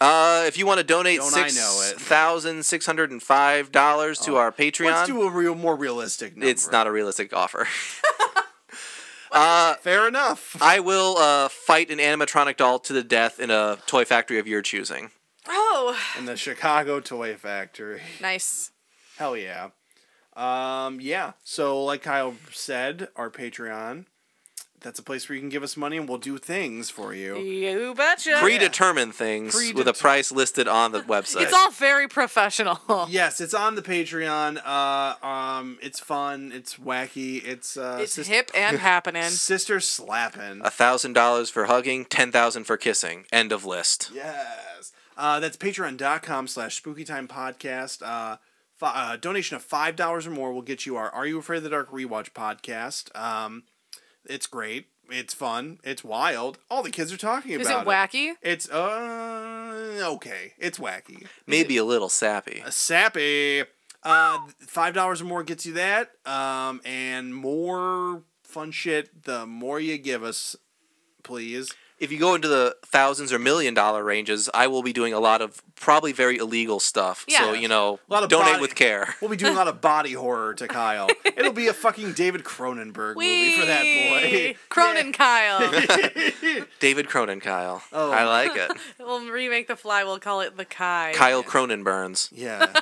[SPEAKER 5] Uh, if you want to donate
[SPEAKER 6] Don't I know it? Oh,
[SPEAKER 5] six thousand six hundred and five dollars to our Patreon,
[SPEAKER 6] Let's do a real, more realistic. Number.
[SPEAKER 5] it's not a realistic offer. uh,
[SPEAKER 6] Fair enough.
[SPEAKER 5] I will uh, fight an animatronic doll to the death in a toy factory of your choosing.
[SPEAKER 4] Oh,
[SPEAKER 6] in the Chicago Toy Factory.
[SPEAKER 4] nice.
[SPEAKER 6] Hell yeah. Um, yeah. So, like Kyle said, our Patreon. That's a place where you can give us money, and we'll do things for you.
[SPEAKER 4] You betcha.
[SPEAKER 5] Predetermine things with a price listed on the website.
[SPEAKER 4] It's all very professional.
[SPEAKER 6] Yes, it's on the Patreon. Uh, um, it's fun. It's wacky. It's uh,
[SPEAKER 4] It's
[SPEAKER 6] sis-
[SPEAKER 4] hip and happening.
[SPEAKER 6] Sister slapping.
[SPEAKER 5] thousand dollars for hugging, ten thousand for kissing. End of list.
[SPEAKER 6] Yes. Uh, that's patreon.com slash spooky time podcast. Uh, fi- uh, donation of $5 or more will get you our Are You Afraid of the Dark rewatch podcast. Um, it's great. It's fun. It's wild. All the kids are talking
[SPEAKER 4] Is
[SPEAKER 6] about
[SPEAKER 4] it wacky?
[SPEAKER 6] It's uh, okay. It's wacky.
[SPEAKER 5] Maybe a little sappy.
[SPEAKER 6] A sappy. Uh, five dollars or more gets you that. Um, and more fun shit. The more you give us, please.
[SPEAKER 5] If you go into the thousands or million dollar ranges, I will be doing a lot of probably very illegal stuff. So,
[SPEAKER 6] Yeah.
[SPEAKER 5] you know,
[SPEAKER 6] A lot of
[SPEAKER 5] donate
[SPEAKER 6] body-
[SPEAKER 5] with care.
[SPEAKER 6] We'll be doing a lot of body horror to Kyle. It'll be a fucking David Cronenberg movie for that boy.
[SPEAKER 4] Cronin Kyle.
[SPEAKER 5] David Cronin, Kyle.
[SPEAKER 6] Oh.
[SPEAKER 5] I like it.
[SPEAKER 4] we'll remake the fly. We'll call it the Kai.
[SPEAKER 5] Kyle Cronin burns.
[SPEAKER 6] Yeah.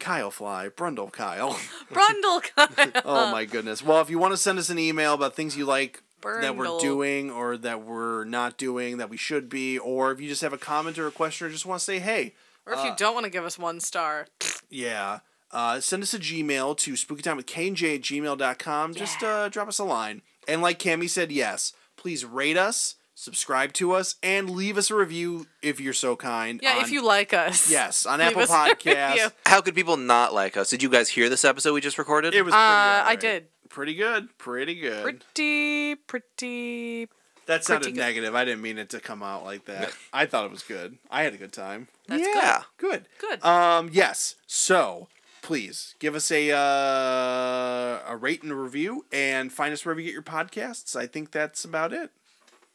[SPEAKER 6] Kyle Fly, Brundle Kyle.
[SPEAKER 4] Brundle Kyle.
[SPEAKER 6] Oh my goodness. Well, if you want to send us an email about things you like that we're
[SPEAKER 4] Brundle.
[SPEAKER 6] doing or that we're not doing that we should be, or if you just have a comment or a question or just want to say, hey,
[SPEAKER 4] Or if
[SPEAKER 6] Uh,
[SPEAKER 4] you don't want to give us one star,
[SPEAKER 6] yeah. Uh, send us a Gmail to spookytime with KJ at gmail.com. Just uh, drop us a line. And like Cammy said, yes, please rate us, subscribe to us, and leave us a review if you're so kind.
[SPEAKER 4] yeah,
[SPEAKER 6] on-
[SPEAKER 4] if you like us,
[SPEAKER 6] Yes, on
[SPEAKER 4] Leave
[SPEAKER 6] Apple
[SPEAKER 4] us a review.
[SPEAKER 6] Podcasts.
[SPEAKER 5] How could people not like us? Did you guys hear this episode we just recorded?
[SPEAKER 6] It was
[SPEAKER 4] uh,
[SPEAKER 6] pretty
[SPEAKER 4] I
[SPEAKER 6] alright.
[SPEAKER 4] did.
[SPEAKER 6] Pretty good. Pretty good.
[SPEAKER 4] Pretty, pretty.
[SPEAKER 6] that sounded
[SPEAKER 4] pretty good.
[SPEAKER 6] negative. I didn't mean it to come out like that. I thought it was good. I had a good time.
[SPEAKER 4] That's
[SPEAKER 5] yeah.
[SPEAKER 6] Good.
[SPEAKER 4] Good.
[SPEAKER 6] Um, yes. So please give us a uh, a rate and a review and find us wherever you get your podcasts. I think that's about it.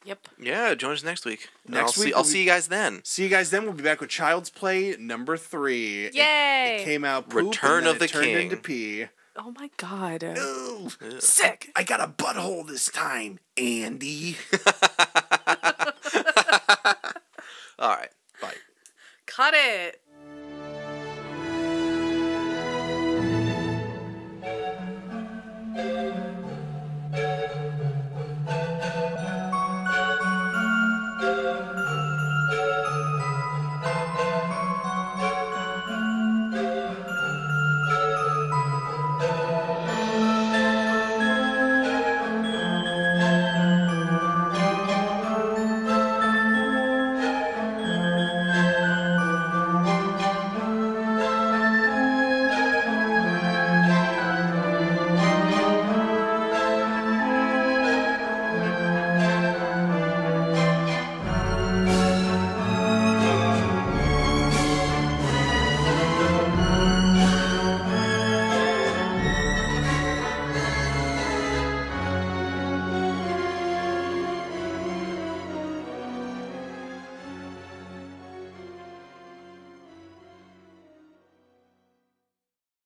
[SPEAKER 4] Yep.
[SPEAKER 5] Yeah, join us next week. And
[SPEAKER 6] Next
[SPEAKER 5] I'll
[SPEAKER 6] week
[SPEAKER 5] See, I'll
[SPEAKER 6] we'll
[SPEAKER 5] see
[SPEAKER 6] be-
[SPEAKER 5] you guys then.
[SPEAKER 6] See you guys then. We'll be back with Child's Play number three. It- It,
[SPEAKER 4] Yay.
[SPEAKER 6] came out poop
[SPEAKER 5] Return
[SPEAKER 6] and then
[SPEAKER 5] of the
[SPEAKER 6] it turned
[SPEAKER 5] King.
[SPEAKER 6] into pee.
[SPEAKER 4] Oh my god.
[SPEAKER 6] Ooh,
[SPEAKER 4] Sick.
[SPEAKER 6] I got a butthole this time, Andy.
[SPEAKER 5] All right.
[SPEAKER 6] Bye.
[SPEAKER 4] Cut it.